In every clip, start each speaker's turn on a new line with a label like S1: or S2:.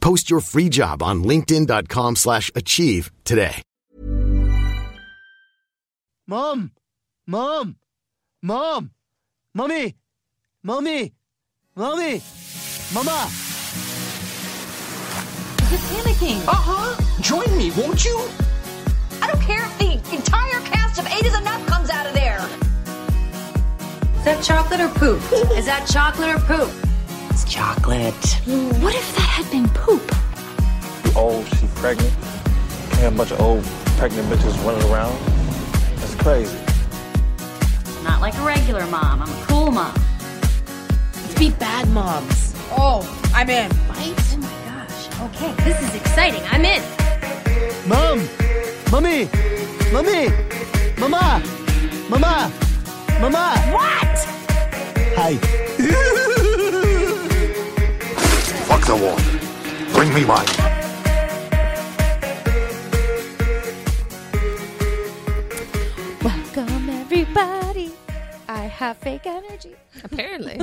S1: Post your free job on linkedin.com/achieve slash achieve today.
S2: Mom! Mom! Mom! Mommy! Mommy! Mommy! Mama!
S3: You're panicking.
S4: Uh huh. Join me, won't you?
S3: I don't care if the entire cast of Eight is Enough comes out of there. Is that chocolate or poop? Is that chocolate or poop?
S4: It's chocolate.
S3: What if that had been poop?
S5: old, she pregnant. Can't a bunch of old pregnant bitches running around. That's crazy.
S6: Not like a regular mom. I'm a cool mom. Let's be bad moms.
S7: Oh, I'm in.
S6: Right? Oh my gosh. Okay, this is exciting. I'm in.
S2: Mom! Mommy! Mommy! Mama! Mama! Mama!
S3: What?
S2: Hi.
S8: Fuck the water. Bring me mine.
S9: Welcome, everybody. I have fake energy.
S10: Apparently.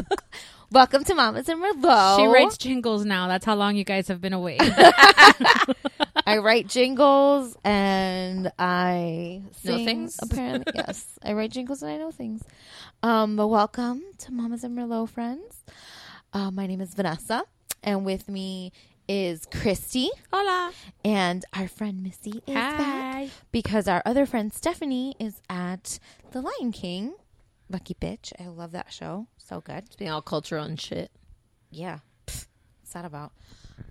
S9: Welcome to Mamas and Merlot.
S10: She writes jingles now. That's how long you guys have been away.
S9: I write jingles and I
S10: Know
S9: sing,
S10: things?
S9: Apparently, yes. I write jingles and I know things. Um, but welcome to Mamas and Merlot, friends. Uh, my name is Vanessa, and with me is Christy
S10: Hola.
S9: and our friend Missy is
S10: Hi.
S9: back because our other friend Stephanie is at The Lion King. Lucky bitch! I love that show. So good.
S10: Being all cultural and shit.
S9: Yeah. Pfft, What's that about?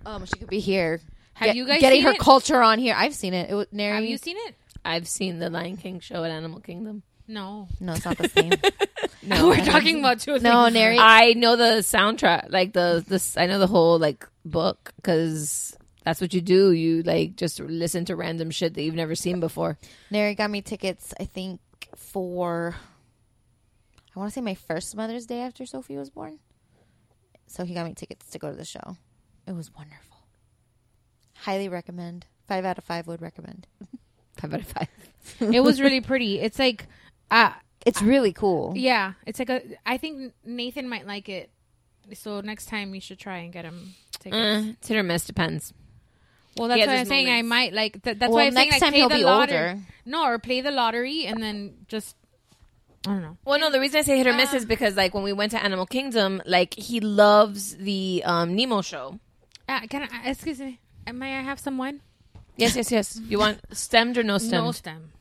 S9: Um, she could be here.
S10: Have you guys
S9: getting
S10: seen
S9: her
S10: it?
S9: culture on here? I've seen it. It was Nary.
S10: Have you seen it?
S11: I've seen the Lion King show at Animal Kingdom.
S10: No.
S9: No, it's not the same.
S10: No. We're talking about two
S9: no,
S10: things.
S9: Nary.
S11: I know the soundtrack, like the this. I know the whole like book because that's what you do. You like just listen to random shit that you've never seen before.
S9: Nary got me tickets. I think for. I want to say my first Mother's Day after Sophie was born. So he got me tickets to go to the show. It was wonderful. Highly recommend. Five out of five would recommend.
S11: Five out of five.
S10: It was really pretty. It's like, uh,
S9: It's really cool.
S10: yeah. It's like a. I think Nathan might like it. So next time you should try and get him tickets.
S11: Eh, it's hit or miss. Depends.
S10: Well, that's
S11: He has
S10: why I'm
S11: his
S10: saying I
S11: moments.
S10: might like. Th- that's
S9: Well,
S10: why I'm saying
S9: next
S10: like
S9: time
S10: play
S9: he'll
S10: the
S9: be
S10: lottery.
S9: older.
S10: No, or play the lottery and then just. I don't know.
S11: Well, no, the reason I say hit or miss is because like when we went to Animal Kingdom, like he loves the um, Nemo show.
S10: Uh, can I? Excuse me. uh, May I have some wine?
S11: Yes, yes, yes. You want stemmed or no stemmed?
S10: No stem.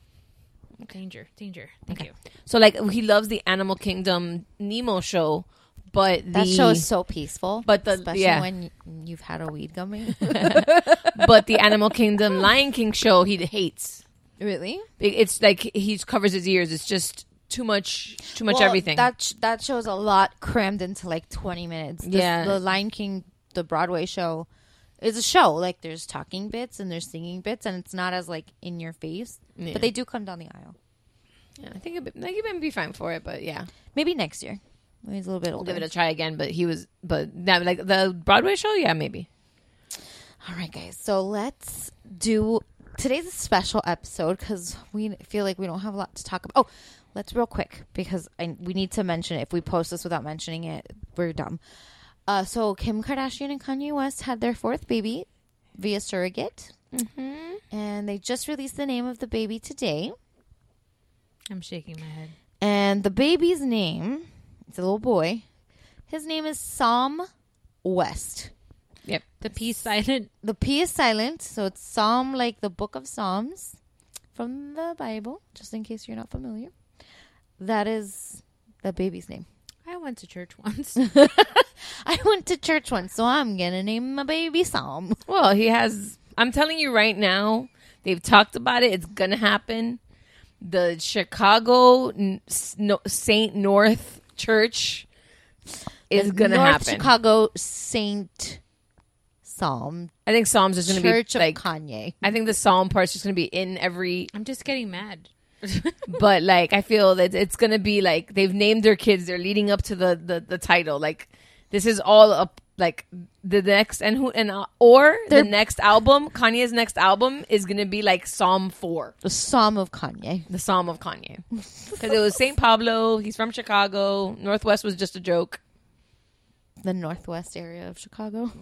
S10: Danger, danger. Thank you.
S11: So like he loves the Animal Kingdom Nemo show, but
S9: That
S11: the,
S9: show is so peaceful.
S11: but the-
S9: especially
S11: yeah.
S9: when y- you've had a weed gummy.
S11: but the Animal Kingdom Lion King show he hates.
S9: really?
S11: It- It's like he covers his ears. It's just too much, too much everything.
S9: That sh- that shows a lot crammed into like twenty minutes. This-
S11: Yeah.
S9: the Lion King, the Broadway show, is a show. Like there's talking bits and there's singing bits, and it's not as like in your face. But they do come down the aisle.
S11: yeah, I think it'd be, like he might be fine for it, but yeah,
S9: Maybe next year. Maybe he's a little bit
S11: we'll
S9: older.
S11: give it a try again. But he was, but that like the Broadway show, yeah, maybe.
S9: All right, guys. So let's do today's a special episode because we feel like we don't have a lot to talk about. Oh, let's real quick because I, we need to mention it. If we post this without mentioning it, we're dumb. Uh, so Kim Kardashian and Kanye West had their fourth baby via surrogate, mm-hmm. and they just released the name of the baby today.
S10: I'm shaking my head.
S9: And the baby's name, it's a little boy. His name is Psalm West.
S11: Yep.
S10: The peace silent.
S9: The P is silent, so it's Psalm like the Book of Psalms. from the Bible, just in case you're not familiar. That is the baby's name.
S10: I went to church once.
S9: I went to church once, so I'm gonna name my baby Psalm.
S11: Well, he has. I'm telling you right now, they've talked about it. It's gonna happen. The Chicago N- S- No- Saint North Church is
S9: The
S11: gonna
S9: North
S11: happen.
S9: Chicago Saint Psalm.
S11: I think Psalms is gonna
S9: Church
S11: be
S9: of
S11: like
S9: Kanye.
S11: I think the Psalm part's just gonna be in every.
S10: I'm just getting mad.
S11: but like I feel that it's gonna be like they've named their kids. They're leading up to the the, the title. Like this is all up. Like the next and who and uh, or
S9: They're-
S11: the next album, Kanye's next album is gonna be like Psalm four,
S9: the Psalm of Kanye,
S11: the Psalm of Kanye, because it was Saint Pablo. He's from Chicago. Northwest was just a joke.
S9: the northwest area of Chicago.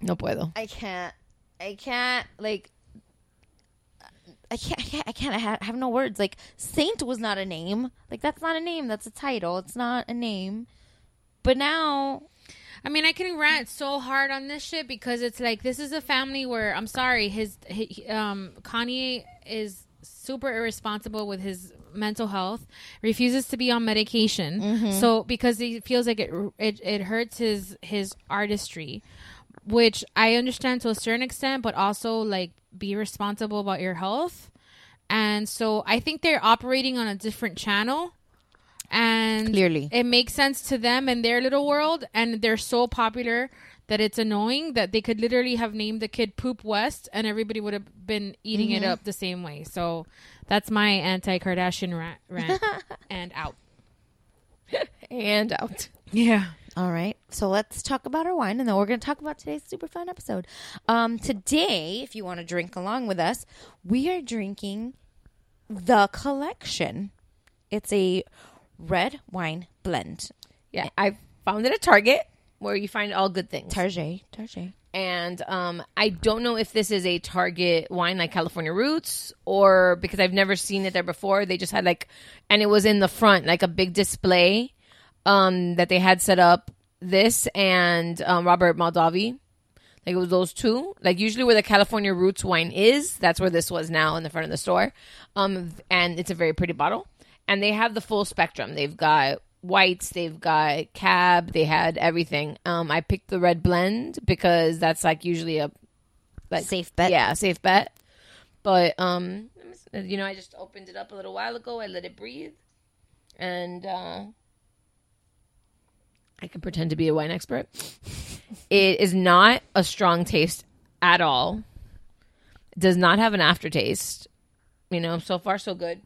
S11: No puedo.
S9: I can't. I can't. Like, I can't. I can't. I, can't I, have, I have no words. Like, Saint was not a name. Like, that's not a name. That's a title. It's not a name. But now,
S10: I mean, I can rant so hard on this shit because it's like this is a family where I'm sorry, his, he um Kanye is super irresponsible with his mental health, refuses to be on medication,
S7: Mhm.
S10: so because he feels like it, it it hurts his his artistry, which I understand to a certain extent, but also like be responsible about your health, and so I think they're operating on a different channel and
S9: Clearly.
S10: it makes sense to them and their little world and they're so popular that it's annoying that they could literally have named the kid poop west and everybody would have been eating it
S9: Mhm.
S10: up the same way so that's my anti-kardashian rant, rant and out
S11: and out
S10: yeah
S9: All right. So let's talk about our wine, and then we're going to talk about today's super fun episode. Um, today, if you want to drink along with us, we are drinking the collection. It's a red wine blend.
S11: Yeah, I found it at Target where you find all good things.
S9: Target, Target.
S11: And um, I don't know if this is a Target wine like California Roots or because I've never seen it there before. They just had like, and it was in the front, like a big display um, that they had set up. This and um, Robert Maldavi. Like it was those two. Like usually where the California Roots wine is, that's where this was now in the front of the store. Um, and it's a very pretty bottle. And they have the full spectrum. They've got whites, they've got cab, they had everything. Um, I picked the red blend because that's like usually a like
S9: safe bet.
S11: Yeah, safe bet. But um, you know, I just opened it up a little while ago. I let it breathe, and uh, I can pretend to be a wine expert. it is not a strong taste at all. Does not have an aftertaste. You know, so far so good.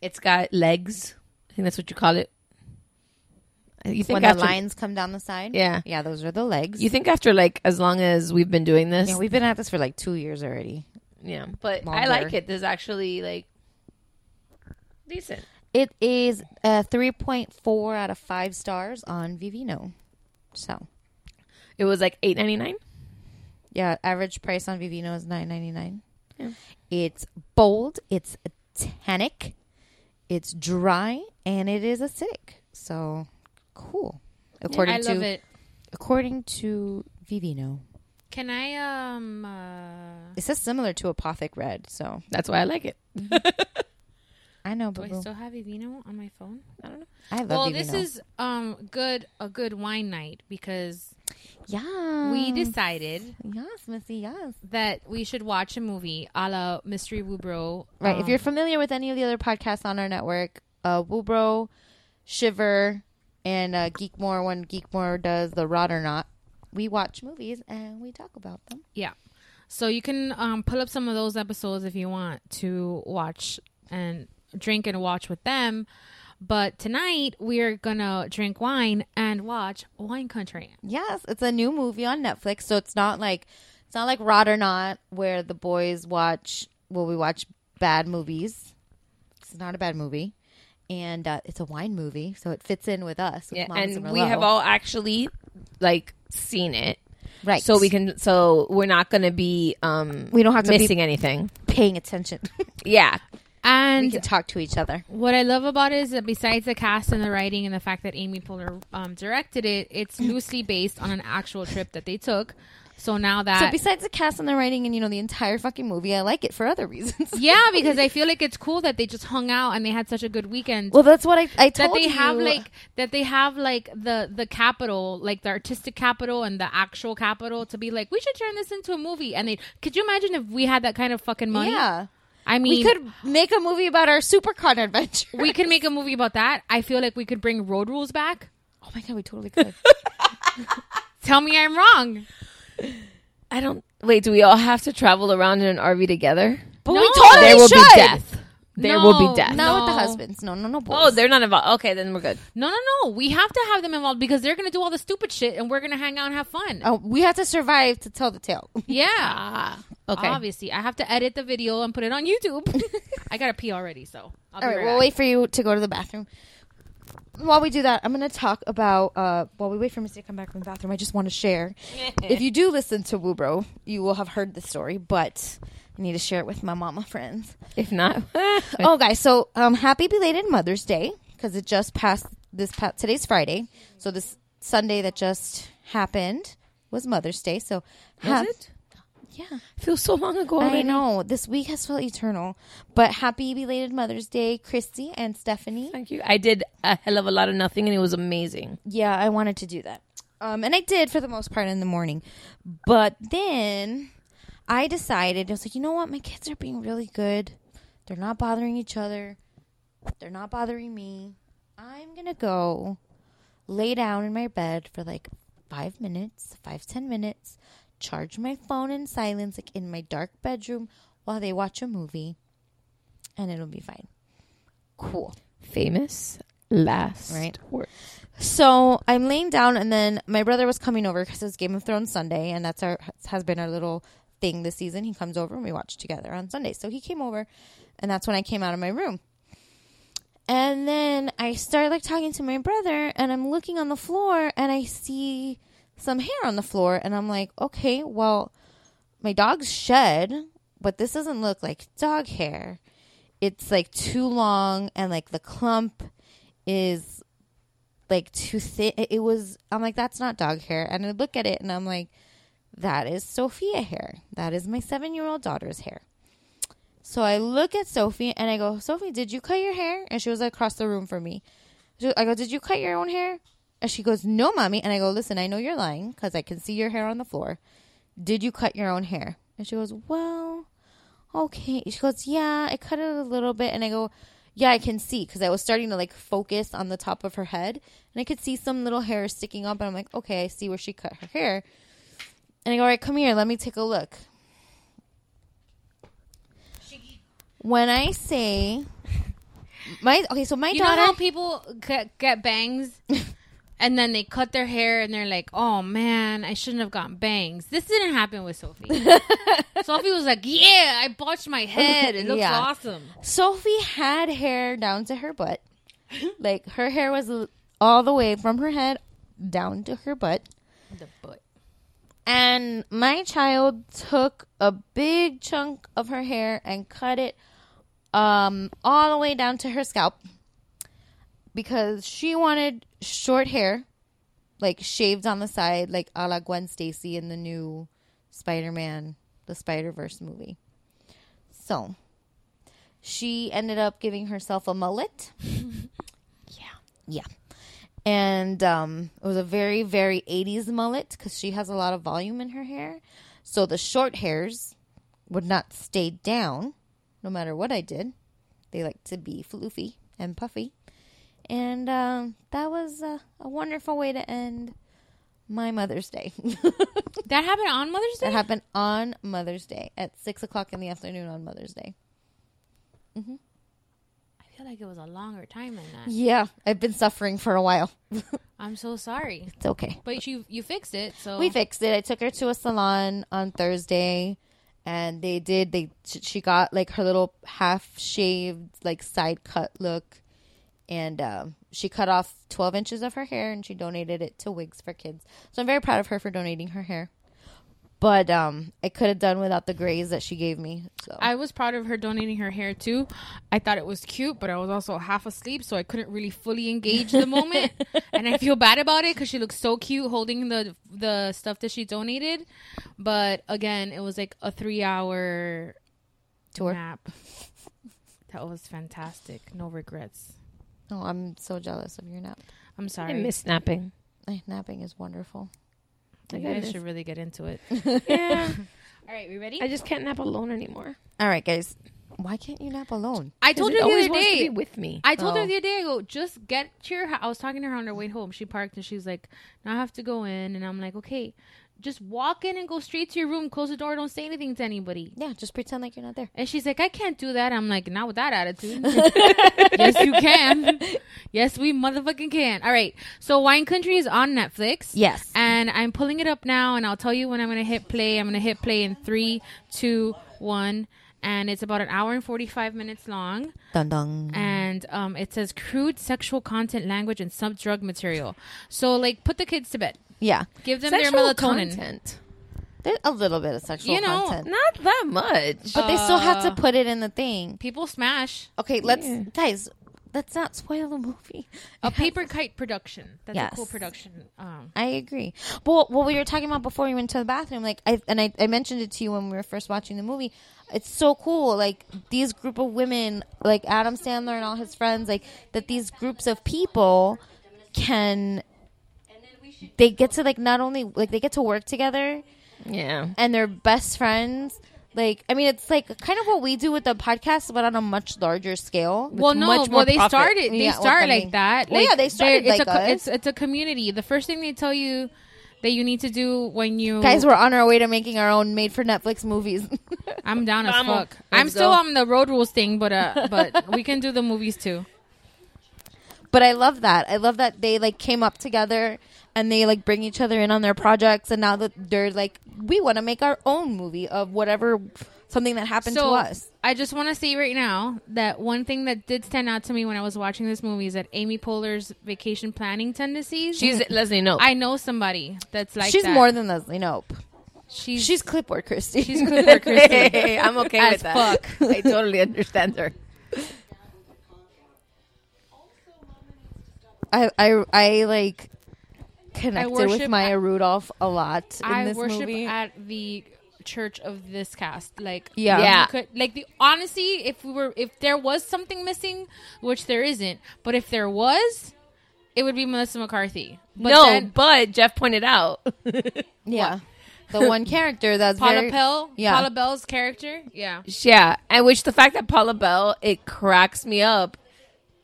S11: It's got legs. I think that's what you call it. You
S9: when
S11: after-
S9: the lines come down the side.
S11: Yeah.
S9: Yeah, those are the legs.
S11: You think after like as long as we've been doing this,
S9: Yeah, we've been at this for like two years already.
S11: yeah. But I
S9: Longer.
S11: like it. There's actually like decent.
S9: It is uh, 3.4 out of 5 stars on Vivino. So.
S11: It was like 8.99?
S9: Yeah, average price on Vivino is 9.99.
S11: Yeah.
S9: It's bold, it's tannic, it's dry, and it is acidic. So, cool. According
S10: I
S9: to
S10: love it.
S9: According to Vivino.
S10: can i um uh,
S9: It says similar to Apothic Red, so
S11: That's why I like it.
S9: I know,
S10: do
S9: but
S10: i still have Evino on my phone i don't know
S9: I love
S10: well this
S9: Vivino.
S10: is um good a good wine night because
S9: yeah,
S10: we decided
S9: yes, Missy, yes,
S10: that we should watch a movie a la Mystery Woobro.
S9: Right. if
S10: um,
S9: you're familiar with any of the other podcasts on our network, uh, Woobro, Shiver, and uh, Geekmore, when Geekmore does the Rod or Not, we watch movies and we talk about them.
S10: yeah, so you can um, pull up some of those episodes if you want to watch and drink and watch with them. But tonight we are gonna drink wine and watch Wine Country.
S9: Yes, it's a new movie on Netflix, so it's not like it's not like Rod or Not, where the boys watch. Well, we watch bad movies. It's not a bad movie, and uh, it's a wine movie, so it fits in with us. With
S11: Yeah,
S9: Mamas
S11: and we
S9: Merlot.
S11: have all actually like seen it.
S9: Right.
S11: So we can so we're not going to be um
S9: We don't have to be-
S11: missing anything.
S9: paying attention.
S11: Yeah.
S10: And
S9: we can talk to each other.
S10: What I love about it is that besides the cast and the writing and the fact that Amy Poehler um, directed it, it's loosely based on an actual trip that they took So now that
S9: So besides the cast and the writing and you know the entire fucking movie, I like it for other reasons.
S10: yeah, because I feel like it's cool that they just hung out and they had such a good weekend.
S9: Well, that's what I I told
S10: that they
S9: you.
S10: have like that they have like the the capital, like the artistic capital and the actual capital to be like, we should turn this into a movie. And they could you imagine if we had that kind of fucking money?
S9: Yeah.
S10: I mean,
S9: we could make a movie about our supercar adventure.
S10: we could make a movie about that. I feel like we could bring road rules back.
S9: Oh my god, we totally could.
S10: Tell me I'm wrong.
S11: I don't. Wait, do we all have to travel around in an RV together?
S9: But
S10: No.
S9: we totally
S11: there will
S9: should.
S11: be death. There will
S10: No,
S11: be death.
S9: Not with the husbands. No, no, no. Boys.
S11: Oh, they're not involved. Okay, then we're good.
S10: No, no, no. We have to have them involved because they're going to do all the stupid shit and we're going to hang out and have fun.
S9: Oh, we have to survive to tell the tale.
S10: Yeah.
S11: Okay.
S10: Obviously, I have to edit the video and put it on YouTube. I got to pee already, so. I'll be
S9: All right,
S10: right
S9: we'll
S10: back.
S9: wait for you to go to the bathroom. While we do that, I'm going to talk about. Uh, while we wait for Missy to come back from the bathroom, I just want to share. if you do listen to Woobro, you will have heard this story, but I need to share it with my mama friends.
S11: If not,
S9: oh, guys, so um, happy belated Mother's Day because it just passed this past today's Friday, so this Sunday that just happened was Mother's Day. So hap-
S11: it?
S9: Yeah.
S11: feels so long
S10: Oh,
S11: ago.
S9: I
S11: already.
S9: know this week has felt eternal, but happy belated Mother's Day, Christy and Stephanie.
S11: Thank you. I did a hell of a lot of nothing, and it was amazing.
S9: Yeah, I wanted to do that, um, and I did for the most part in the morning, but then I decided I was like, you know what, my kids are being really good. They're not bothering each other. They're not bothering me. I'm gonna go lay down in my bed for like five minutes, five ten minutes, charge my phone in silence, like in my dark bedroom, while they watch a movie, and it'll be fine. Cool.
S11: Famous last
S9: Right.
S11: word.
S9: So I'm laying down, and then my brother was coming over because it's Game of Thrones Sunday, and that's our has been our little thing this season. He comes over and we watch together on Sunday. So he came over, and that's when I came out of my room. And then I start like talking to my brother, and I'm looking on the floor, and I see some hair on the floor, and I'm like, okay, well, my dog's shed, but this doesn't look like dog hair. It's like too long, and like the clump is like too thin. It it was. I'm like, that's not dog hair. And I look at it and I'm like, that is Sophia hair. That is my seven year old daughter's hair. So I look at Sophie and I go, Sophie, did you cut your hair? And she was like, across the room from me. She- I go, did you cut your own hair? And she goes, no, mommy. And I go, listen, I know you're lying because I can see your hair on the floor. Did you cut your own hair? And she goes, well, okay. She goes, yeah, I cut it a little bit. And I go, yeah, I can see because I was starting to like focus on the top of her head and I could see some little hair sticking up. And I'm like, okay, I see where she cut her hair. And I go, all right, come here, let me take a look. When I say my okay, so my
S10: You
S9: daughter,
S10: know how people get, get bangs and then they cut their hair and they're like, oh man, I shouldn't have gotten bangs. This didn't happen with Sophie. Sophie was like, yeah, I botched my head. It looks
S9: Yeah.
S10: awesome.
S9: Sophie had hair down to her butt. like her hair was l- all the way from her head down to her butt.
S10: The butt.
S9: And my child took a big chunk of her hair and cut it um, all the way down to her scalp because she wanted short hair, like shaved on the side, like a la Gwen Stacy in the new Spider Man, the Spider Verse movie. So she ended up giving herself a mullet. Yeah. And um, it was a very, very 80s mullet because she has a lot of volume in her hair. So the short hairs would not stay down no matter what I did. They like to be floofy and puffy. And um, that was a, a wonderful way to end my Mother's Day.
S10: That happened on Mother's Day?
S9: that happened on Mother's Day at 6 o'clock in the afternoon on Mother's Day.
S10: I feel like it was a longer time than that.
S9: Yeah, I've been suffering for a while.
S10: I'm so sorry.
S9: It's okay.
S10: But you you fixed it, so
S9: We fixed it. I took her to a salon on Thursday, and they did. They sh- she got like her little half shaved, like side cut look, and um, she cut off twelve inches of her hair and she donated it to Wigs for Kids. So I'm very proud of her for donating her hair. But um, I could have done without the grays that she gave me. So
S10: I was proud of her donating her hair too. I thought it was cute, but I was also half asleep, so I couldn't really fully engage the moment. and I feel bad about it because she looks so cute holding the the stuff that she donated. But again, it was like a three hour
S9: Tour.
S10: nap. That was fantastic. No regrets.
S9: No, I'm so jealous of your nap.
S10: I'm sorry.
S11: I miss napping.
S9: Ay, napping is wonderful.
S10: I
S11: I
S10: guys
S11: miss-
S10: should really get into it.
S11: yeah.
S10: All right, we ready?
S11: I just can't nap alone anymore.
S9: All right, guys. Why can't you nap alone?
S10: I told
S11: it
S10: her the
S11: always
S10: other
S11: wants to
S10: day
S11: be with me.
S10: I told
S9: Oh.
S10: her the other day, I go, just get to your. hou- I was talking to her on her way home. She parked and she's like, now I have to go in, and I'm like, okay, just walk in and go straight to your room, close the door, don't say anything to anybody.
S9: Yeah, just pretend like you're not there.
S10: And she's like, I can't do that. I'm like, not with that attitude. yes, you can. Yes, we motherfucking can. All right. So Wine Country is on Netflix.
S9: Yes.
S10: And I'm pulling it up now, and I'll tell you when I'm gonna hit play. I'm gonna hit play in three, two, one, and it's about an hour and forty-five minutes long
S9: Dun dun.
S10: and um, it says crude sexual content language and some drug material. So like, put the kids to bed.
S9: Yeah,
S10: Give them
S11: Sexual
S10: their melatonin.
S11: content.
S9: There's a little bit of sexual
S10: You know, Uh,
S9: content,
S11: Not that much.
S9: but they still have to put it in the thing.
S10: People smash
S9: Okay, let's guys. Let's not spoil the movie.
S10: a paper kite production. That's
S9: Yes.
S10: a cool production. Um,
S9: I agree. Well, what we were talking about before we went to the bathroom, like I and I, I mentioned it to you when we were first watching the movie. It's so cool, like these group of women, like Adam Sandler and all his friends, like that these groups of people can they get to like not only like they get to work together
S11: yeah.
S9: and they're best friends. Like I mean, it's like kind of what we do with the podcast, but on a much larger scale.
S10: well, no,
S11: much more
S10: well they
S11: profit.
S10: started. They
S9: Yeah, well,
S10: start
S9: I mean-
S10: like that.
S9: Well,
S10: Like,
S9: yeah, they started
S10: they're- it's
S9: like
S10: a, co-
S9: us.
S10: It's it's a community. The first thing they tell you that you need to do when you
S9: Guys, we're on our way to making our own made-for-Netflix movies.
S10: I'm down as
S11: Vamos.
S10: fuck. I'm
S11: Let's
S10: still
S11: go.
S10: on the road rules thing, but uh, but we can do the movies too.
S9: But I love that. I love that they like came up together and they like bring each other in on their projects. And now that they're like, we want to make our own movie of whatever something that happened to us.
S10: I just want to say right now that one thing that did stand out to me when I was watching this movie is that Amy Poehler's vacation planning tendencies.
S11: She's Leslie No.
S10: I know somebody that's like
S9: she's
S10: that.
S9: more than Leslie Nope.
S10: she's
S9: She's clipboard Christy.
S10: she's Cooper Christie.
S11: I'm okay
S10: As
S11: with that.
S10: fuck.
S11: I totally understand her.
S9: I, I I like
S10: I
S9: connected
S10: worship
S9: with Maya
S10: at-
S9: Rudolph a lot in
S10: I
S9: this
S10: worship
S9: movie.
S10: at the church of this cast. Like
S9: Yeah.
S10: you
S11: Yeah.
S10: could- like the honestly, if we were if there was something missing, which there isn't, but if there was, it would be Melissa McCarthy. But
S11: no,
S10: then
S11: but Jeff pointed out.
S9: yeah, the one character that's
S10: Paula
S9: very
S10: Pell,
S9: Yeah,
S10: Paula Bell's character, yeah.
S11: yeah, and which the fact that Paula Bell, it cracks me up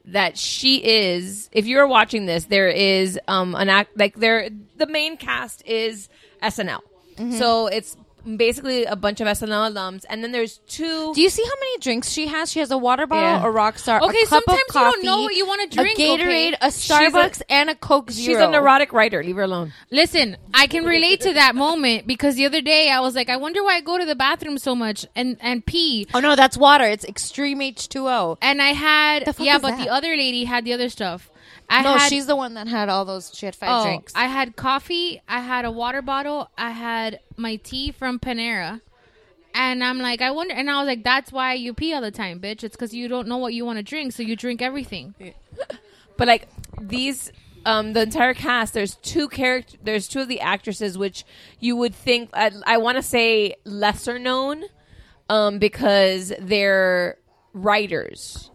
S11: that she is. If you're watching this, there is um an act like there the main cast is SNL,
S10: Mm-hmm.
S11: so it's basically a bunch of SNL alums, and then there's two.
S9: Do you see how many drinks she has? She has a water bottle,
S11: Yeah.
S9: a rock star,
S10: Okay,
S9: a cup
S10: sometimes
S9: of
S10: you don't
S9: coffee,
S10: know what you wanna drink,
S9: a Gatorade,
S10: okay?
S9: a
S11: She's a-
S9: Starbucks, and a Coke Zero.
S11: She's a neurotic writer. Leave her alone.
S10: Listen, I can relate to that moment because the other day I was like, I wonder why I go to the bathroom so much and and pee.
S9: Oh no, that's water. It's extreme H two O.
S10: And I had
S9: The fuck
S10: yeah,
S9: is
S10: but
S9: that?
S10: the other lady had the other stuff. I
S9: No,
S10: had,
S9: she's the one that had all those. She had five
S10: oh,
S9: drinks.
S10: I had coffee. I had a water bottle. I had my tea from Panera. And I'm like, I wonder. And I was like, that's why you pee all the time, bitch. It's because you don't know what you want to drink, so you drink everything.
S11: but like these um the entire cast there's two character there's two of the actresses which you would think i, I want to say lesser known um because they're writers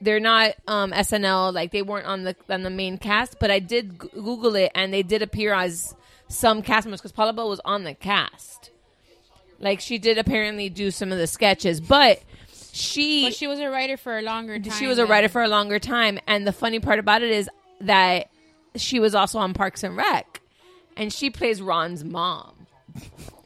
S11: they're not um snl like they weren't on the on the main cast but i did g- google it and they did appear as some cast members because paula Bell was on the cast like she did apparently do some of the sketches but she
S10: But she was a writer for a longer time.
S11: she was a
S10: than-
S11: writer for a longer time, and the funny part about it is that she was also on Parks and Rec, and she plays Ron's mom,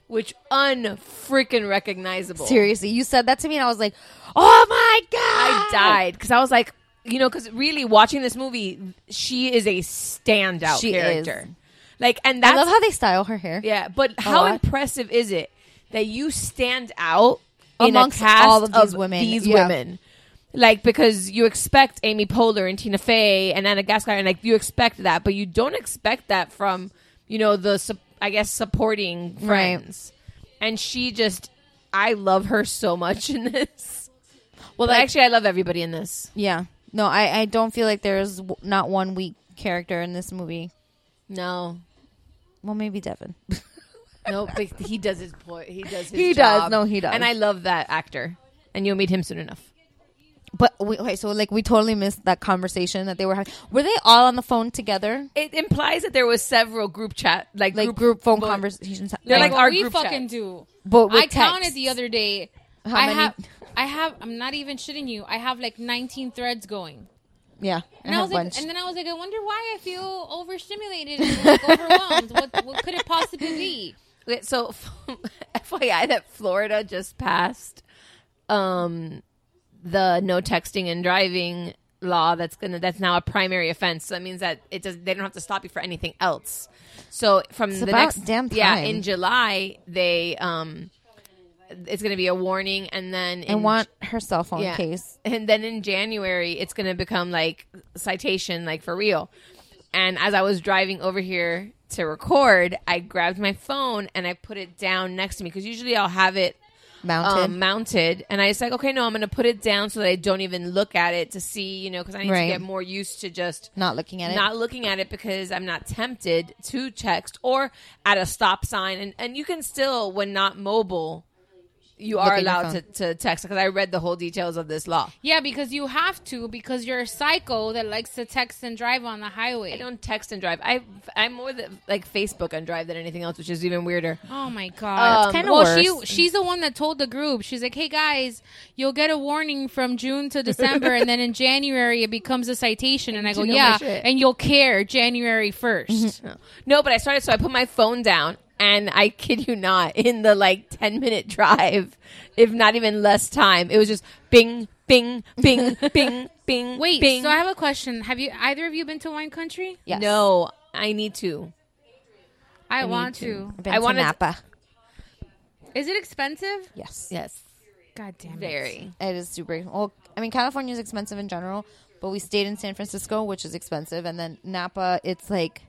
S11: which unfreaking recognizable.
S9: Seriously, you said that to me, and I was like, "Oh my
S11: I
S9: god!"
S11: died because I was like, you know, because really watching this movie, she is a standout
S9: She is.
S11: character. Like, and
S9: I
S11: that's
S9: love how they style her hair.
S11: yeah, but how
S9: I-
S11: impressive is it that you stand out in
S9: Amongst
S11: a cast
S9: all of these women,
S11: These
S9: yeah.
S11: women, like because you expect Amy Poehler and Tina Fey and Anna Gasteyer, and like you expect that, but you don't expect that from you know the sup- I guess supporting
S9: Right.
S11: friends. and she just, I love her so much in this. Well, actually, I love everybody in this.
S9: Yeah. No, I, I don't feel like there's w- not one weak character in this movie.
S11: No.
S9: Well, maybe Devin.
S11: Nope, but he does his point. He does. His
S9: He does.
S11: job.
S9: No, he does.
S11: And I love that actor. And you'll meet him soon enough.
S9: But we, okay, so like we totally missed that conversation that they were having. Were they all on the phone together?
S11: It implies that there was several group chat, like
S9: Like group phone conversations.
S11: They're like,
S9: Like,
S11: our
S10: we
S11: group
S10: fucking
S11: chat.
S10: do.
S9: But with
S10: I counted
S9: text.
S10: the other day.
S9: How
S10: I
S9: many?
S10: have, I have. I'm not even shitting you. I have like 19 threads going.
S9: Yeah,
S10: And
S9: I
S10: I,
S9: had
S10: was
S9: a
S10: like,
S9: bunch.
S10: and then I was like, I wonder why I feel overstimulated and like, overwhelmed. What, what could it possibly be?
S11: Wait, so FYI, that Florida just passed um, the no texting and driving law. That's gonna that's now a primary offense. So that means that it does they don't have to stop you for anything else. So from
S9: It's
S11: the
S9: about
S11: next
S9: damn
S11: yeah
S9: time.
S11: in July they um, it's gonna be a warning and then
S9: and
S11: in
S9: want her cell phone
S11: yeah.
S9: case.
S11: And then in January, it's going to become like citation, like for real. And as I was driving over here to record, I grabbed my phone and I put it down next to me because usually I'll have it
S9: Mounted.
S11: Um, mounted. And I was like, okay, no, I'm going to put it down so that I don't even look at it to see, you know, because I need
S9: Right.
S11: to get more used to just
S9: Not looking at it.
S11: not looking at it because I'm not tempted to text or at a stop sign. And and you can still, when not mobile, you
S9: Look
S11: are
S9: at your
S11: allowed to,
S9: phone.
S11: to text because I read the whole details of this law.
S10: Yeah, because you have to, because you're a psycho that likes to text and drive on the highway. I
S11: don't text and drive. I I'm more the, like Facebook and drive than anything else, which is even weirder.
S10: Oh my god,
S11: Um,
S10: That's
S11: well,
S10: well,
S11: she-
S10: she she's the one that told the group. She's like, "Hey guys, you'll get a warning from June to December, and then in January it becomes a citation." And I go,
S11: you know my
S10: "Yeah,
S11: shit."
S10: and you'll care January 1st.
S11: No, but I started, so I put my phone down, and I kid you not, in the like 10 minute drive, if not even less time, it was just bing, bing, bing, bing, bing.
S10: Wait,
S11: bing.
S10: so I have a question. Have you either of you been to wine country?
S11: No, I need to.
S10: I,
S11: need
S10: want
S11: to.
S10: to.
S11: I wanted to-
S10: Is it expensive?
S9: Yes.
S11: Yes.
S10: God damn it.
S11: Very.
S9: It is super. Well, I mean, California is expensive in general, but we stayed in San Francisco, which is expensive, and then Napa, it's like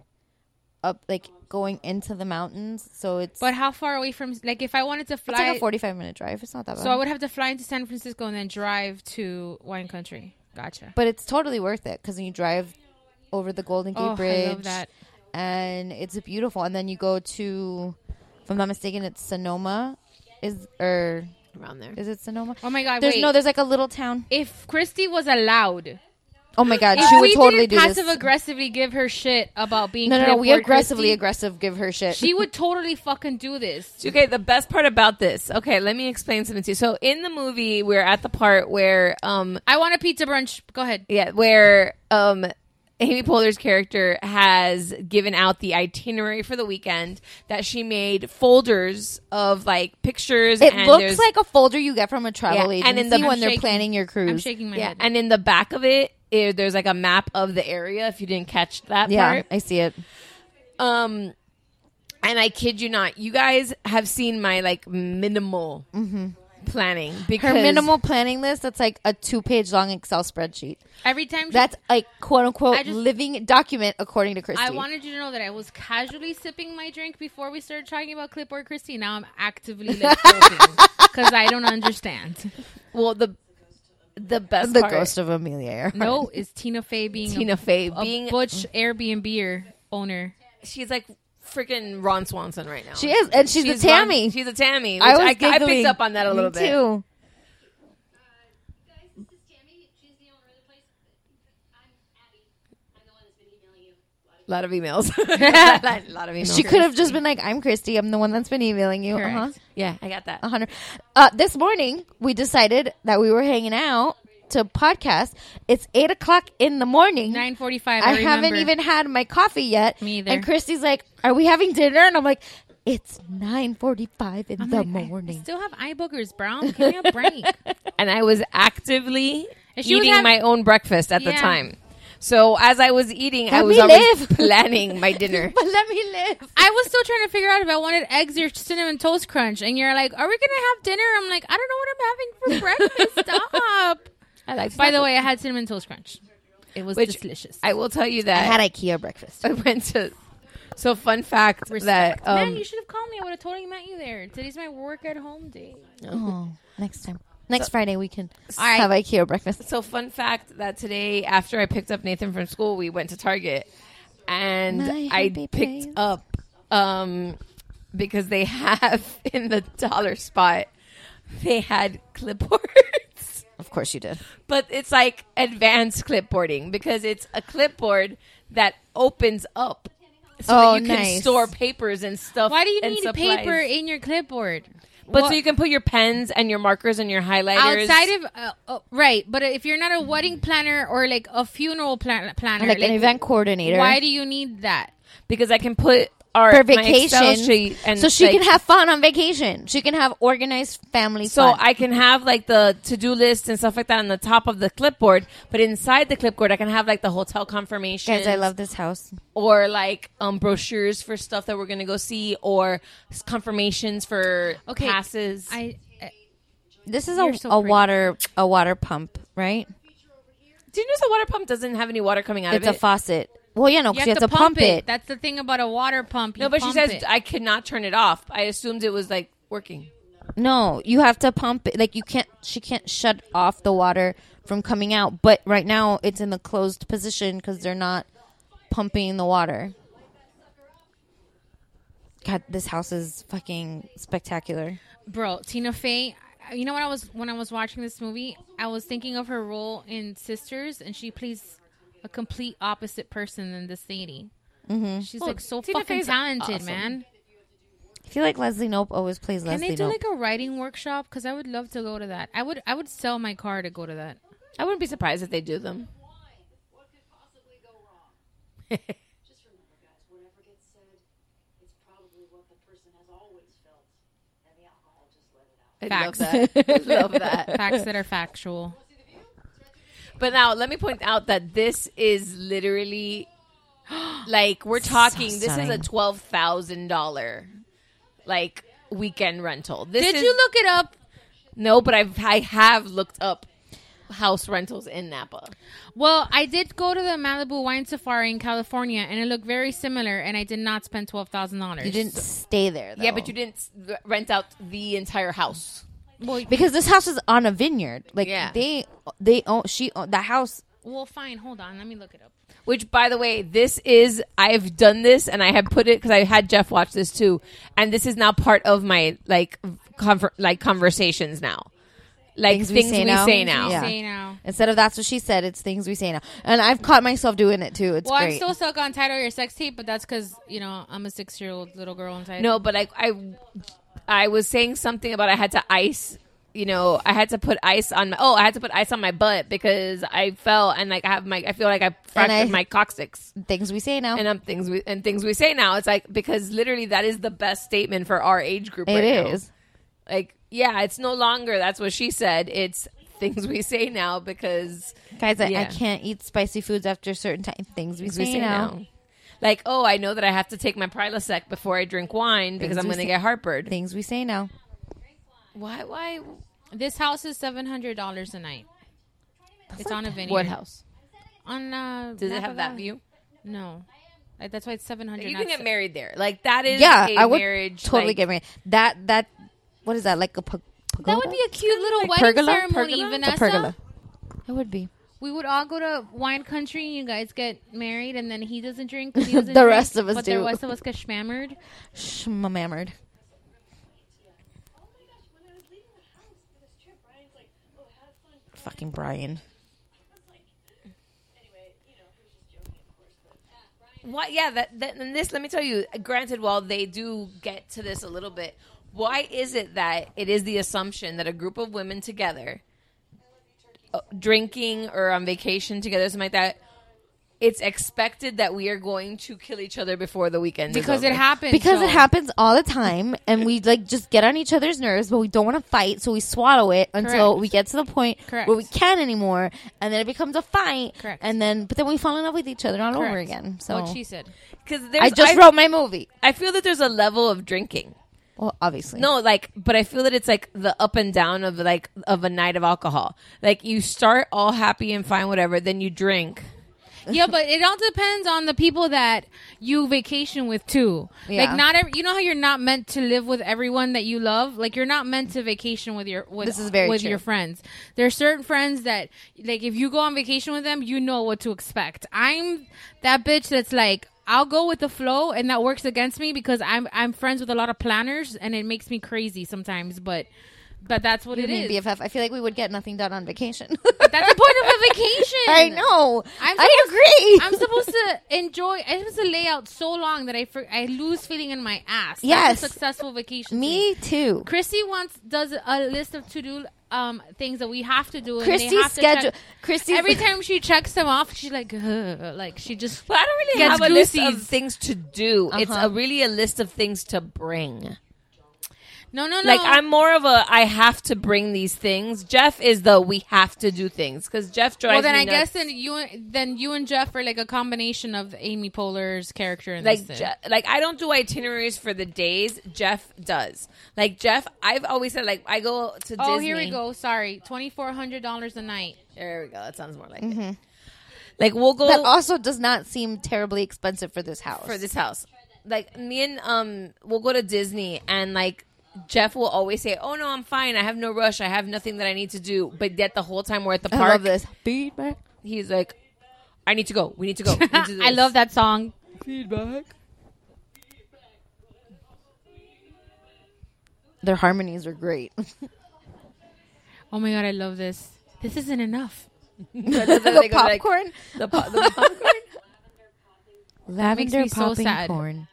S9: up, like going into the mountains, so it's
S10: But how far away from like if I wanted to
S9: it's like
S10: fly
S9: a forty-five minute drive. It's not that bad.
S10: So I would have to fly into San Francisco and then drive to wine country. Gotcha.
S9: but it's totally worth it because you drive over the Golden Gate
S10: Oh, I love
S9: Bridge,
S10: that.
S9: and it's beautiful. And then you go to, if I'm not mistaken, it's Sonoma, is or
S11: around there.
S9: Is it Sonoma?
S10: Oh my god,
S9: There's
S10: wait.
S9: no, there's like a little town.
S10: If Christy was allowed
S9: Oh my god,
S10: if
S9: she
S10: we
S9: would totally do
S10: didn't
S9: this.
S10: passive aggressively give her shit about being
S9: No, no, no. We
S10: clipboard
S9: aggressively
S10: Christy,
S9: aggressive give her shit.
S10: She would totally fucking do this.
S11: Okay, the best part about this. Okay, let me explain something to you. So in the movie, we're at the part where um
S10: I want a pizza brunch. Go ahead.
S11: Yeah, where um Amy Poehler's character has given out the itinerary for the weekend that she made folders of like pictures.
S9: It
S11: and
S9: looks
S11: there's-
S9: like a folder you get from a travel
S11: Yeah,
S9: agency
S11: and in the-
S9: when
S11: I'm
S9: they're
S11: shaking.
S9: planning your cruise.
S10: I'm shaking my
S11: yeah,
S10: head.
S11: and in the back of it, it- there's like a map of the area. If you didn't catch that
S9: Yeah,
S11: part,
S9: I see it.
S11: um, and I kid you not, you guys have seen my like minimal planning because
S9: Mm-hmm. Her minimal planning list that's like a two page long Excel spreadsheet.
S10: Every time she-
S9: That's a quote
S10: I
S9: unquote
S10: just-
S9: living document according to Christy.
S10: I wanted you to know that I was casually sipping my drink before we started talking about clipboard Christy. Now I'm actively like because I don't understand.
S11: Well, the the best
S9: the
S11: part-
S9: ghost of Amelia Earhart.
S10: No, is Tina Fey being
S11: Tina
S10: a,
S11: Fey
S10: a
S11: being-
S10: butch Airbnb owner.
S11: she's like freaking Ron Swanson right now.
S9: She is, and she's a
S11: Ron-
S9: Tammy.
S11: she's a Tammy. Which
S9: I was
S11: I, I,
S9: giggling.
S11: picked up on that a
S9: Me
S11: little bit
S9: too.
S11: A lot of emails. a lot of emails.
S9: She could have just been like, "I'm Christy. I'm the one that's been emailing you."
S11: Correct.
S9: Uh-huh.
S11: Yeah, I got that.
S9: A hundred. Uh, this morning, we decided that we were hanging out to podcast. It's eight o'clock in the morning.
S10: Nine forty five.
S9: I,
S10: I,
S9: haven't
S10: remember.
S9: even had my coffee yet.
S10: Me either.
S9: And Christy's like, "Are we having dinner?" And I'm like, "It's 9:45 in the morning."
S10: Still have eye boogers, Brown. Give me a break.
S11: and I was actively
S10: And she was
S11: eating
S10: having-
S11: my own breakfast at the
S10: Yeah.
S11: time. So as I was eating, I
S9: Let
S11: was
S9: me
S11: already
S9: live.
S11: planning my dinner.
S9: but let me live.
S10: I was still trying to figure out if I wanted eggs or cinnamon toast crunch, and you're like, "Are we gonna have dinner?" I'm like, "I don't know what I'm having for breakfast." Stop.
S11: I like.
S10: By the way, I had cinnamon toast crunch. It was
S11: Which- Oh.
S10: delicious.
S11: I will tell you
S9: I
S11: that
S9: had IKEA breakfast.
S11: I went to So fun fact that um,
S10: Man, you should have called me. I would have totally met you there. Today's my work at home day.
S9: Oh, next time. Next
S11: So-
S9: Friday we can
S11: All right.
S9: have IKEA breakfast.
S11: So fun fact that today after I picked up Nathan from school, we went to Target and
S9: My
S11: I
S9: happy
S11: picked up um because they have in the dollar spot they had clipboards.
S9: Of course you did.
S11: But it's like advanced clipboarding because it's a clipboard that opens up so
S9: Oh,
S11: that you can
S9: nice.
S11: store papers and stuff.
S10: Why do you
S11: and
S10: need
S11: supplies.
S10: paper in your clipboard?
S11: But
S10: What-
S11: so you can put your pens and your markers and your highlighters
S10: outside of uh, uh, right but if you're not a wedding planner or like a funeral plan- planner
S9: Like an event coordinator.
S10: why do you need that
S11: because I can put our
S9: For
S11: my Excel
S9: vacation.
S11: sheet and
S9: so she
S11: like,
S9: can have fun on vacation. She can have organized family
S11: So
S9: fun.
S11: I can have like the to do list and stuff like that on the top of the clipboard, but inside the clipboard, I can have like the hotel confirmation.
S9: Guys, I love this house.
S11: Or like um, brochures for stuff that we're gonna go see, or s- confirmations for
S10: Okay,
S11: passes.
S10: I, uh,
S9: This is a, a water a water pump, right?
S11: Do you know the water pump doesn't have any water coming out
S9: It's
S11: of
S9: a
S11: it?
S9: faucet. Well, yeah, no, 'cause you have to pump it.
S10: that's the thing about a water pump you
S11: no, but she
S10: pump
S11: says
S10: it.
S11: I could not turn it off. I assumed it was like working.
S9: No, you have to pump it. Like you can't. She can't shut off the water from coming out. But right now, it's in the closed position because they're not pumping the water. God, this house is fucking spectacular.
S10: bro tina fey you know when i was when i was watching this movie i was thinking of her role in sisters and she plays a complete opposite person than this lady
S9: Mhm.
S10: she's
S9: Well,
S10: like so
S9: Tina
S10: fucking
S9: Fey's
S10: talented
S9: awesome.
S10: man
S9: I feel like Leslie Nope always plays
S10: can
S9: Leslie
S10: they do
S9: Nope.
S10: like a writing workshop because i would love to go to that i would i would sell my car to go to that
S11: I wouldn't be surprised if they do them. I
S10: Facts.
S11: love that. I love that.
S10: Facts that are factual.
S11: But now let me point out that this is literally like we're talking. this is a
S10: stunning.
S11: twelve thousand dollar like weekend rental. This
S10: Did
S11: is-
S10: you look it up?
S11: No, but I've I have looked up house rentals in Napa.
S10: Well, I did go to the Malibu Wine Safari in California, and it looked very similar. And I did not spend twelve thousand dollars.
S9: you didn't stay there. Though.
S11: Yeah, but you didn't s- rent out the entire house.
S10: Well,
S9: because this house is on a vineyard. Like
S11: Yeah.
S9: they they own she own, that house.
S10: Well, fine. Hold on. Let me look it up.
S11: Which, by the way, this is I've done this and I have put it because I had Jeff watch this too, and this is now part of my like conver- like conversations now, like things, we, say, now.
S9: Yeah.
S10: Say now.
S9: Instead of that's what she said, it's things we say now. And I've caught myself doing it too. It's
S10: well,
S9: great.
S10: I'm still stuck on title your sex tape, but that's because you know I'm a six year old little girl inside.
S11: No, but like I, I was saying something about I had to ice. You know, I had to put ice on my. Oh, I had to put ice on my butt because I fell and like I have my. I feel like I fractured
S9: I- Oh.
S11: my coccyx.
S9: things we say now.
S11: And um, things we and things we say now. It's like because literally that is the best statement for our age group.
S9: It
S11: It is.
S9: is.
S11: Like yeah, it's no longer. That's what she said. It's things we say now because
S9: Guys, I, I
S11: yeah.
S9: can't eat spicy foods after a certain time. Things we
S11: Things
S9: say, now.
S11: Like oh, I know that I have to take my Prilosec before I drink wine because
S9: Things
S11: I'm
S9: we
S11: going to
S9: say-
S11: get heartburned.
S9: Things we say now.
S11: Why? Why?
S10: this house is seven hundred dollars a night. it's on a vineyard.
S11: What house?
S10: On uh,
S11: Does it
S10: Napa
S11: have that
S10: Valley.
S11: view?
S10: No, Like, that's why it's seven hundred.
S11: You can get married there. Like that is
S9: Yeah,
S11: a
S9: I would
S11: marriage,
S9: totally
S11: like-
S9: get married. That that what is that like a pa- pagoda?
S10: That would be a cute little wedding ceremony,
S9: pergola?
S10: Vanessa.
S9: A pergola. It would be.
S10: We would all go to wine country, and you guys get married, and then he doesn't drink. 'cause he
S9: The
S10: doesn't drink,
S9: rest of us
S10: but
S9: do.
S10: the rest of us get shmammered.
S9: Shmammered. Fucking Brian.
S11: Why? Yeah. That, that. And this. Let me tell you. Granted, while they do get to this a little bit, why is it that it is the assumption that a group of women together, uh, drinking or on vacation together, something like that. It's expected that we are going to kill each other before the weekend is
S10: Because it
S11: over.
S10: happens,
S9: Because
S10: so-
S9: it happens all the time, and we like just get on each other's nerves, but we don't want to fight, so we swallow it until
S10: Correct.
S9: we get to the point
S10: Correct.
S9: where we can't anymore, and then it becomes a fight.
S10: Correct.
S9: And then, but then we fall in love with each other all over
S10: Correct.
S9: again. So
S10: What she said.
S11: Because
S9: I just wrote my movie.
S11: I feel that there's a level of drinking.
S9: Well, obviously,
S11: No, like, but I feel that it's like the up and down of like of a night of alcohol. Like you start all happy and fine, whatever, then you drink,
S10: yeah, but it all depends on the people that you vacation with too.
S9: Yeah.
S10: Like not every, you know how you're not meant to live with everyone that you love. Like you're not meant to vacation with your with,
S9: This is very
S10: with
S9: true.
S10: your friends. There are certain friends that like if you go on vacation with them, you know what to expect. I'm that bitch that's like I'll go with the flow and that works against me because I'm I'm friends with a lot of planners and it makes me crazy sometimes, but but that's what
S9: You
S10: it
S9: mean
S10: is.
S9: BFF? I feel like we would get nothing done on vacation.
S10: That's the point of a vacation.
S9: I know.
S10: I'm
S9: I agree.
S10: I'm supposed to enjoy. I'm supposed to lay out so long that I for, I lose feeling in my ass. That's a
S9: Yes.
S10: successful vacation.
S9: Me too.
S10: Christy once does a list of to do um things that we have to do. And they
S9: Christy
S10: have To
S9: schedule-
S10: check.
S9: Christy-
S10: Every time she checks them off, she's like, "Ugh," like she just.
S11: Well, I don't really
S10: gets
S11: have a list of
S10: goosies.
S11: things to do. It's
S10: Uh-huh.
S11: a, really a list of things to bring.
S10: No, no, no.
S11: Like I'm more of a I have to bring these things. Jeff is the we have to do things because Jeff drives.
S10: Well, then
S11: me
S10: I guess
S11: nuts.
S10: then you then you and Jeff are like a combination of Amy Poehler's character and
S11: like Je- like I don't do itineraries for the days. Jeff does. Like Jeff, I've always said like I go to.
S10: Oh,
S11: Disney.
S10: here we go. Sorry, twenty four hundred dollars a night.
S11: There we go. That sounds more like
S9: Mhm.
S11: Like we'll go.
S9: That also does not seem terribly expensive for this house.
S11: for this house. Like me and um, we'll go to Disney, and like Jeff will always say, "Oh no, I'm fine. I have no rush. I have nothing that I need to do." But yet the whole time we're at the
S9: I
S11: park,
S9: love this feedback.
S11: he's like, "I need to go. We need to go. We need to do
S10: I
S11: this."
S10: love that song.
S11: feedback.
S9: Their harmonies are great.
S10: Oh my god, I love this. This isn't enough.
S9: the popcorn,
S11: the, po- the popcorn.
S10: Lavender makes me so popping sad.
S9: corn.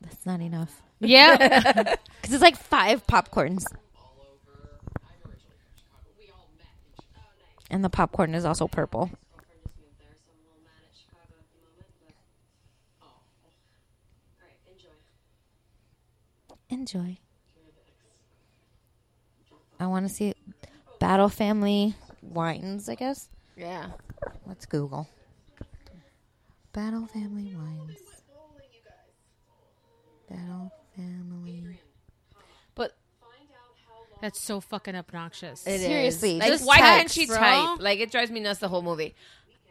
S9: That's not enough.
S10: Yeah.
S9: because it's like five popcorns, and the popcorn is also purple. Enjoy. I want to see Battle Family wines. I guess.
S11: Yeah.
S9: Let's Google. Battle Family Wines. Battle Family.
S10: That's so fucking obnoxious.
S11: It is.
S9: Seriously,
S11: Like,
S9: just
S11: why can't
S9: text,
S11: she
S9: bro.
S11: type? Like, it drives me nuts the whole movie.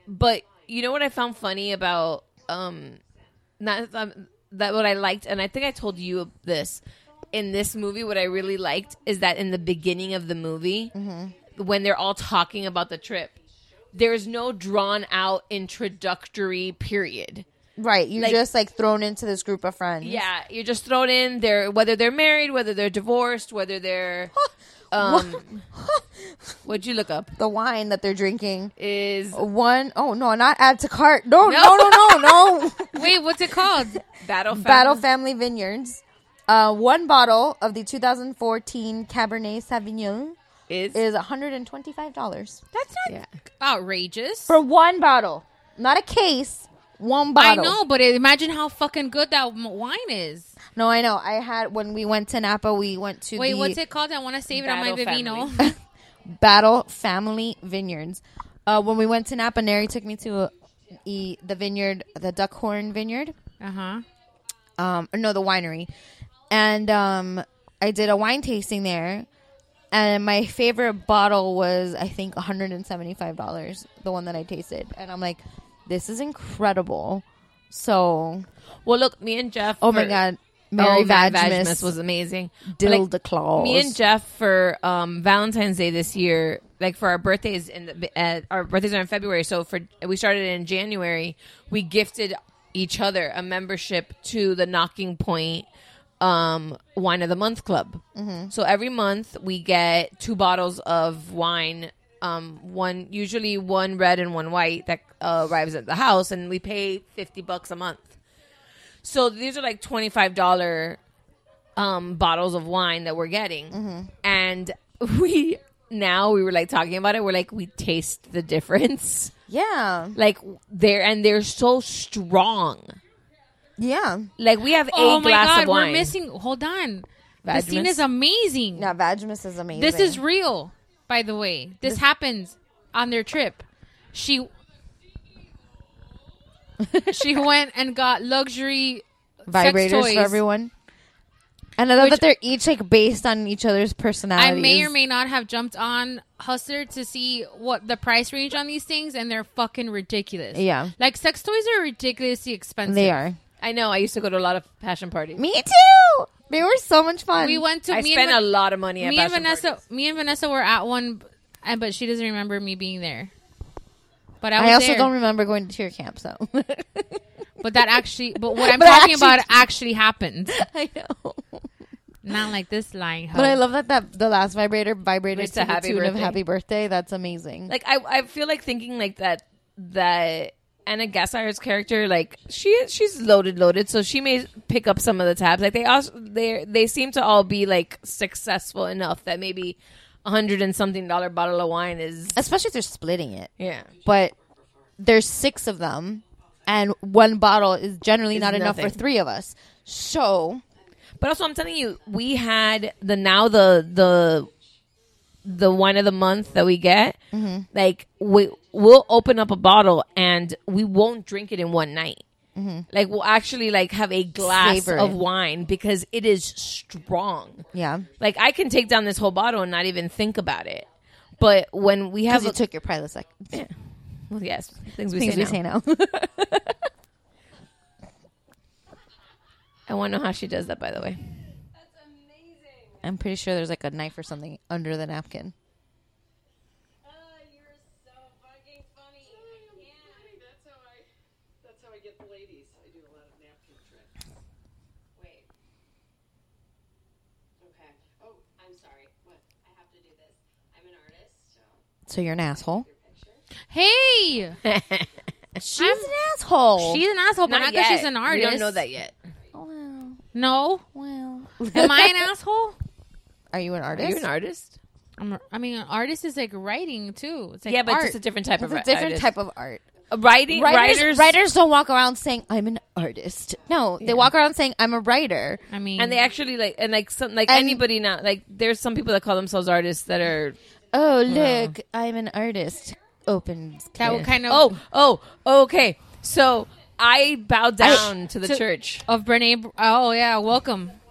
S11: But you know what I found funny about um, not um, that what I liked, and I think I told you this in this movie. What I really liked is that in the beginning of the movie,
S9: Mm-hmm.
S11: when they're all talking about the trip, there's no drawn out introductory period.
S9: Right, you're
S11: Like-
S9: just like thrown into this group of friends.
S11: Yeah, you're just thrown in there, whether they're married, whether they're divorced, whether they're. Um, what'd you look up?
S9: The wine that they're drinking
S11: is
S9: one oh no, not add to cart. No,
S11: No.
S9: no, no, no, no.
S10: Wait, what's it called?
S11: Battle
S9: Battle Family Vineyards. Uh, one bottle of the 2014 Cabernet Sauvignon
S11: is
S9: is 125 dollars
S10: That's not outrageous.
S9: for one bottle, not a case. One
S10: I
S9: bottle.
S10: know, but imagine how fucking good that m- wine is.
S9: No, I know. I had when we went to Napa, we went to
S10: Wait,
S9: the
S10: what's it called? I want to save it on my
S11: Battle
S10: Vivino.
S9: Battle Family Vineyards. Uh, when we went to Napa, Neri took me to uh, e- the vineyard, the Duckhorn Vineyard.
S10: uh huh.
S9: um or no the winery and um i did a wine tasting there and my favorite bottle was i think $175 the one that i tasted and i'm like this is incredible so
S11: Well, look, me and Jeff.
S9: oh my
S11: for-
S9: god mary
S11: Oh, Mad
S9: Vajmis
S11: was amazing. But,
S9: dill
S11: like,
S9: the claws
S11: Me and Jeff for um, Valentine's Day this year, like for our birthdays, in the, uh, our birthdays are in February. So for we started in January. We gifted each other a membership to the Knocking Point um, Wine of the Month Club.
S9: Mm-hmm.
S11: So every month we get two bottles of wine. Um, one usually one red and one white that uh, arrives at the house, and we pay fifty bucks a month. So these are like twenty five dollar um, bottles of wine that we're getting, and we now we were like talking about it. We're like we taste the difference,
S9: yeah
S11: like they're and they're so strong.
S9: yeah
S11: Like we have a
S10: Oh my
S11: glass
S10: god,
S11: of wine.
S10: we're missing. Hold on.
S11: Vagmus.
S10: This scene is amazing.
S9: now Vajmis is amazing
S10: This is real, by the way. This, happens on their trip. She she went and got luxury sex
S9: vibrators
S10: toys.
S9: for everyone And I love that they're each like based on each other's personalities.
S10: I may or may not have jumped on Hustler to see what the price range on these things, and they're fucking ridiculous.
S9: Yeah.
S10: like sex toys are ridiculously expensive.
S9: They are.
S11: I know. I used to go to a lot of passion parties.
S9: Me too. They were so much fun.
S10: We went to.
S11: I
S10: me
S11: spent
S10: and,
S11: a lot of money at
S10: me and
S11: bachelor
S10: Vanessa. Me and Vanessa were at one, and but she doesn't remember me being there. But I,
S9: I,
S10: was
S9: also
S10: there.
S9: don't remember going to your camp, so
S10: But that actually, but what I'm
S9: But I
S10: talking about
S9: actually-
S10: actually happened.
S9: I know.
S10: Not like this lying. Hoe.
S9: But I love that that the last vibrator vibrated
S11: It's
S9: to
S11: a
S9: the
S11: happy
S9: tune of
S11: birthday.
S9: "Happy Birthday." That's amazing.
S11: Like I, I feel like thinking like that that Anna Gassier's character, like she she's loaded, loaded. So she may pick up some of the tabs. Like they also they they seem to all be like successful enough that maybe a hundred and something dollar bottle of wine is
S9: especially if they're splitting it.
S11: yeah.
S9: But there's six of them, and one bottle is generally
S11: Is
S9: not enough for
S11: nothing.
S9: three of us. So
S11: But also, I'm telling you, we had the now the the the wine of the month that we get.
S9: Mhm.
S11: Like we we'll open up a bottle and we won't drink it in one night.
S9: Mhm.
S11: Like we'll actually like have a glass
S9: Savor
S11: of
S9: it.
S11: wine because it is strong.
S9: yeah,
S11: Like I can take down this whole bottle and not even think about it. But when we have
S9: because you
S11: a-
S9: took your Prilosec. Yeah.
S11: well, yes, things we
S9: Things
S11: say
S9: we
S11: now.
S9: say now.
S11: I want to know how she does that. By the way,
S9: I'm pretty sure there's like a knife or something under the napkin. So you're an asshole.
S10: Hey,
S9: She's an asshole.
S10: she's an asshole, but not because she's an
S11: We
S10: artist.
S11: don't know that yet.
S10: No.
S9: Well,
S10: Am I an asshole?
S9: Are you an artist?
S11: Are you an artist?
S10: I'm, I mean, an artist is like writing too. It's like
S11: yeah, but
S10: art.
S11: it's a different type
S9: It's
S11: of
S9: a different
S11: artist.
S9: type of art.
S11: writing
S9: Writers,
S11: writers,
S9: writers, don't walk around saying I'm an artist. No, they walk around saying I'm a writer.
S10: I mean,
S11: and they actually like and like some like
S9: And-
S11: anybody now like there's some people that call themselves artists that are
S9: Oh look, I'm an artist. Open.
S10: that would kind of
S11: oh oh okay so I bow down to the church
S10: of Brene. Br- Oh yeah, welcome.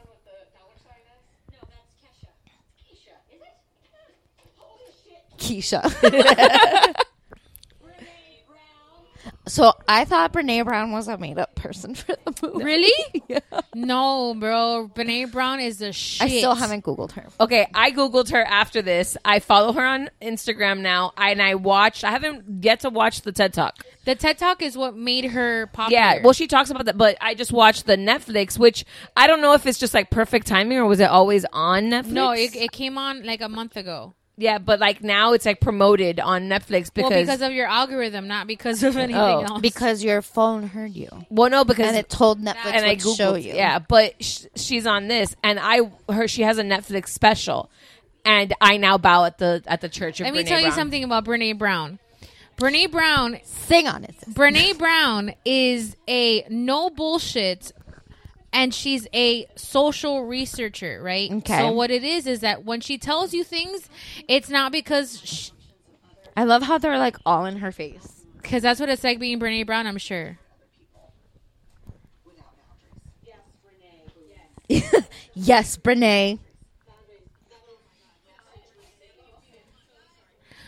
S9: Keisha. so I thought Brene Brown was a made up person for the movie.
S10: Really? No, bro. Brene Brown is the shit.
S9: I still haven't googled her.
S11: okay I googled her after this I follow her on Instagram now and I watched I haven't yet to watch the TED Talk
S10: The TED Talk is what made her popular.
S11: yeah well she talks about that but I just watched the Netflix which I don't know if it's just like perfect timing or was it always on Netflix
S10: no, it, it came on like a month ago.
S11: yeah but like now it's like promoted on Netflix because
S10: well, because of your algorithm, not because of anything
S11: Oh,
S10: else.
S9: Because your phone heard you.
S11: well no because
S9: And it told Netflix
S11: and I
S9: would
S11: googled,
S9: show you.
S11: Yeah, but sh- she's on this, and I her she has a Netflix special, and I now bow at the at the church. Of
S10: Let me
S11: Brene
S10: tell you
S11: Brown.
S10: something about Brene Brown. Brene Brown
S9: Sing on it. sis.
S10: Brene Brown is a no bullshit and she's a social researcher, right?
S9: Okay.
S10: So what it is is that when she tells you things, it's not because
S9: I love how they're like all in her face.
S10: because that's what it's like being Brene Brown, I'm sure.
S9: Yes, Brene.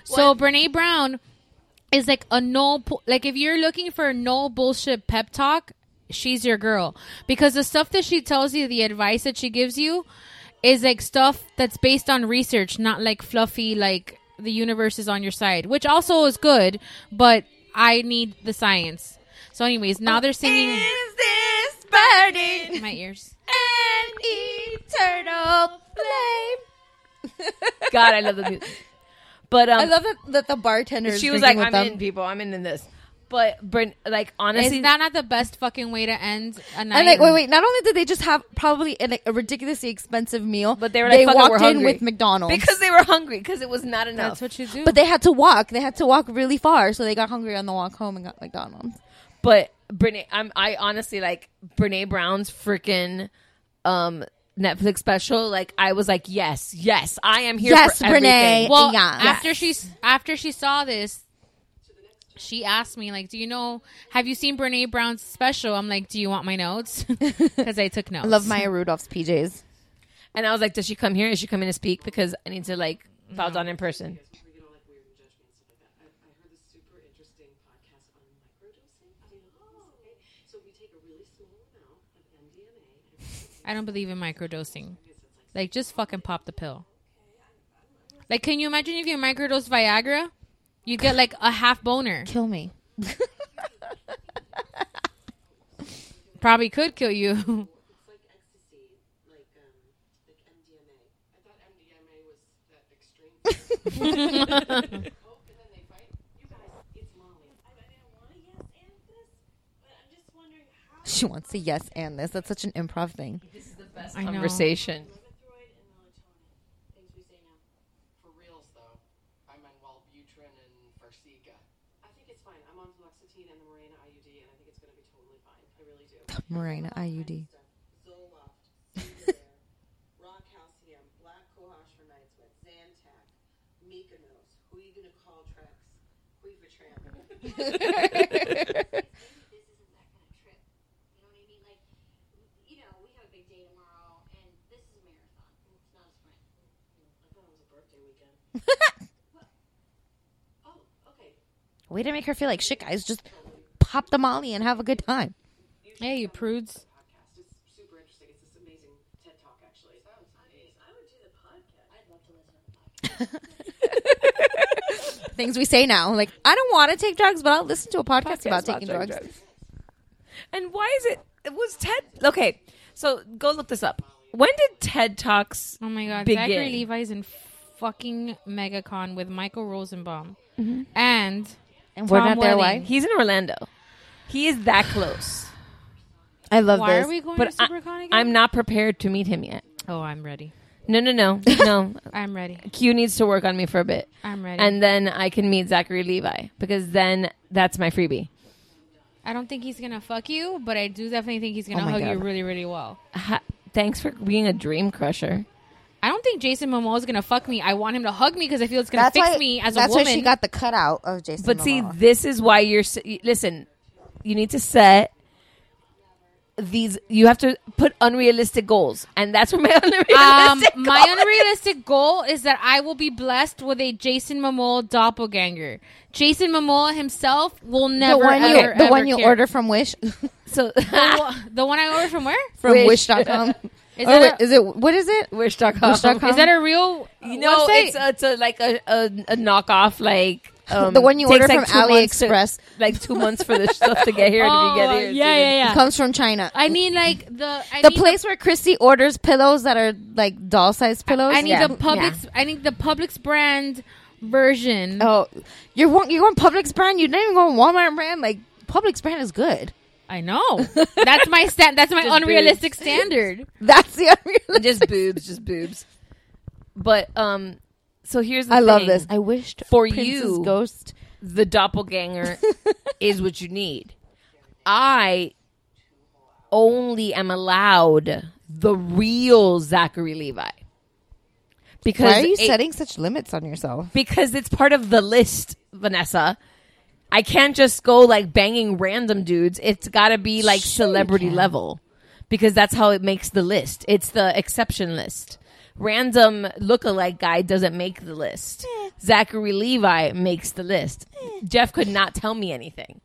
S10: So Brene Brown is like a no pu- like if you're looking for a no bullshit pep talk, she's your girl because the stuff that she tells you, the advice that she gives you is like stuff that's based on research, not like fluffy like the universe is on your side, which also is good, but I need the science. So anyways,
S9: Oh,
S10: now they're singing
S9: Is this burning
S10: in my ears.
S9: an eternal flame?
S11: God, I love the music. But um,
S9: I love that, that the bartender. is
S11: she was like,
S9: drinking
S11: "I'm
S9: with them.
S11: in, people. I'm in, in this." But Bren, like honestly,
S10: Is that not the best fucking way to end a night?
S9: And like, wait, wait. Not only did they just have probably an, a ridiculously expensive meal,
S11: but they were like, "Fuck it,
S9: walked
S11: we're
S9: in
S11: hungry."
S9: with McDonald's
S11: because they were hungry because it was not enough.
S10: That's what you do.
S9: But they had to walk. They had to walk really far, so they got hungry on the walk home and got McDonald's.
S11: But Brene, I'm I honestly like Brene Brown's freaking um Netflix special. Like I was like, yes, yes, I am here.
S9: Yes,
S11: for
S9: Brene.
S11: everything.
S10: Well,
S9: Yeah.
S10: after she's after she saw this, she asked me like, "Do you know? Have you seen Brene Brown's special?" I'm like, "Do you want my notes? Because I took notes.
S9: I love Maya Rudolph's PJs.
S11: And I was like, does she come here? Is she coming to speak? Because I need to like bow down in person.
S10: I don't believe in microdosing. Like, just fucking pop the pill. Like, can you imagine if you microdose Viagra? You get like a half boner.
S9: Kill me.
S10: Probably could kill you.
S9: She wants a yes and this. That's such an improv thing. This is the
S11: best I know. conversation.
S9: Marina IUD. Way to make her feel like shit, guys. Just pop the molly and have a good time.
S10: Hey, you prudes.
S9: Things we say now. Like, I don't want to take drugs, but I'll listen to a podcast, about taking drugs.
S11: And why is it? It was TED. Okay, so go look this up. When did TED Talks?
S10: Oh my god,
S11: begin?
S10: Zachary Levi's in fucking MegaCon with Michael Rosenbaum and
S9: Mm-hmm. And we're
S10: Tom
S9: not there,
S10: Welling.
S9: why?
S11: He's in Orlando. He is that close.
S9: I love
S10: Why
S9: this.
S10: are we going
S11: But
S10: to SuperCon again?
S11: I, am not prepared to meet him yet.
S10: Oh, I'm ready.
S11: No, no, no, no.
S10: I'm ready.
S11: Q needs to work on me for a bit.
S10: I'm ready.
S11: And then I can meet Zachary Levi because then that's my freebie.
S10: I don't think he's gonna fuck you, but I do definitely think he's gonna
S9: Oh
S11: my
S10: hug you
S11: God.
S10: really, really well.
S11: Ha- thanks for being a dream crusher.
S10: I don't think Jason Momoa is gonna fuck me. I want him to hug me because I feel it's gonna
S9: That's
S10: fix
S9: why-
S10: me as
S9: that's
S10: a woman.
S9: why she got the cutout of Jason.
S11: But see,
S9: Momoa.
S11: this is why you're. s- y- Listen, you need to set these. You have to put unrealistic goals, and that's where my unrealistic.
S10: um,
S11: goal
S10: my
S11: is.
S10: unrealistic goal is that I will be blessed with a Jason Momoa doppelganger. Jason Momoa himself will never,
S9: the one you,
S10: ever,
S9: the
S10: ever
S9: one you
S10: care.
S9: order from Wish,
S11: So
S10: the, one- the one I order from where?
S9: from
S11: Wish.
S9: Wish.com.
S10: Is
S9: Or
S10: that
S9: Oh, wait,
S10: a-
S9: is it what is it?
S11: Wish.com.
S9: Wish.com?
S10: Is that a real? uh,
S11: No,
S10: website?
S11: it's a, it's a like a, a, a knockoff like um,
S9: The one you
S11: takes,
S9: order
S11: like,
S9: from
S11: two months to-
S9: AliExpress.
S11: like two months for the stuff to get here, and if you
S10: Oh,
S11: get here, it's
S10: yeah,
S11: even-
S10: yeah, yeah.
S9: Comes from China.
S10: I mean, like the I
S9: the
S10: need
S9: place where Christy orders pillows that are like doll sized pillows.
S10: I need
S9: Yeah.
S10: the Publix. I need the Publix brand version.
S9: Oh, you're want you want Publix brand? You're not even going Walmart brand. Like Publix brand is good.
S10: I know. That's my stand. That's my
S11: Just
S10: unrealistic standard.
S9: That's the unreal.
S11: just boobs, just boobs. But um, so here's the
S9: I love
S11: thing.
S9: this. I wished
S11: For
S9: Princess
S11: you.
S9: Ghost.
S11: the doppelganger is what you need. I only am allowed the real Zachary Levi because
S9: Why are you
S11: it-
S9: setting such limits on yourself?
S11: because it's part of the list, Vanessa. I can't just go like banging random dudes. It's got to be like celebrity level because that's how it makes the list. It's the exception list. Random lookalike guy doesn't make the list. Zachary Levi makes the list. Jeff could not tell me anything.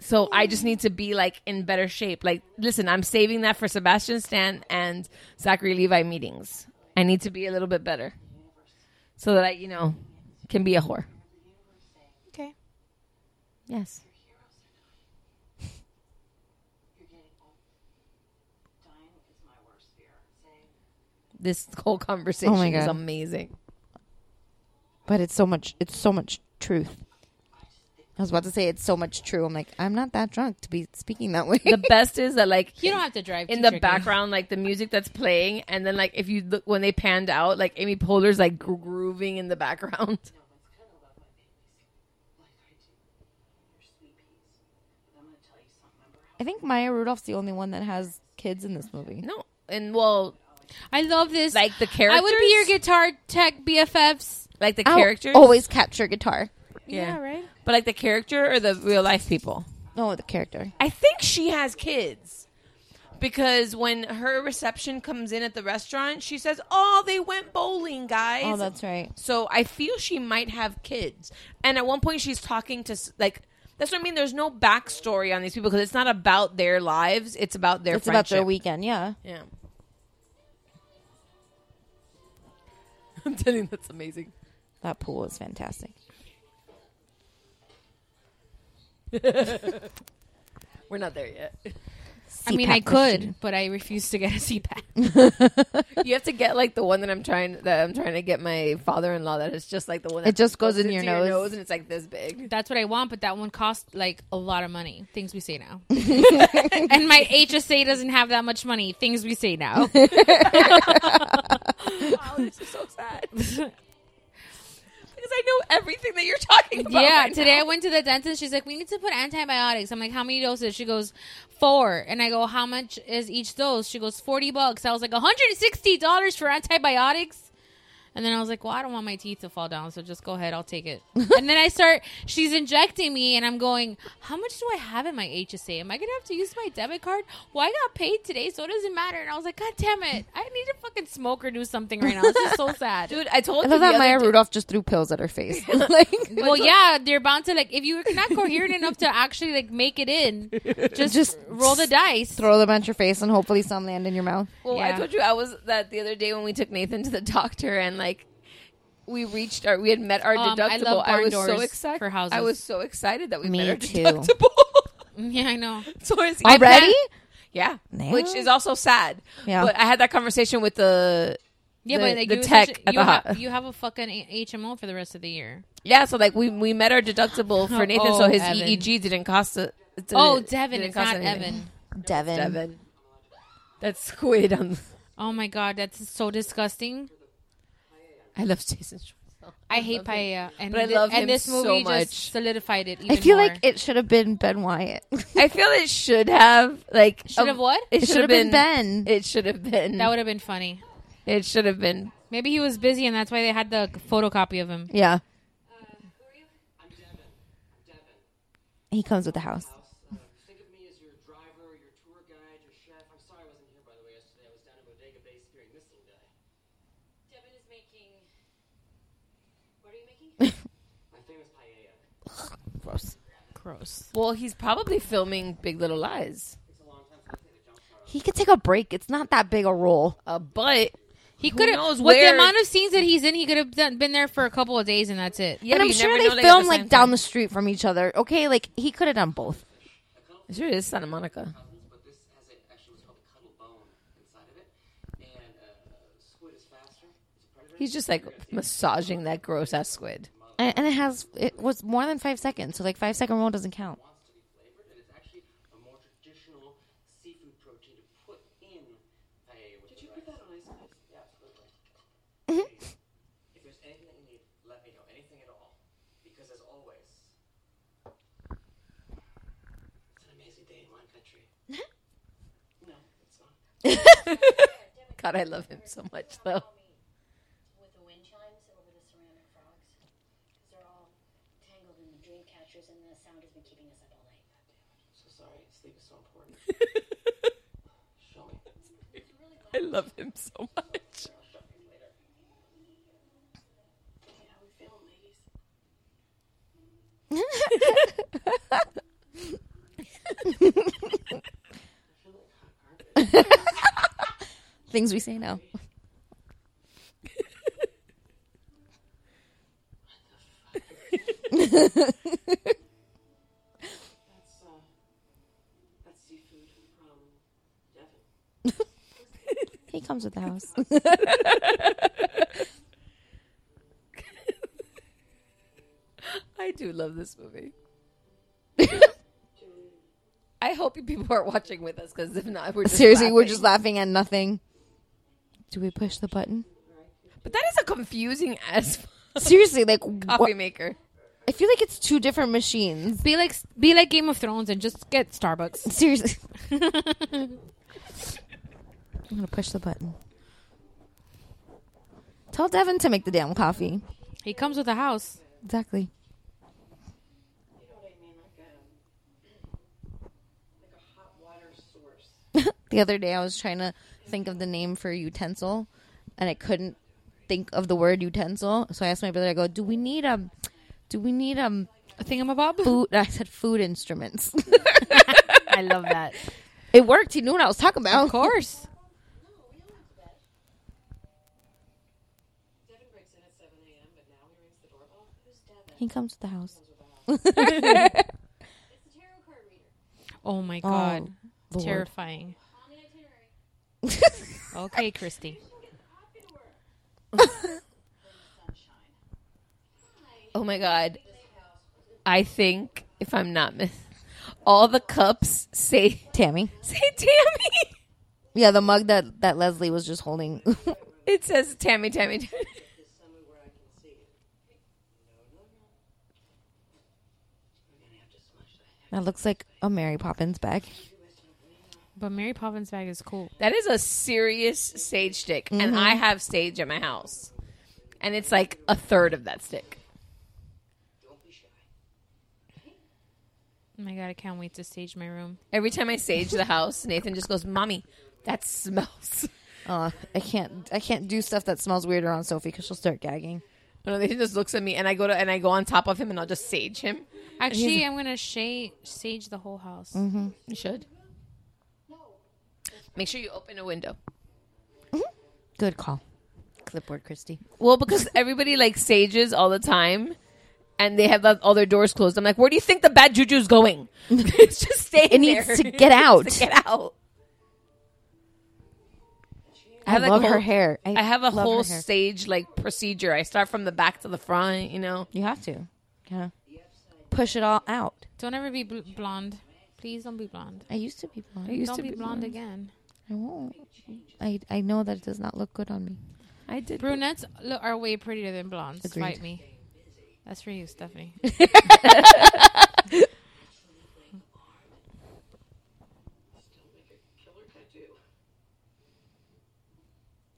S11: So I just need to be like in better shape. Like, listen, I'm saving that for Sebastian Stan and Zachary Levi meetings. I need to be a little bit better so that I, you know, can be a whore.
S9: Okay.
S11: Yes. This whole conversation is
S9: Oh God.
S11: amazing.
S9: But it's so much. It's so much truth. I was about to say it's so much true. I'm like, I'm not that drunk to be speaking that way.
S11: The best is that, like,
S10: You don't have to drive
S11: in
S10: too
S11: the
S10: tricky.
S11: background, like the music that's playing, and then like if you look when they panned out, like Amy Poehler's like gro- grooving in the background.
S9: I think Maya Rudolph's the only one that has kids in this movie.
S11: No, and well,
S10: I love this.
S11: like the characters,
S10: I would be your guitar tech BFFs.
S11: like the
S9: I'll
S11: characters,
S9: always capture guitar.
S11: Yeah.
S10: right.
S11: but like the character or the real life people.
S9: No, the character.
S11: I think she has kids. because when her reception comes in at the restaurant, she says, "Oh, they went bowling, guys."
S9: Oh, that's right.
S11: So I feel she might have kids. And at one point, she's talking to s- like that's what I mean. There's no backstory on these people because it's not about their lives; it's about their.
S9: it's about their
S11: friendship.
S9: weekend. Yeah.
S11: Yeah. I'm telling you, that's amazing.
S9: That pool is fantastic.
S11: We're not there yet.
S10: I mean, I
S9: CPAP machine.
S10: could, but I refuse to get a CPAP.
S11: you have to get like the one that I'm trying that I'm trying to get my father-in-law that is just like the one
S9: It
S11: that
S9: just goes in your
S11: into
S9: nose.
S11: and it's like this big.
S10: That's what I want, but that one cost like a lot of money. Things we say now. and my HSA doesn't have that much money. Things we say now.
S11: wow, this is so sad. because I know everything that you're talking about.
S10: yeah,
S11: right
S10: today
S11: now.
S10: I went to the dentist. She's like, "We need to put antibiotics." I'm like, "How many doses?" She goes, four. And I go, "How much is each dose?" She goes, 40 bucks." I was like, 160 dollars for antibiotics." And then I was like, "Well, I don't want my teeth to fall down, so just go ahead. I'll take it." and then I start. She's injecting me, and I'm going, "How much do I have in my HSA? Am I gonna have to use my debit card? Well, I got paid today, so it doesn't matter." And I was like, "God damn it! I need to fucking smoke or do something right now. This is so sad,
S11: dude. I told
S9: I love that Maya Rudolph just threw pills at her face. like,
S10: well, yeah, they're bound to like if you're not coherent enough to actually like make it in, just
S9: Just
S10: roll the dice.
S9: throw them at your face and hopefully some land in your mouth.
S11: Well, I told you I was that the other day when we took Nathan to the doctor and like we reached our we had met our
S10: Um, I
S11: deductible.
S10: love
S11: I,
S10: barn
S11: was so
S10: doors
S11: excited
S10: for houses.
S11: I was so excited that we
S9: Me
S11: met our
S9: too.
S11: deductible.
S10: Yeah, I know.
S11: so it's
S9: Already?
S11: Yeah,
S9: Now?
S11: which is also sad.
S9: Yeah.
S11: but I had that conversation with the
S10: Yeah,
S11: the-
S10: but like
S11: the
S10: you,
S11: tech
S10: essentially-
S11: at
S10: you,
S11: the
S10: have,
S11: hot-
S10: you have a fucking A- HMO for the rest of the year.
S11: yeah. So like we we met our deductible for Nathan,
S10: Oh,
S11: so his
S10: Evan.
S11: EEG didn't cost. A, didn't-
S10: oh, Devin,
S11: didn't
S10: it's
S11: cost
S10: not
S11: anything.
S10: Evan.
S9: Devin.
S11: Devin. That's Squid on.
S10: Oh my god, that's so disgusting.
S11: I love Jason Schwartzman.
S10: I, hate Paella, and
S11: But I
S10: thi-
S11: love
S10: and
S11: him
S10: this
S11: so
S10: movie
S11: much.
S10: just solidified it.
S9: I
S10: Even
S9: feel
S10: more.
S9: like it should have been Ben Wyatt.
S11: I feel it should have like
S10: should have
S11: a-
S10: what?
S11: It, should have been,
S9: Ben.
S11: It should have been.
S10: that would have been funny.
S11: it should have been.
S10: Maybe he was busy, and that's why they had the photocopy of him.
S9: yeah. He comes with the house.
S7: Uh,
S10: Gross.
S11: Well, he's probably filming Big Little Lies,
S9: He could take a break. It's not that big a role.
S11: uh, but
S10: He
S11: Who
S10: could have
S11: knows
S10: with
S11: where-
S10: the amount of scenes that he's in, he could have done, been there for a couple of days, and that's it.
S11: yeah,
S9: and
S11: but
S9: I'm
S11: you
S9: sure
S11: never
S9: they
S11: know, at
S9: film
S11: the
S9: like
S11: same
S9: down
S11: time.
S9: the street from each other. Okay, like he could have done both.
S11: Sure, it is Santa Monica.
S7: Uh, but this has a, actually what's called a cuddle bone inside of it. And uh, squid is faster. It's a predator.
S11: He's just like massaging that gross ass squid.
S9: And, and it has it was more than five seconds, so like five second rule doesn't count.
S7: wants to be flavored, and it's actually a more traditional seafood protein to put in paella. Did you put that on ice? Yeah, absolutely. if there's anything that you need, let me know. Anything at all, because as always, it's an amazing day in wine country. no, it's not.
S11: God, I love him so much though.
S12: with the wind chimes over the ceramic frogs. Because they're all tangled in the dream catchers, and the sound has been keeping us up all night.
S7: So sorry. Sleep is so important. Show me.
S11: I love him so much.
S7: How we feeling, ladies?
S9: Things we say now.
S7: That's uh, that's seafood from Devon.
S9: He comes with the house.
S11: I do love this movie. I hope you people are watching with us because if not, we're just
S9: Seriously, we're
S11: laughing.
S9: just laughing at nothing. Do we push the button?
S11: But that is a confusing ass
S9: Seriously, like
S11: coffee
S9: what?
S11: maker.
S9: I feel like it's two different machines.
S10: Be like be like Game of Thrones and just get Starbucks.
S9: Seriously. I'm gonna push the button. Tell Devin to make the damn coffee.
S10: He comes with a house.
S9: Exactly.
S7: You know what I mean? Like a like a hot water source.
S9: The other day, I was trying to think of the name for utensil, and I couldn't think of the word utensil. So I asked my brother, I go, "Do we need um, do we need um,
S10: a thingamabob?"
S9: Food. I said, "Food instruments."
S11: I love that.
S9: It worked. He knew what I was talking about.
S10: Of course.
S9: He comes to the house.
S10: Oh my god.
S9: Lord.
S10: Terrifying. okay, Christy.
S11: Oh my god. I think if I'm not mis- all the cups say
S9: Tammy.
S11: Say Tammy.
S9: yeah, the mug that that Leslie was just holding.
S11: It says Tammy, Tammy. Tammy.
S9: that looks like a Mary Poppins bag.
S10: But Mary Poppins bag is cool.
S11: That is a serious sage stick, and I have sage at my house, and it's like a third of that stick.
S10: Oh my god, I can't wait to stage my room.
S11: Every time I sage the house, Nathan just goes, "Mommy, that smells."
S9: Uh, I can't. I can't do stuff that smells weird around Sophie because she'll start gagging.
S11: No, Nathan just looks at me, and I go to and I go on top of him, and I'll just sage him. And he's-
S10: Actually, I'm gonna shade, sage the whole house.
S9: Mhm.
S11: you should. Make sure you open a window.
S9: Good call, clipboard Christy.
S11: Well, because everybody like sages all the time, and they have like, all their doors closed. I'm like, where do you think the bad juju's going? it's just staying.
S9: It needs
S11: there.
S9: to
S11: It
S9: get out.
S11: needs to get out.
S9: I,
S11: like,
S9: love
S11: a
S9: her
S11: whole-
S9: hair. I,
S11: I, have a
S9: love her
S11: whole
S9: hair.
S11: stage like procedure. I start from the back to the front. You know,
S9: You have to. Yeah. Push it all out.
S10: Don't ever be bl- blonde. Please don't be blonde.
S9: I used to be blonde. I
S10: don't be, blonde, again.
S9: I won't. I, I know that it does not look good on me.
S11: I did.
S10: Brunettes look, are way prettier than blondes.
S9: Agreed.
S10: Fight me. That's for you, Stephanie.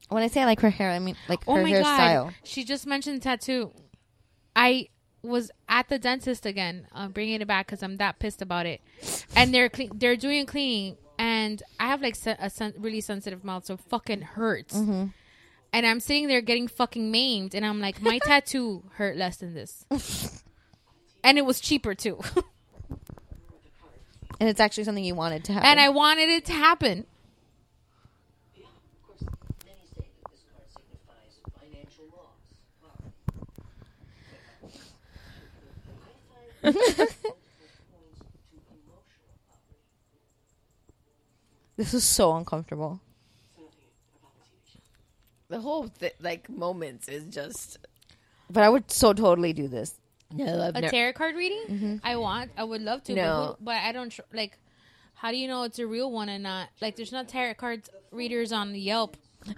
S9: When I say I like her hair, I mean like
S10: oh
S9: her
S10: my god,
S9: hairstyle.
S10: she just mentioned tattoo. I was at the dentist again, uh, bringing it back because I'm that pissed about it. And they're cle- they're doing cleaning, and I have like se- a sen- really sensitive mouth, so it fucking hurts.
S9: Mm-hmm.
S10: And I'm sitting there getting fucking maimed, and I'm like, my tattoo hurt less than this, and it was cheaper too.
S9: And it's actually something you wanted to have.
S10: and I wanted it to happen.
S9: this is so uncomfortable.
S11: the whole th- like moments is just.
S9: But I would so totally do this.
S11: No, I've
S10: a
S11: never.
S10: tarot card reading?
S9: Mm-hmm.
S10: I want. I would love to. But,
S11: No.
S10: who- but I don't tr- like. How do you know it's a real one and not like? There's not tarot cards readers on Yelp. I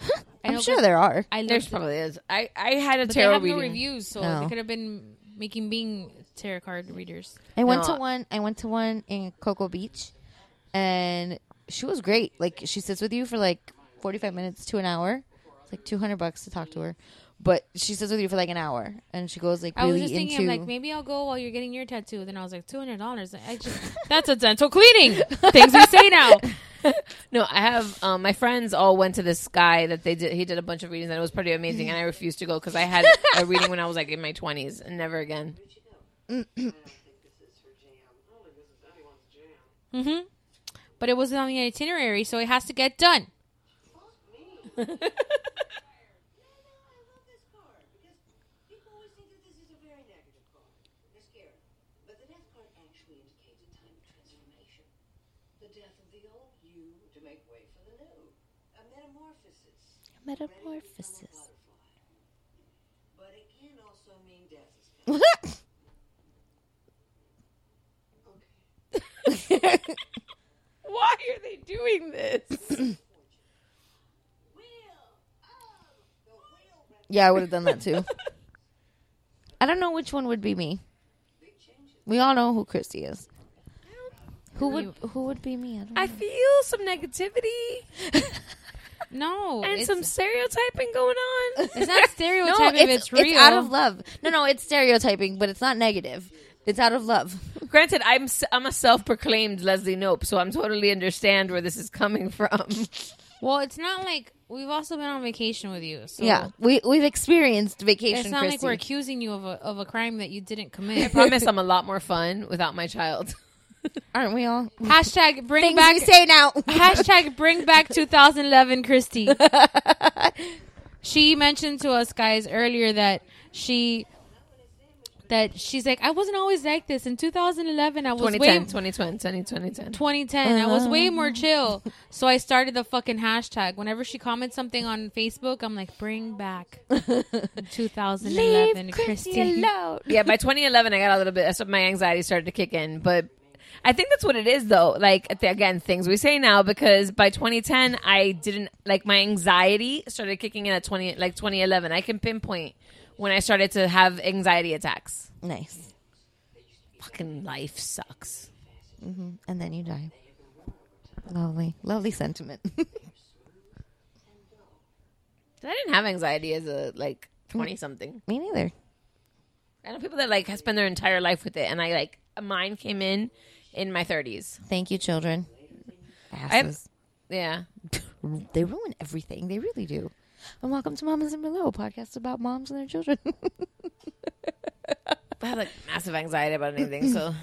S9: I'm
S10: know,
S9: sure
S10: but
S9: there are.
S10: I
S11: There's
S10: looked, but
S11: probably is. I I had a
S10: they
S11: tarot
S10: have
S11: reading.
S10: no reviews, so
S9: No.
S10: they could have been making being tarot card readers.
S9: I went
S11: No.
S9: to one. I went to one in Cocoa Beach, and she was great. Like she sits with you for like forty five minutes to an hour. It's like two hundred bucks to talk to her, but she sits with you for like an hour, and she goes like
S10: I
S9: really
S10: was just thinking,
S9: into
S10: I'm like, maybe I'll go while you're getting your tattoo. Then I was like, two hundred dollars. I just that's a dental cleaning. Things we say now.
S11: No, I have um, my friends all went to this guy that they did. He did a bunch of readings and it was pretty amazing. and I refused to go because I had a reading when I was like in my twenties and never again.
S10: But it wasn't on the itinerary, so it has to get done.
S9: metamorphosis.
S11: Why are they doing this?
S9: Yeah, I would have done that too. I don't know which one would be me. We all know who Christy is. Who would who would be me? I don't know.
S11: I feel some negativity
S10: No,
S11: and
S10: it's,
S11: some stereotyping going on.
S10: it's not stereotyping. if it's, real.
S9: out of love. No, no, it's stereotyping, but it's not negative. It's out of love.
S11: Granted, I'm s- I'm a self-proclaimed Leslie Nope, so I'm totally understand where this is coming from.
S10: Well, it's not like we've also been on vacation with you. So
S9: yeah, we we've experienced vacation.
S10: It's not like
S9: Christy.
S10: we're accusing you of a, of a crime that you didn't commit.
S11: I promise I'm a lot more fun without my child.
S9: Aren't we all?
S10: Hashtag bring
S9: Things
S10: back.
S9: we say now.
S10: hashtag bring back 2011, Christy. she mentioned to us guys earlier that she that she's like I wasn't always like this. In 2011, I was
S11: 2010,
S10: way
S11: 2020, 2010.
S10: 2010. I was way
S9: Uh-huh.
S10: more chill. So I started the fucking hashtag. Whenever she comments something on Facebook, I'm like, bring back 2011, Christy.
S11: yeah, by 2011, I got a little bit. That's when my anxiety started to kick in. But I think that's what it is, though. Like th- again, things we say now because by 2010, I didn't like my anxiety started kicking in at 20, like 2011. I can pinpoint when I started to have anxiety attacks.
S9: Nice.
S11: Fucking life sucks.
S9: hmm And then you die. Lovely, lovely sentiment.
S11: I didn't have anxiety as a like 20 something.
S9: Me neither.
S11: I know people that like spend their entire life with it, and I like mine came in in my 30s.
S9: Thank you, children.
S11: I have-
S9: Asses.
S11: yeah.
S9: they ruin everything. They really do. And welcome to Mamas and Below, a podcast about moms and their children.
S11: I have like massive anxiety about anything. So,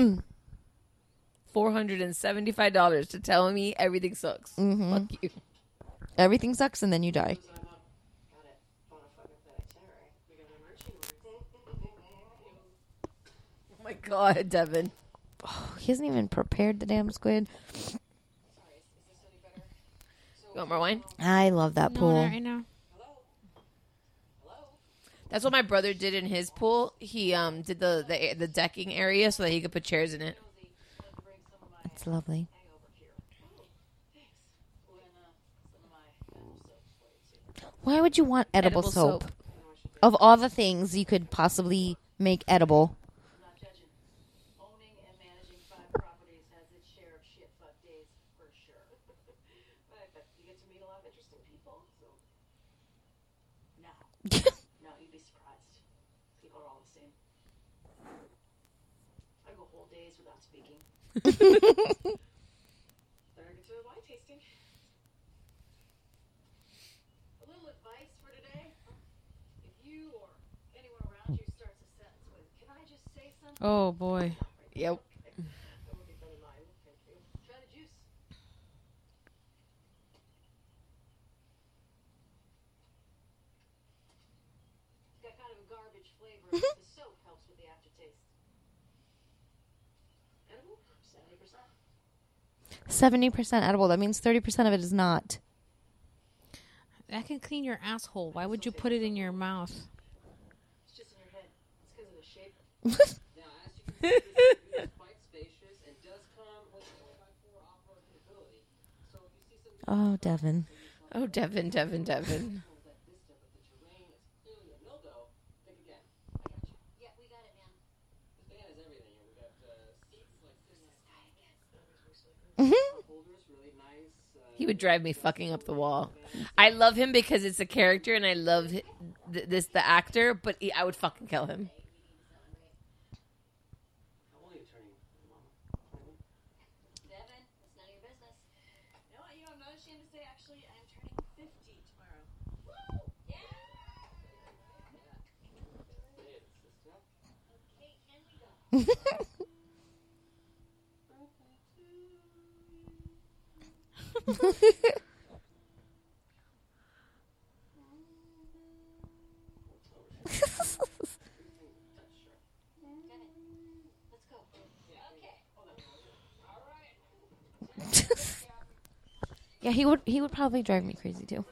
S11: four hundred and seventy-five dollars to tell me everything sucks.
S9: Mhm.
S11: Fuck you.
S9: Everything sucks, and then you die.
S11: Oh my god, Devin.
S9: He hasn't even prepared the damn squid.
S11: You want more wine?
S9: I love that
S11: No,
S9: pool.
S11: not right
S10: now.
S11: That's what my brother did in his pool. He um did the the, the decking area so that he could put chairs in it.
S9: It's lovely. Why would you want edible,
S11: Edible
S9: soap?
S11: soap.
S9: Of all the things you could possibly make edible,
S13: No, you'd be surprised. People are all the same. I go whole days without speaking. then I get to the wine tasting. A little advice for today. If you or anyone around you starts a sentence with, can I just say something?
S10: Oh boy.
S11: Yep.
S13: That would be better than mine. Thank you. Try the juice. It's got kind of a garbage flavor. but the soap helps with the aftertaste. Edible? 70%.
S9: seventy percent edible. That means thirty percent of it is not.
S10: That can clean your asshole. Why would you put it in your mouth?
S13: It's just in your head. It's because of the shape.
S7: Now, as you can see, this review is quite spacious and does come with a 4x4 off-road capability. So if you see some
S9: Oh, Devin.
S11: Oh, Devin, Devin, Devin.
S7: that this stuff of the terrain is clearly a no-go, think again.
S13: Yeah, we got it, man.
S7: This van is everything. and We got uh, seats like this.
S9: Mhm.
S7: Holders really nice. Uh,
S11: He would drive me fucking up the wall. I love him because it's a character, and I love hi- th- this the actor. But he, I would fucking kill him.
S7: how old are you turning?
S13: Devin, it's none of your business. You know what? You know, I'm not ashamed to say, actually, I'm turning 50 tomorrow. Woo! Yeah! Okay, can we go?
S9: Yeah, he would. He would probably drive me crazy too.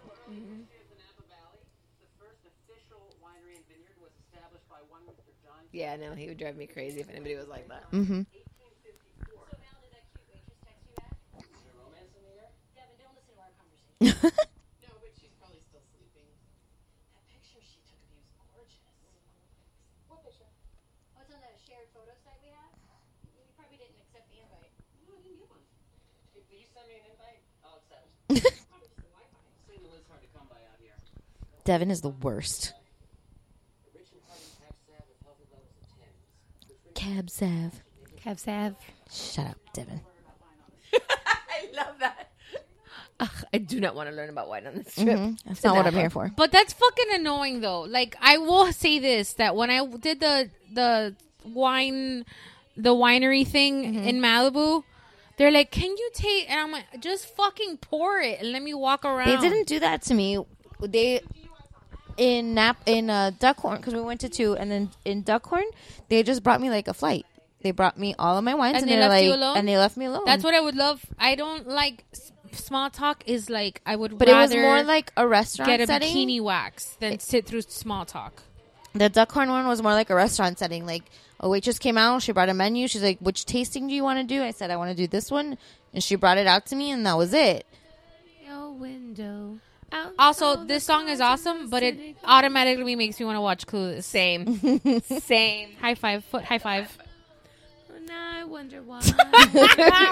S11: Yeah, no, he would drive me crazy if anybody was like that.
S9: Mm-hmm.
S13: No, but she's probably still sleeping. That picture she took of you is gorgeous. What picture?
S12: Oh, it's on the shared photo site we have. You probably didn't accept the invite.
S13: No, I didn't get one. Hey, will you send me an invite? I'll accept. Probably just the Wi-Fi. Signal is hard to come by out here.
S9: Devin is the worst.
S7: Rich and hearty, packed sad with healthy levels of tannins, which
S9: Cab Sav.
S14: Cab Sav.
S9: Shut up, Devin.
S11: I love that. Ugh, I do not want to learn about wine on this trip.
S9: Mhm. That's not what I'm here for.
S10: But that's fucking annoying though. Like I will say this that when I did the the wine the winery thing in Malibu, they're like, "Can you take?" And I'm like, "Just fucking pour it and let me walk around."
S9: They didn't do that to me. They in nap in uh, Duckhorn because we went to two, and then in Duckhorn they just brought me like a flight. They brought me all of my wines, and,
S10: And they
S9: are
S10: left
S9: like,
S10: you alone?
S9: and they left me alone.
S10: That's what I would love. I don't like s- small talk. Is like I would.
S9: But it was
S10: rather
S9: more like a restaurant
S10: Get a
S9: setting.
S10: bikini wax than sit through small talk.
S9: The Duckhorn one was more like a restaurant setting. Like a waitress came out, she brought a menu. She's like, "Which tasting do you want to do?" I said, "I want to do this one," and she brought it out to me, and that was it.
S14: Your window. Oh,
S10: Also, this song is awesome, but it automatically makes me want to watch Clueless.
S11: Same, same.
S10: High five, foot high five.
S14: Now I wonder why.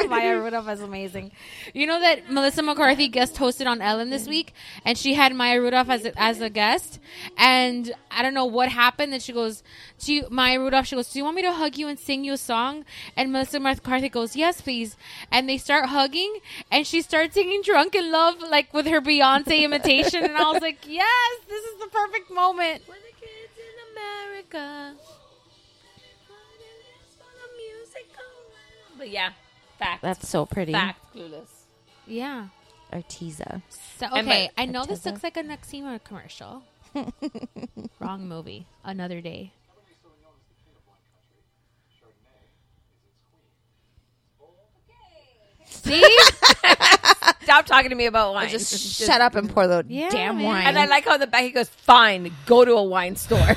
S10: Maya Rudolph is amazing. You know that Melissa McCarthy guest hosted on Ellen this week, and she had Maya Rudolph as a, as a guest, and I don't know what happened. Then she goes, "Do you, Maya Rudolph?" She goes, "Do you want me to hug you and sing you a song?" And Melissa McCarthy goes, "Yes, please." And they start hugging, and she starts singing "Drunk in Love" like with her Beyonce imitation, and I was like, "Yes, this is the perfect moment."
S14: We're the kids in America. oh,
S11: But yeah, fact.
S9: That's so pretty.
S11: Fact, clueless.
S10: Yeah.
S9: Arteza.
S10: So
S11: And
S10: okay,
S11: by-
S10: I know this
S11: Tessa?
S10: looks like a Noxema commercial. Wrong movie. Another day. See?
S11: Stop talking to me about wine.
S9: Just, shut up and pour the damn wine.
S11: And I like how in the back he goes, "Fine, go to a wine store."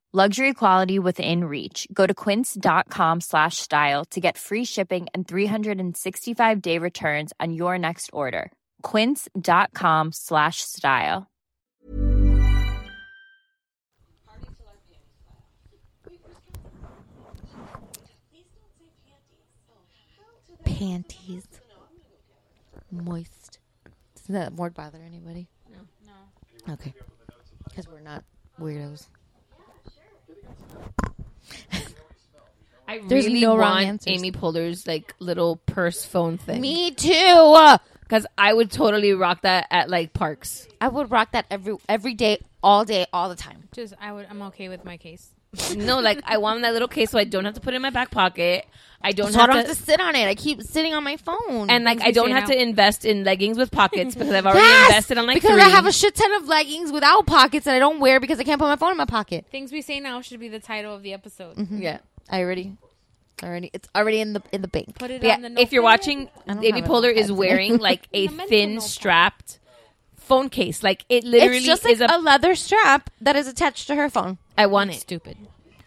S15: Luxury quality within reach. Go to quince.com slash style to get free shipping and 365 day returns on your next order. Quince.com slash style.
S9: panties. Moist. Does that word bother anybody?
S10: No. No.
S9: Okay. Because we're not weirdos.
S11: I
S9: There's
S11: really
S9: no wrong
S11: want
S9: answers.
S11: Amy Poehler's like little purse phone thing.
S9: Me
S11: too, because I would totally rock that at like parks.
S9: I would rock that every every day, all day, all the time.
S10: Just I would I'm okay with my case.
S11: no, like I want that little case so I don't have to put it in my back pocket. I don't
S9: So I
S11: have
S9: don't
S11: to
S9: have to sit on it. I keep sitting on my phone.
S11: and like I don't have to invest in leggings with pockets because I've already
S9: Yes!
S11: invested on like
S9: because
S11: three.
S9: I have a shit ton of leggings without pockets that I don't wear because I can't put my phone in my pocket.
S10: Things we say now should be the title of the episode.
S9: Yeah, I already, already, it's already in the in the bank. Put
S10: it
S11: Yeah, if you're watching,
S9: don't
S11: Amy
S9: have a
S11: Poehler
S9: notepad
S11: is
S9: today.
S11: wearing like a
S9: The mental
S11: thin strapped phone case. Like it literally
S9: it's just like
S11: is
S9: a, leather strap that is attached to her phone.
S11: I want it.
S10: Stupid.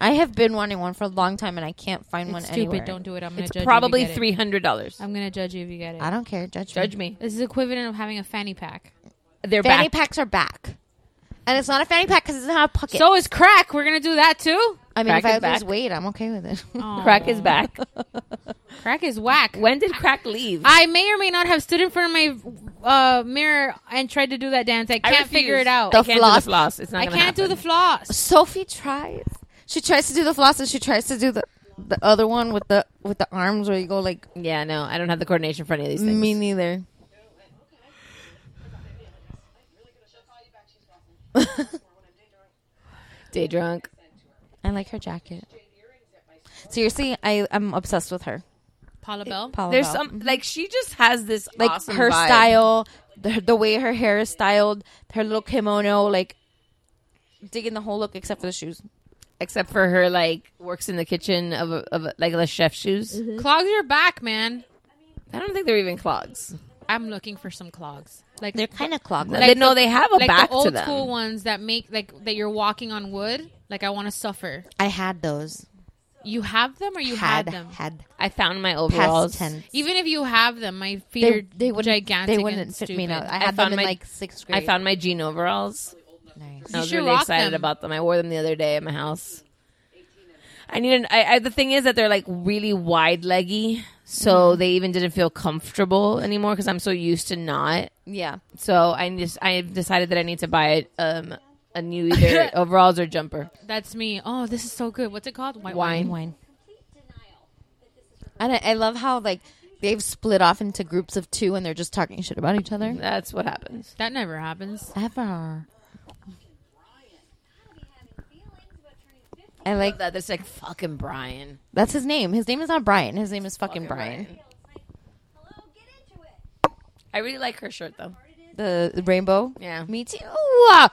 S9: I have been wanting one for a long time and I can't find one
S10: stupid.
S9: anywhere.
S10: Don't do it. I'm gonna
S11: It's
S10: judge you if you
S11: probably
S10: get it.
S11: $300.
S10: I'm gonna judge you if you get it.
S9: I don't care. Judge
S11: Judge me.
S10: This is equivalent of having a fanny pack.
S11: They're
S9: fanny
S11: back.
S9: packs are back, and it's not a fanny pack because it's not a pocket.
S10: So is crack. We're gonna do that too.
S9: I mean,
S11: Crack
S9: if I
S11: is
S9: lose
S11: back.
S9: weight, I'm okay with it.
S11: Crack is back.
S10: Crack is whack.
S11: When did crack leave?
S10: I may or may not have stood in front of my uh, mirror and tried to do that dance. I can't
S11: refuse.
S10: figure it out.
S11: I
S10: I
S11: can't
S10: can't,
S11: do the floss. It's not
S10: I
S11: gonna
S10: can't do
S11: happen.
S10: the floss.
S9: Sophie tries. She tries to do the floss and she tries to do the the other one with the with the arms where you go like
S11: Yeah, no, I don't have the coordination for any of these things.
S9: me neither.
S11: Day drunk.
S9: I like her jacket. Seriously, I am obsessed with her.
S10: Paula Bell.
S9: Paula
S11: There's
S9: Bell.
S11: some like she just has this
S9: like
S11: awesome
S9: her
S11: vibe.
S9: style, the, the way her hair is styled, her little kimono, like digging the whole look except for the shoes.
S11: except for her like works in the kitchen of a, of a, like the chef shoes.
S10: Clogs your back, man.
S11: I don't think they're even clogs.
S10: I'm looking for some clogs. Like
S9: they're kind of clog.
S11: They- no, they have a
S10: like
S11: back
S10: the
S11: to
S10: old
S11: them.
S10: school ones that make like that you're walking on wood. Like I want to suffer.
S9: I had those.
S10: You have them or you had,
S9: Had
S10: them?
S9: had
S11: I found my
S9: past
S11: overalls.
S9: tense.
S10: Even if you have them, my feet are
S9: they wouldn't-
S10: gigantic.
S9: they wouldn't
S10: and
S9: fit me
S10: stupid.
S9: now. I had them in, like, sixth
S11: I
S9: grade.
S11: found my jean overalls. I
S9: You
S11: was
S9: should
S11: really
S9: rock
S11: excited
S9: them.
S11: about them. I wore them the other day at my house. I needed. I, I the thing is that they're like really wide leggy, so
S9: Mm-hmm.
S11: they even didn't feel comfortable anymore because I'm so used to not.
S9: Yeah.
S11: So I just I decided that I need to buy um a new either overalls or jumper.
S10: That's me. Oh, this is so good. What's it called? White
S11: Wine.
S9: Wine. And I, I love how like they've split off into groups of two and they're just talking shit about each other.
S11: That's what happens.
S10: That never happens.
S9: Ever. I like
S11: that. That's Uh, like fucking Brian.
S9: That's his name. His name is not Brian. His name is fucking, Brian.
S11: I really like her shirt though.
S9: The, the rainbow.
S11: Yeah.
S9: Me too. Ah!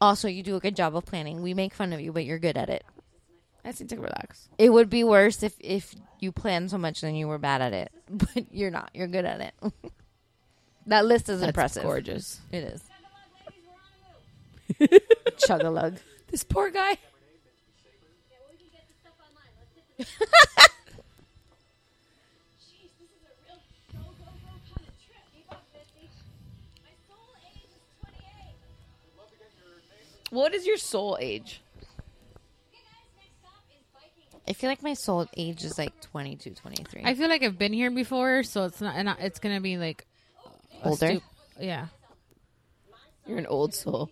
S9: Also, you do a good job of planning. We make fun of you, but you're good at it.
S11: I just need to relax.
S9: It would be worse if if you planned so much and you were bad at it, but you're not. You're good at it. that list is
S11: That's
S9: impressive.
S11: gorgeous.
S9: It is. Chug a lug.
S11: This poor guy. What is your soul age?
S9: I feel like my soul age is like 22, 23.
S10: I feel like I've been here before, so it's not. and I- It's gonna be like a
S9: Older?
S10: stup- yeah.
S11: You're an old soul.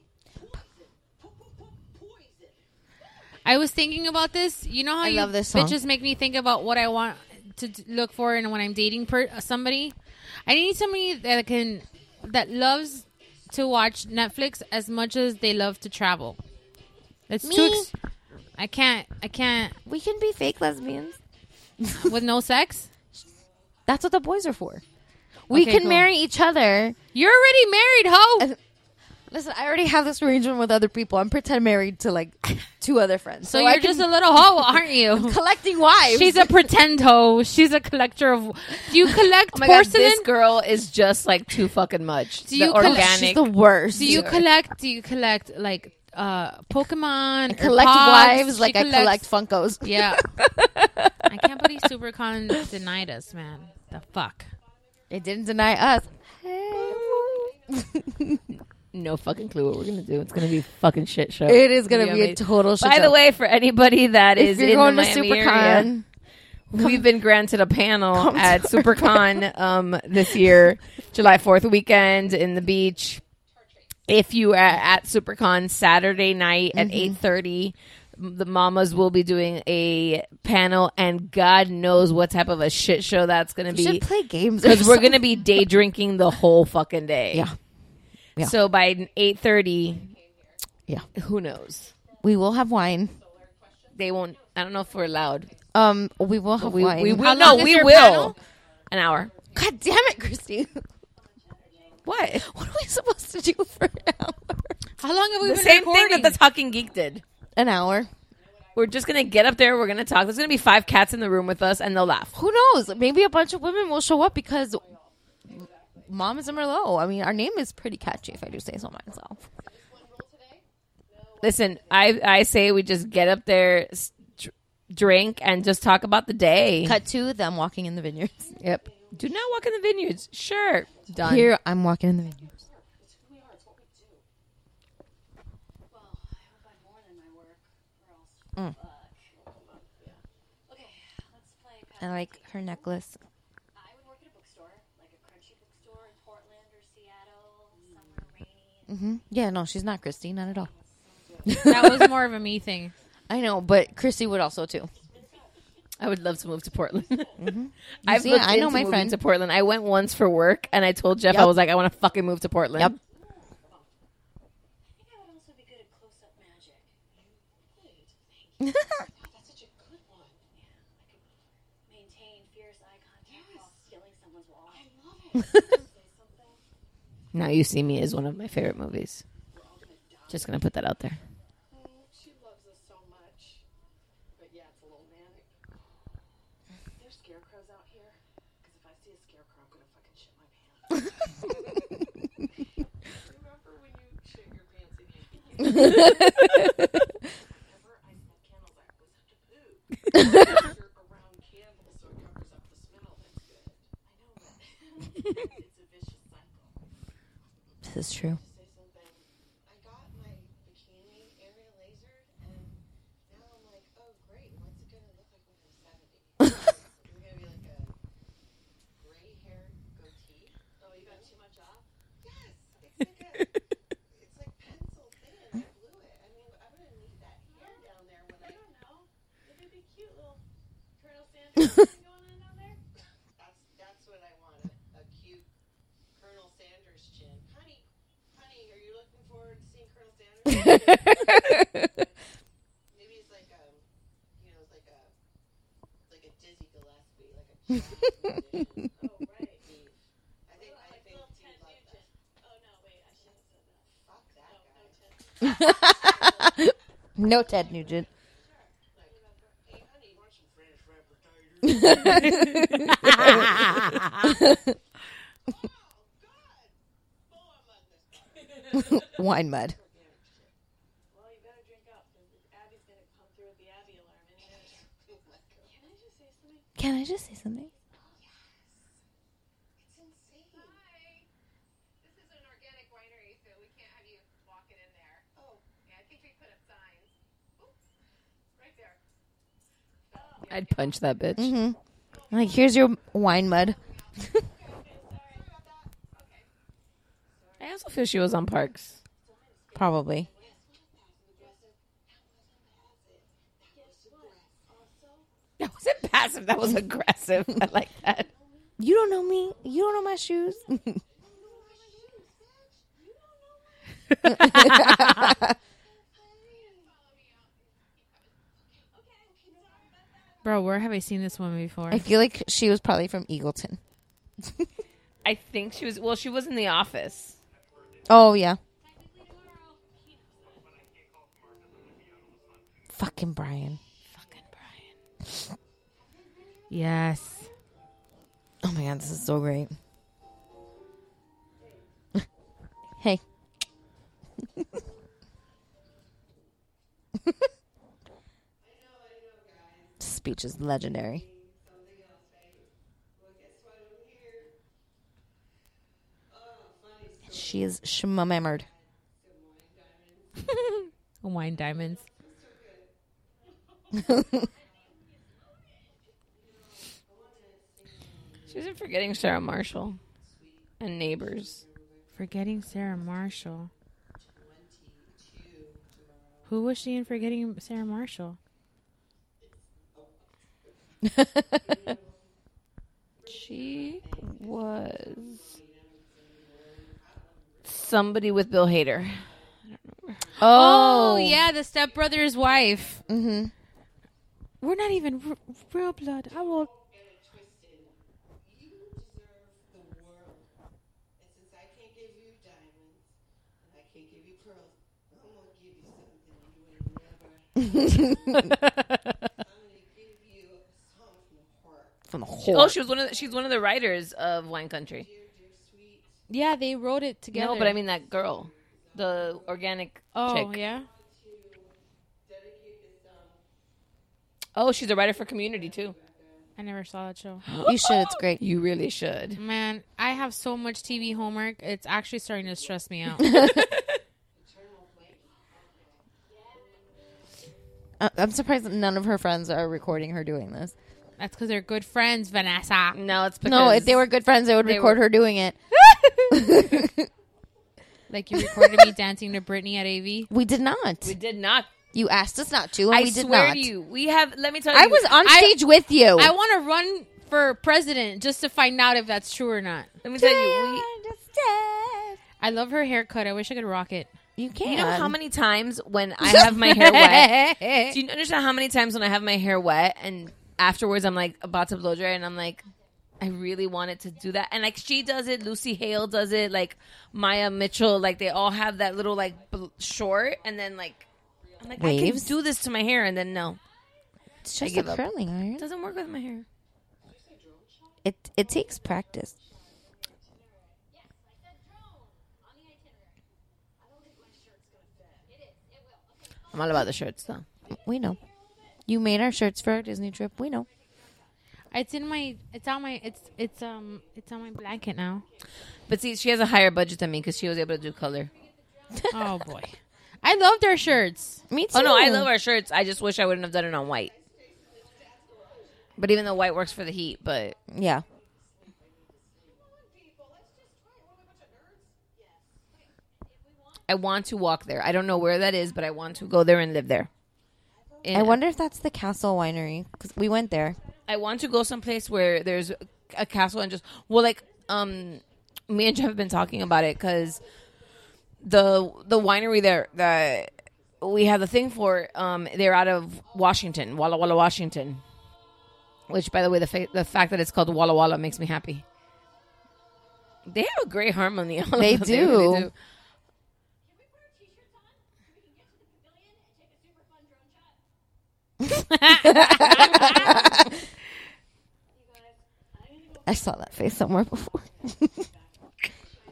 S10: I was thinking about this. You know how
S9: I
S10: you
S9: love this song.
S10: bitches make me think about what I want to d- look for, and when I'm dating per- uh, somebody, I need somebody that can that loves to watch Netflix as much as they love to travel. It's too.
S9: Me?
S10: Ex- I can't. I can't
S9: we can be fake lesbians.
S10: with no sex.
S9: That's what the boys are for. We
S10: Okay,
S9: can
S10: cool.
S9: marry each other.
S10: You're already married, ho.
S9: Listen, I already have this arrangement with other people. I'm pretend married to like two other friends.
S10: So,
S9: I
S10: you're
S9: can-
S10: just a little hoe, aren't you?
S9: collecting wives.
S10: She's a pretend hoe. She's a collector of. Do you collect
S11: Oh my god,
S10: porcelain?
S11: this girl is just like too fucking much.
S10: Do
S11: The
S10: you collect-
S11: organic?
S9: She's the worst.
S10: Do you collect? Do you collect like uh Pokemon? or
S9: collect
S10: pods?
S9: wives
S10: She
S9: like I collect
S10: collects-
S9: Funkos?
S10: Yeah, I can't believe SuperCon denied us, man. The fuck.
S9: It didn't deny us.
S11: no fucking clue what we're gonna do. It's gonna be a fucking shit show.
S9: It is gonna
S11: It'll
S9: be a
S11: amazing.
S9: total shit
S11: By
S9: show.
S11: the way, for anybody that
S9: If
S11: is
S9: you're
S11: in
S9: going
S11: the
S9: to
S11: Miami
S9: SuperCon,
S11: area, we've been granted a panel
S9: come to
S11: at
S9: our-
S11: SuperCon um, this year, July Fourth weekend in the beach. If you are at SuperCon Saturday night
S9: Mm-hmm.
S11: at eight thirty. The mamas will be doing a panel, and God knows what type of a shit show that's going to
S9: we
S11: be.
S9: should play games
S11: because we're gonna be day drinking the whole fucking day.
S9: Yeah. Yeah.
S11: So by eight thirty,
S9: Yeah.
S11: who knows?
S9: We will have wine.
S11: They won't. I don't know if we're allowed.
S9: Um, we will have
S11: We,
S9: wine.
S11: we
S10: How
S11: will.
S10: long
S11: No,
S10: is
S11: we
S10: your
S11: will.
S10: panel?
S11: An hour.
S9: God damn it, Christy!
S11: What?
S9: What are we supposed to do for an hour?
S10: How long have we
S11: The
S10: been
S11: same
S10: recording?
S11: thing that the talking geek did.
S9: An hour?
S11: We're just gonna get up there. We're gonna talk. There's gonna be five cats in the room with us, and they'll laugh.
S9: Who knows? Maybe a bunch of women will show up because Mom is a Merlot. I mean, our name is pretty catchy, if I do say so myself.
S11: Listen, I I say we just get up there, s- dr- drink, and just talk about the day.
S9: Cut to them walking in the vineyards.
S11: Yep. Do not walk in the vineyards. Sure. Done.
S9: Here, I'm walking in the vineyards. Mm. I like her necklace.
S12: I would work at a bookstore, like a crunchy bookstore in Portland or Seattle, somewhere rainy.
S9: hmm Yeah, no, she's not Christy, not at all.
S10: that was more of a me thing.
S9: I know, but Christy would also too.
S11: I would love to move to Portland. I've
S9: see,
S11: looked
S9: I know
S11: into
S9: my
S11: moving
S9: friend.
S11: to Portland. I went once for work, and I told Jeff I
S9: Yep.
S11: was like, I want to fucking move to Portland.
S9: Yep.
S12: Maintain fierce eye contact while killing someone's wall. I love
S11: Now You See Me is one of my favorite movies. Just gonna put that out there.
S13: She loves us so much. But yeah, it's a little manic. There's scarecrows out here. Because if I see a scarecrow, I'm going to fucking shit my pants. Remember when you shit your pants in your Remember I smelled candles. I always have to poo. You're around candles, so it covers up the smell. That's good. I know, but it's a vicious cycle.
S11: This is true.
S13: I got my bikini area lasered, and now I'm like, oh great, what's it gonna look like when I'm 70? Is it gonna be like a gray hair goatee? Oh, you got too much off? Yes, it's like a, it's like pencil thin, and I blew it. I mean, I'm gonna need that hair down there when I. I don't know. It would be cute little Colonel Sanders thing going on down there. That's that's what I want, a, a cute Colonel Sanders chin. Honey, honey, are you looking forward to seeing Colonel Sanders? Maybe it's like um, you know, it's like a like a Dizzy Gillespie, like a child edition. Oh right. I think I think you like that. Oh no, wait, I shouldn't have said that. Fuck that guy.
S9: no Ted Nugent.
S13: Hey honey, want some French fried potatoes?
S9: Wine mud.
S13: Well, you better drink up, 'cause Abby's gonna come through with the Abby alarm any minute. Can I just say something?
S9: Can I just say something?
S13: It's insane. Hi. This is an organic winery, so we can't have you walking in there. Oh. Yeah, I think we put up signs. Oops. Right there.
S11: I'd punch that bitch.
S9: hmm Like, here's your wine mud.
S11: I also feel she was on Parks.
S9: Probably.
S11: That wasn't passive. That was aggressive. I like that.
S9: You don't know me. You don't know my shoes.
S10: Bro, where have I seen this woman before?
S9: I feel like she was probably from Eagleton.
S11: I think she was. Well, she was in The Office.
S9: Oh yeah. Fucking Brian.
S10: Yes.
S9: Oh my god, this is so great. hey. Speech is legendary. She is shmammered.
S10: Wine diamonds.
S11: She was in Forgetting Sarah Marshall and Neighbors.
S10: Forgetting Sarah Marshall. Who was she in Forgetting Sarah Marshall?
S11: She was somebody with Bill Hader.
S10: Oh, yeah, the stepbrother's wife.
S9: Mm-hmm.
S10: We're not even r- real blood. I will.
S9: From the whore.
S11: Oh, she was one of the, she's one of the writers of Wine Country.
S10: Yeah, they wrote it together.
S11: No, but I mean that girl, the organic
S10: oh
S11: chick.
S10: yeah.
S11: Oh, she's a writer for Community too.
S10: I never saw that show.
S9: You should. It's great.
S11: You really should.
S10: Man, I have so much TV homework. It's actually starting to stress me out.
S9: I- Uh, I'm surprised that none of her friends are recording her doing this.
S10: That's because they're good friends, Vanessa.
S11: No, it's because
S9: No, if they were good friends, they would
S11: they
S9: record
S11: were-
S9: her doing it.
S10: Like you recorded me dancing to Britney at AV.
S9: We did not.
S11: we did not.
S9: you asked us not to, and
S11: I
S9: we did
S11: swear
S9: not.
S11: to you, we have. Let me tell you,
S9: I was on
S10: I-
S9: stage with you.
S10: I want to run for president just to find out if that's true or not.
S11: Let me tell you, we.
S10: I love her haircut. I wish I could rock it.
S9: You
S11: You know how
S9: can.
S11: many times when I have my hair wet? do you understand how many times when I have my hair wet and afterwards I'm like about to blow dry and I'm like, I really wanted to do that. And like she does it, Lucy Hale does it, like Maya Mitchell, like they all have that little like bl- short and then like I'm like
S9: Waves?
S11: I can do this to my hair and then no,
S9: It's
S11: I
S9: just a
S11: give up.
S9: curling iron.
S11: doesn't work with my hair.
S9: It it takes practice.
S11: I'm all about the shirts though.
S9: We know. You made our shirts for our Disney trip. We know.
S10: It's in my. It's on my. It's it's um. It's on my blanket now.
S11: But see, she has a higher budget than me because she was able to do color.
S10: oh boy, I loved our shirts.
S9: Me
S11: Oh no, I love our shirts. I just wish I wouldn't have done it on white. But even though white works for the heat, but
S9: Yeah.
S11: I want to walk there. I don't know where that is, but I want to go there and live there. And
S9: I wonder if that's the Castle Winery because we went there.
S11: I want to go someplace where there's a castle and just well, like um, me and Jeff have been talking about it because the the winery there that we have the thing for um, they're out of Washington, Walla Walla, Washington. Which, by the way, the fa- the fact that it's called Walla Walla makes me happy. They have a great harmony. all of
S9: They
S11: them. really
S9: do.
S11: do.
S9: I saw that face somewhere before.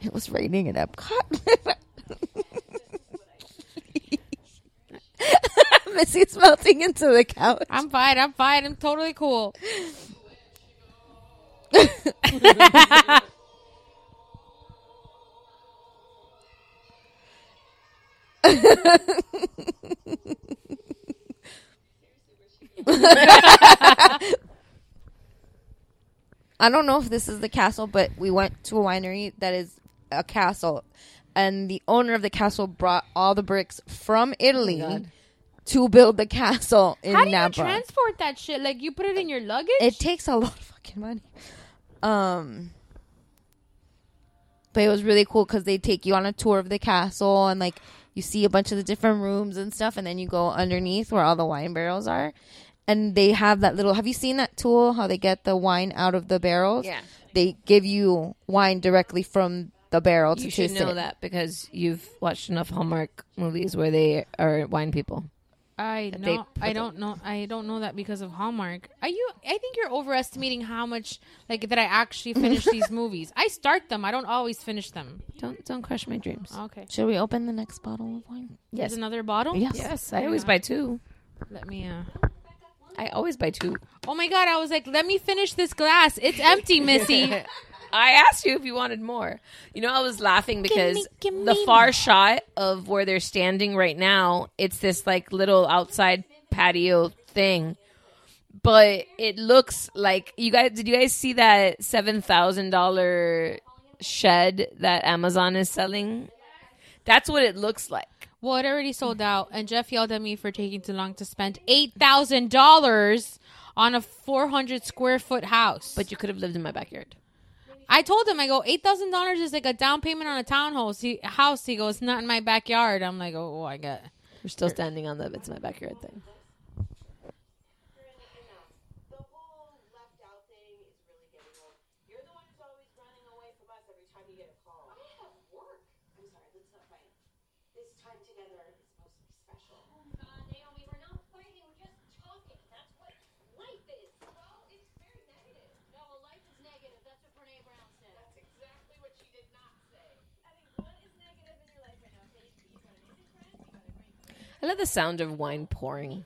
S9: it was raining at Epcot. Missy's melting into the couch.
S10: I'm fine. I'm fine. I'm totally cool.
S9: I don't know if this is the castle, but we went to a winery that is a castle, and the owner of the castle brought all the bricks from Italy to build the castle in
S10: Oh How do you
S9: Napa.
S10: transport that shit? Like you put it in your luggage?
S9: it takes a lot of fucking money. Um, but it was really cool because they take you on a tour of the castle and like you see a bunch of the different rooms and stuff, and then you go underneath where all the wine barrels are, and they have that little. Have you seen that tool? How they get the wine out of the barrels?
S11: Yeah.
S9: they give you wine directly from the barrel to
S11: You should
S9: taste
S11: know
S9: it.
S11: that uh, because you've watched enough Hallmark movies where they are wine people.
S10: I
S11: That they
S10: know.
S11: put
S10: I don't know. I don't know that because of Hallmark. Are you? I think you're overestimating how much like that I actually finish these movies. I start them. I don't always finish them.
S11: Don't don't crush my dreams.
S10: Okay.
S9: Should we open the next bottle of wine?
S10: There's another bottle.
S11: Yes. I
S10: Why
S11: always
S10: not?
S11: buy two.
S10: Let me. Uh...
S11: I always buy two.
S10: Oh my god! I was like, let me finish this glass. It's empty, Missy.
S11: I asked you if you wanted more. You know, I was laughing because the far shot of where they're standing right now, it's this like little outside patio thing. But it looks like you guys did you guys see that seven thousand dollar shed that Amazon is selling? That's what it looks like.
S10: well, it already sold out, and Jeff yelled at me for taking too long to spend eight thousand dollars on a four hundred square foot house.
S11: But you could have lived in my backyard.
S10: I told him, I go, eight thousand dollars is like a down payment on a townhouse. He house. He goes, not in my backyard. I'm like, oh, I got.
S11: We're still standing on the it's my backyard thing. I love the sound of wine pouring.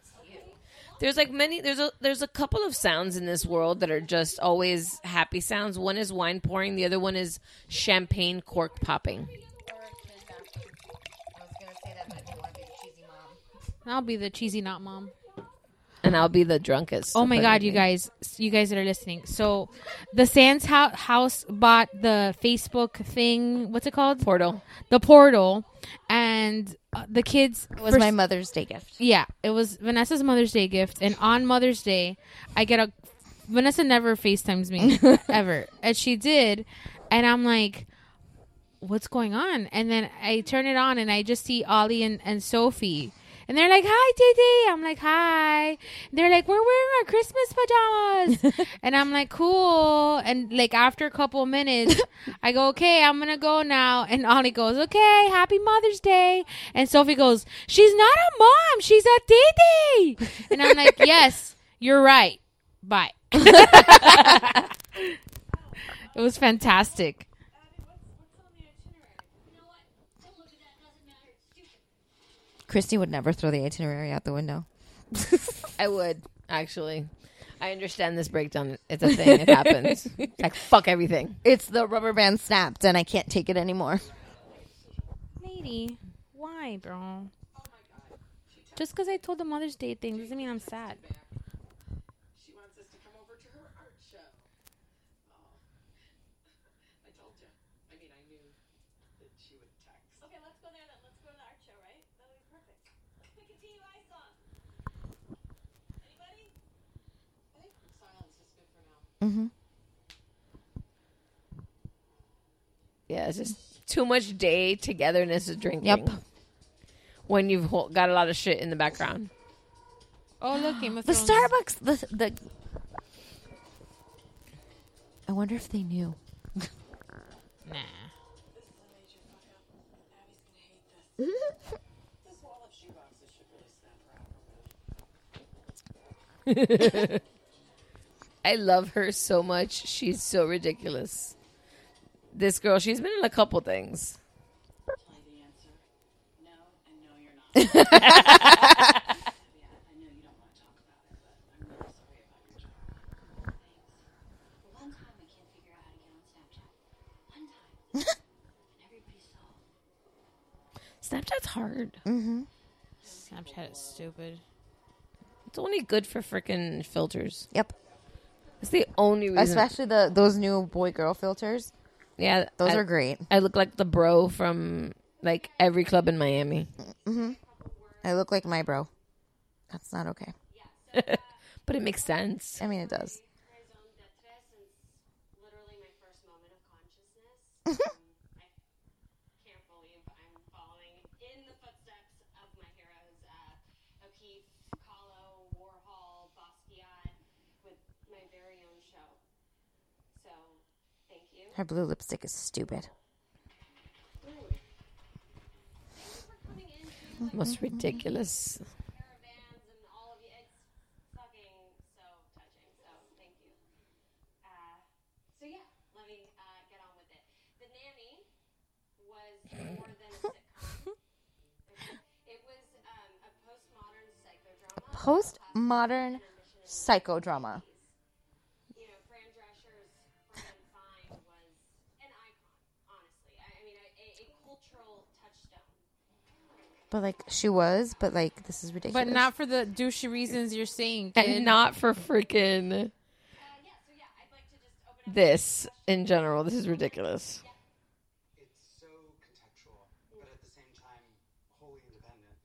S11: There's like many there's a there's a couple of sounds in this world that are just always happy sounds. One is wine pouring, the other one is champagne cork popping.
S10: I'll be the cheesy not mom.
S11: And I'll be the drunkest.
S10: Oh my god, you guys, you guys that are listening. So, the Sands Hou- House bought the Facebook thing. What's it called?
S11: Portal.
S10: The portal, and uh, the kids. It
S9: was my Mother's Day gift.
S10: Yeah, it was Vanessa's Mother's Day gift, and on Mother's Day, I get a. Vanessa never Facetimes me ever, and she did, and I'm like, what's going on? And then I turn it on and I just see Ollie and, and Sophie. And they're like, hi, Didi. I'm like, hi. they're like, we're wearing our Christmas pajamas. and I'm like, cool. And like after a couple minutes, I go, okay, I'm going to go now. And Ollie goes, okay, happy Mother's Day. And Sophie goes, she's not a mom. She's a Didi. And I'm like, yes, you're right. Bye. it was fantastic.
S9: Christy would never throw the itinerary out the window.
S11: I would actually. I understand this breakdown. It's a thing. It happens. It's like fuck everything.
S9: It's the rubber band snapped and I can't take it anymore.
S10: Lady, why, bro? Just because I told the Mother's Day thing doesn't mean I'm sad.
S13: She wants us to come over to her art show. Oh. I told you. I mean, I knew that she would text.
S12: Okay, let's go there then. Let's go to the art show, right? That'll be perfect. Let's pick a DUI song. Anybody?
S9: Mm-hmm.
S11: Yeah, it's just too much day togetherness of drinking.
S9: Yep.
S11: When you've ho- got a lot of shit in the background.
S10: Oh, look, Game of
S9: The
S10: Thrones.
S9: Starbucks, the the. I wonder if they knew.
S10: Nah.
S13: This wall of shoeboxes should really snap her out.
S11: I love her so much. She's so ridiculous. This girl, she's been in a couple things.
S12: One time I can't figure out how to get on Snapchat. One time. and everybody's so
S11: Snapchat's hard.
S9: Mm-hmm.
S10: Snapchat is stupid.
S11: It's only good for freaking filters.
S9: Yep.
S11: It's the only reason.
S9: Especially the those new boy girl filters.
S11: yeah,
S9: Those
S11: I-
S9: are great.
S11: I look like the bro from like every club in Miami.
S9: Mm-hmm. I look like my bro. That's not okay.
S11: but it makes sense.
S9: I mean, it does.
S12: literally my first moment of consciousness. um, I can't believe I'm following in the footsteps of my heroes, uh, O'Keefe, Kahlo, Warhol, Basquiat, with my very own show. So, thank you.
S9: Her blue lipstick is stupid.
S11: Most ridiculous.
S12: Caravans and all of you, it's fucking so touching. So, thank you. Uh, so, yeah, let me uh, get on with it. The Nanny was more than a sitcom. It was um, a postmodern psychodrama.
S9: Postmodern psychodrama.
S12: you know, Fran Drescher's Fran Fine was an icon, honestly. I, I mean, a, a, a cultural touchstone.
S9: But like she was, but like this is ridiculous.
S10: But not for the douchey reasons you're saying, kid.
S11: And not for freaking this in general. This is ridiculous.
S13: It's so contextual, but at the same time, wholly independent.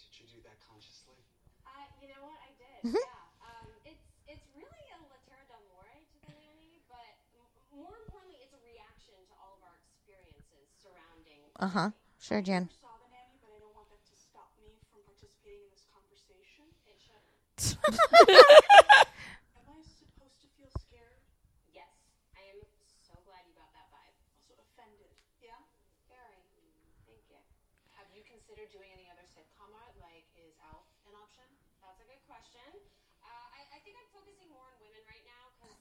S13: Did you do that consciously?
S12: Uh, you know what? I did. yeah. Um, it's it's really a Latura del More to the nanny, but m- more importantly, it's a reaction to all of our experiences surrounding.
S9: Uh huh. Sure, Jan.
S13: saw the nanny, but I don't want that to stop me from participating in this conversation.
S12: It should.
S13: Am I supposed to feel scared?
S12: Yes, I am so glad you got that vibe.
S13: Also offended? Yeah?
S12: Very. Thank you.
S13: Have you considered doing any other sitcom art? Like, is Alf an option?
S12: That's a good question. Uh, I, I think I'm focusing more on women right now because I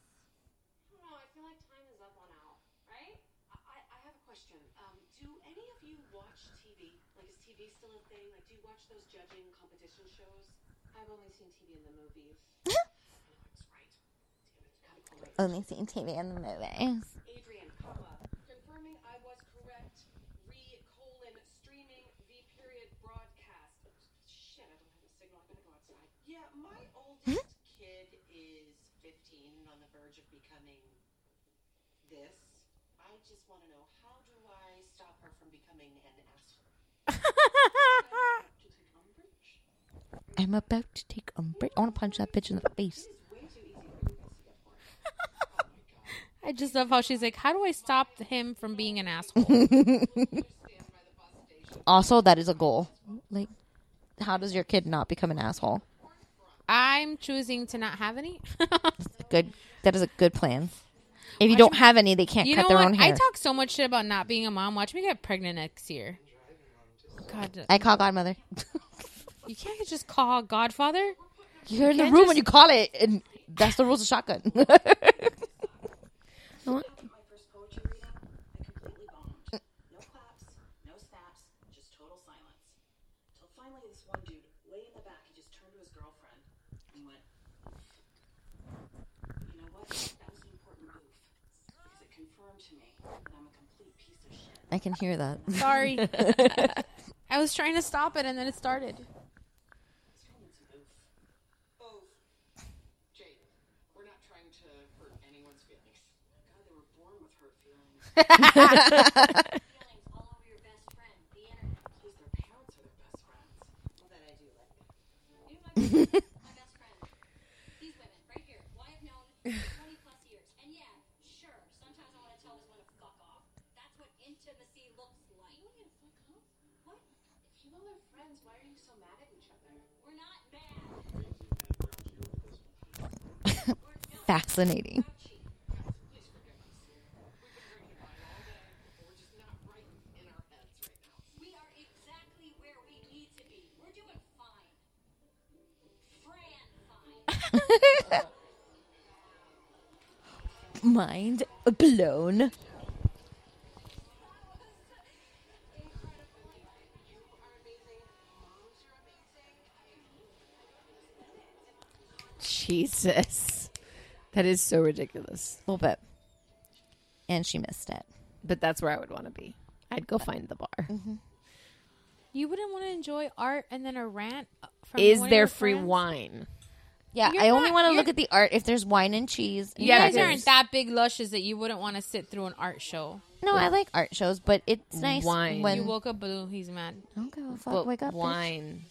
S12: don't know. I feel like time is up on Al, right?
S13: I, I, I have a question. Um, do any of you watch TV? Like, is TV still a thing? Like, do you watch those judging competition shows? I've only seen TV in the movies.
S9: Only seen TV in the movies.
S13: Adrian, comma, confirming I was correct. Re colon streaming V period broadcast. Shit, I don't have a signal. I'm gonna go outside. Yeah, my oldest kid is 15 and on the verge of becoming this. I just want to know how do I stop her from becoming an asshole?
S9: I'm about to take a break. I want to punch that bitch in the face.
S10: I I just love how she's like, how do I stop him from being an asshole?
S9: also, that is a goal. Like, how does your kid not become an asshole?
S10: I'm choosing to not have any.
S9: Good. That is a good plan. If you don't have any, they can't
S10: you
S9: cut
S10: know
S9: their
S10: what?
S9: own
S10: I
S9: hair.
S10: talk so much shit about not being a mom. Watch me get pregnant next year. God,
S9: I call godmother.
S10: you can't just call Godfather.
S9: You're in the
S10: can't
S9: room
S10: just-
S9: when you call it, and that's the rules of shotgun.
S16: No snaps, just total silence. Till finally, this one dude, way in the back, he just turned to his girlfriend and he went, You know what? That was an important move. Because it confirmed to me that I'm a complete piece of shit.
S9: I can hear that.
S10: Sorry. I was trying to stop it and then it started.
S17: Jake, we're not trying to hurt anyone's feelings. God, they were born with hurt feelings. Please, their parents are their best friends. Well, that I do like. You might
S16: my best friend. These women, right here, who I have known for 20 plus years. And yeah, sure, sometimes I want to tell this one to fuck off. That's what intimacy looks like. What? If you know they're friends, why are you so mad at each other? We're not mad.
S9: Fascinating.
S16: We are exactly where we need to be. We're doing fine. Fran, fine.
S9: Mind blown.
S11: Jesus. That is so ridiculous.
S9: A little bit. And she missed it.
S11: But that's where I would want to be. I'd go find the bar.
S10: You wouldn't want to enjoy art and then a rant uh, from
S11: Is
S10: one of
S11: there
S10: your
S11: free
S10: friends?
S11: wine?
S9: Yeah,
S10: You're
S9: I only
S10: not-
S9: want to
S10: you're-
S9: look at the art if there's wine and cheese. and
S10: You guys
S9: crackers.
S10: aren't that big lushes that you wouldn't want to sit through an art show.
S9: No, I like art shows, but it's nice
S11: Wine.
S9: when
S10: you woke up blue. He's mad.
S9: Okay, well, fuck,
S11: But
S9: wake up, bitch.
S11: wine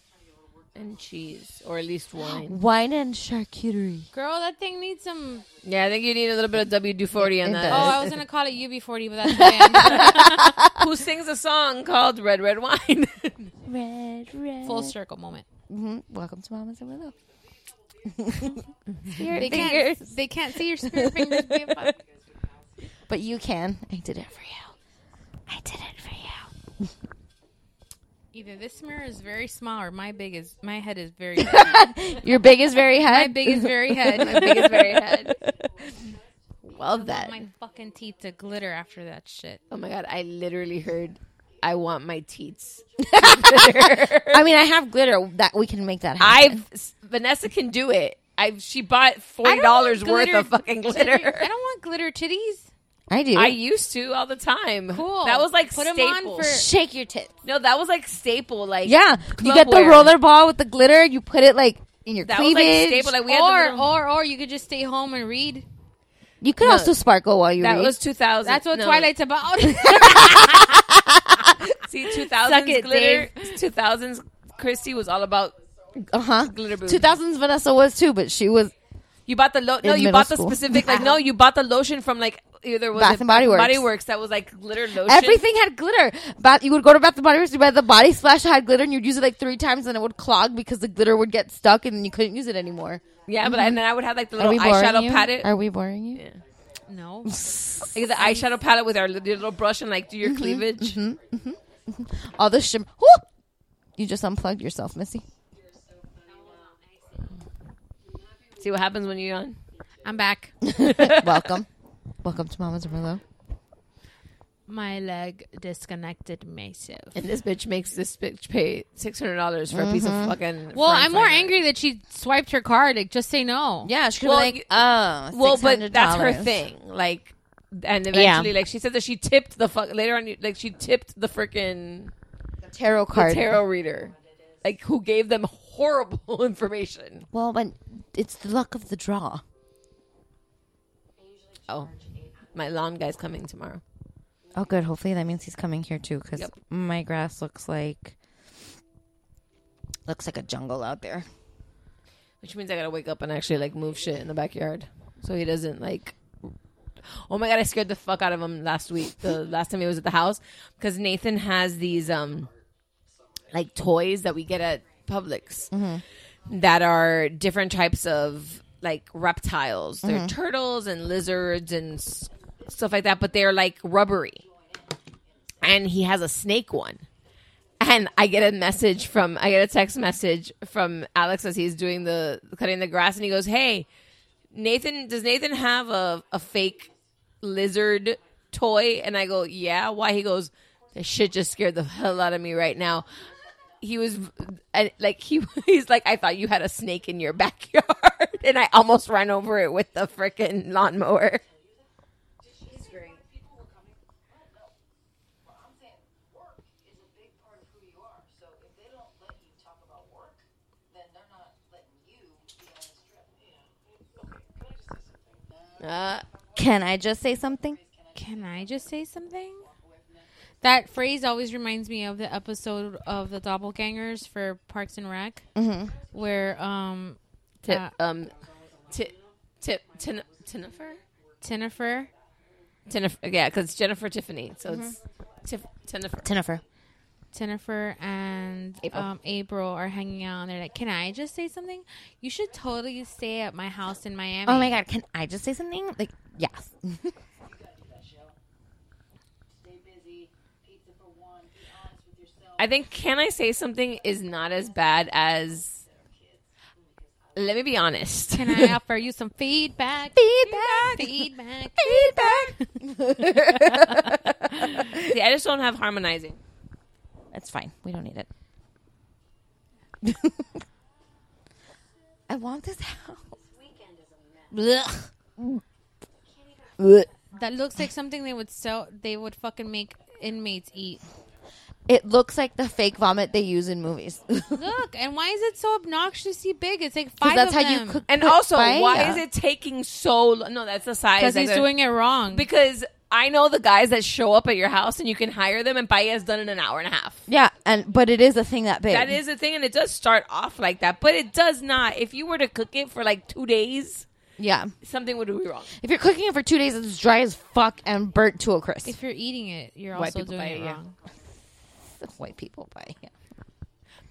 S11: and cheese, or at least wine.
S9: wine and charcuterie.
S10: Girl, that thing needs some.
S11: Yeah, I think you need a little bit of WD forty on
S10: Oh,
S11: that.
S10: I was gonna call it UB40, but that's the band.
S11: Oh, Who sings a song called "Red Red Wine"?
S9: Red, red.
S10: Full circle moment.
S9: hmm Welcome to Mama's and Willow.
S10: They can't, they can't see your spirit fingers. babe.
S9: But you can. I did it for you.
S10: Either this mirror is very small or my big is my head is very.
S9: Your big is very head.
S10: My big is very head. My big is very head.
S11: Well, that.
S10: My fucking teeth to glitter after that shit.
S11: Oh my god, I literally heard. I want my teats.
S9: I mean, I have glitter that we can make that happen.
S11: I've Vanessa can do it. I she bought forty dollars worth
S10: glitter
S11: of fucking glitter.
S10: I don't want glitter titties.
S9: I do.
S11: I used to all the time.
S10: Cool.
S11: That was like
S10: Put 'em
S11: staple.
S10: on for-
S9: Shake your tits.
S11: No, that was like staple. Like
S9: Yeah, you get the
S11: clubwear.
S9: rollerball with the glitter. You put it like in your
S11: That was,
S9: cleavage.
S11: like, staple, like, we had the
S10: or
S11: little-
S10: or or you could just stay home and read.
S9: you could
S11: No.
S9: also sparkle while you
S11: That
S9: read.
S11: was two thousand.
S10: That's what Twilight's about.
S11: See, two
S9: Suck
S11: thousands
S9: it,
S11: glitter. Two thousands. Christy was all about.
S9: uh huh.
S11: Glitter boob.
S9: Two thousands Vanessa was too, but she was
S11: You bought the lo- no.
S9: In
S11: You
S9: middle
S11: bought
S9: school.
S11: the specific like no. You bought the lotion from like either was
S9: Bath
S11: it
S9: and Body Works.
S11: Body Works that was like glitter lotion.
S9: everything had glitter. But you would go to Bath and Body Works, you buy the body splash that had glitter, and you'd use it like three times, and it would clog because the glitter would get stuck, and you couldn't use it anymore.
S11: Yeah, but and then I would have like the
S9: Are
S11: little
S9: we boring
S11: eyeshadow
S9: you?
S11: palette.
S9: Are we boring you?
S10: no.
S11: Like the eyeshadow palette with our li- little brush and like do your
S10: Mm-hmm.
S11: cleavage.
S9: Mm-hmm. All the shim. Whoop! You just unplugged yourself, Missy.
S11: See what happens when you're on.
S10: I'm back.
S9: Welcome, welcome to Mama's Merlot.
S10: My leg disconnected myself.
S11: And this bitch makes this bitch pay six hundred dollars for a piece
S9: Mm-hmm.
S11: of fucking.
S10: Well,
S11: French
S10: I'm more
S11: fry.
S10: angry that she swiped her card. Like, just say no.
S9: Yeah, she could
S11: Well,
S9: be
S11: you-
S9: like, oh,
S11: Well, but that's her
S9: $600.
S11: thing. Like, and eventually, like she said that she tipped the fuck later on. Like she tipped the freaking
S9: Tarot card.
S11: tarot reader, like who gave them horrible information.
S9: Well, but it's the luck of the draw.
S11: Oh, my lawn guy's coming tomorrow.
S9: Oh, good. Hopefully that means he's coming here too, because
S11: Yep.
S9: my grass looks like looks like a jungle out there.
S11: Which means I gotta wake up and actually like move shit in the backyard so he doesn't like Oh my god, I scared the fuck out of him last week. The last time he was at the house because Nathan has these um like toys that we get at Publix that are different types of like reptiles. They're
S18: Mhm.
S11: turtles and lizards and s- stuff like that, but they're like rubbery. And he has a snake one. And I get a message from I get a text message from Alex as he's doing the cutting the grass and he goes, "Hey, Nathan, does Nathan have a, a fake lizard toy? And I go, yeah. Why? He goes, that shit just scared the hell out of me right now. He was and like he he's like I thought you had a snake in your backyard and I almost ran over it with the freaking lawnmower.
S19: He's great.
S9: Can I just say something?
S10: Can I just say something? That phrase always reminds me of the episode of the doppelgangers for Parks and Rec,
S9: Mhm.
S10: where um,
S11: Mm-hmm. Ti- um, tip, tip, tin, Tinifer,
S10: Tinifer,
S11: Tinifer, yeah, because Jennifer Tiffany, so it's
S10: Mm-hmm.
S11: Tif- Tinifer.
S9: Tinifer.
S10: Jennifer and
S11: April.
S10: Um, April are hanging out, and they're like, "Can I just say something? You should totally stay at my house in Miami."
S9: Oh my god, can I just say something? Like, yes.
S11: I think can I say something is not as bad as let me be honest.
S10: Can I offer you some feedback? Feedback, feedback, feedback.
S11: See, I just don't have harmonizing.
S9: It's fine. We don't need it. I want this house. Blech. Blech.
S10: that looks like something they would sell. They would fucking make inmates eat.
S9: It looks like the fake vomit they use in movies.
S10: Look, and why is it so obnoxiously big? It's like
S9: 'Cause
S10: five.
S9: that's
S10: of
S9: how you
S10: them.
S9: cook-
S11: And
S9: cook
S11: also, why
S9: paella.
S11: is it taking so long? No, that's the size.
S10: 'Cause he's
S11: Like, uh,
S10: doing it wrong.
S11: Because I know the guys that show up at your house and you can hire them, and paella's done in an hour and a half.
S9: yeah, and but it is a thing that big.
S11: That is a thing, and it does start off like that, but it does not. If you were to cook it for like two days,
S9: Yeah.
S11: something would be wrong.
S9: If you're cooking it for two days, it's dry as fuck and burnt to a crisp.
S10: If you're eating it, you're
S9: White
S10: also
S9: people
S10: doing
S9: buy
S10: it
S9: it, yeah.
S10: wrong.
S9: White people buy. Yeah.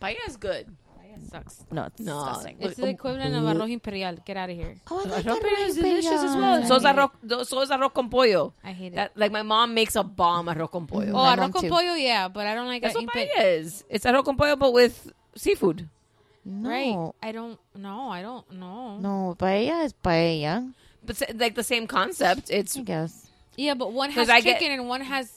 S11: Paella's good.
S10: Paella sucks.
S9: No, it's
S11: No,
S9: disgusting.
S10: It's the equivalent of arroz imperial. Get out of here.
S9: Oh, I like
S11: Arroz
S9: arroz
S11: is delicious as well.
S9: imperial.
S11: So is Oh, arroz, so is arroz con pollo.
S10: I hate it.
S11: That, like my mom makes a bomb arroz con pollo.
S10: oh, arroz con pollo, yeah, but I don't like
S11: That's
S10: a
S11: what
S10: impe-
S11: paella is. It's arroz con pollo, but with seafood.
S10: Right.
S9: No.
S10: I don't. No, I don't. No.
S9: No, paella is paella.
S11: But sa- like the same concept. It's
S9: I guess.
S10: Yeah, but one
S11: 'Cause
S10: has
S11: I get-
S10: chicken and one has.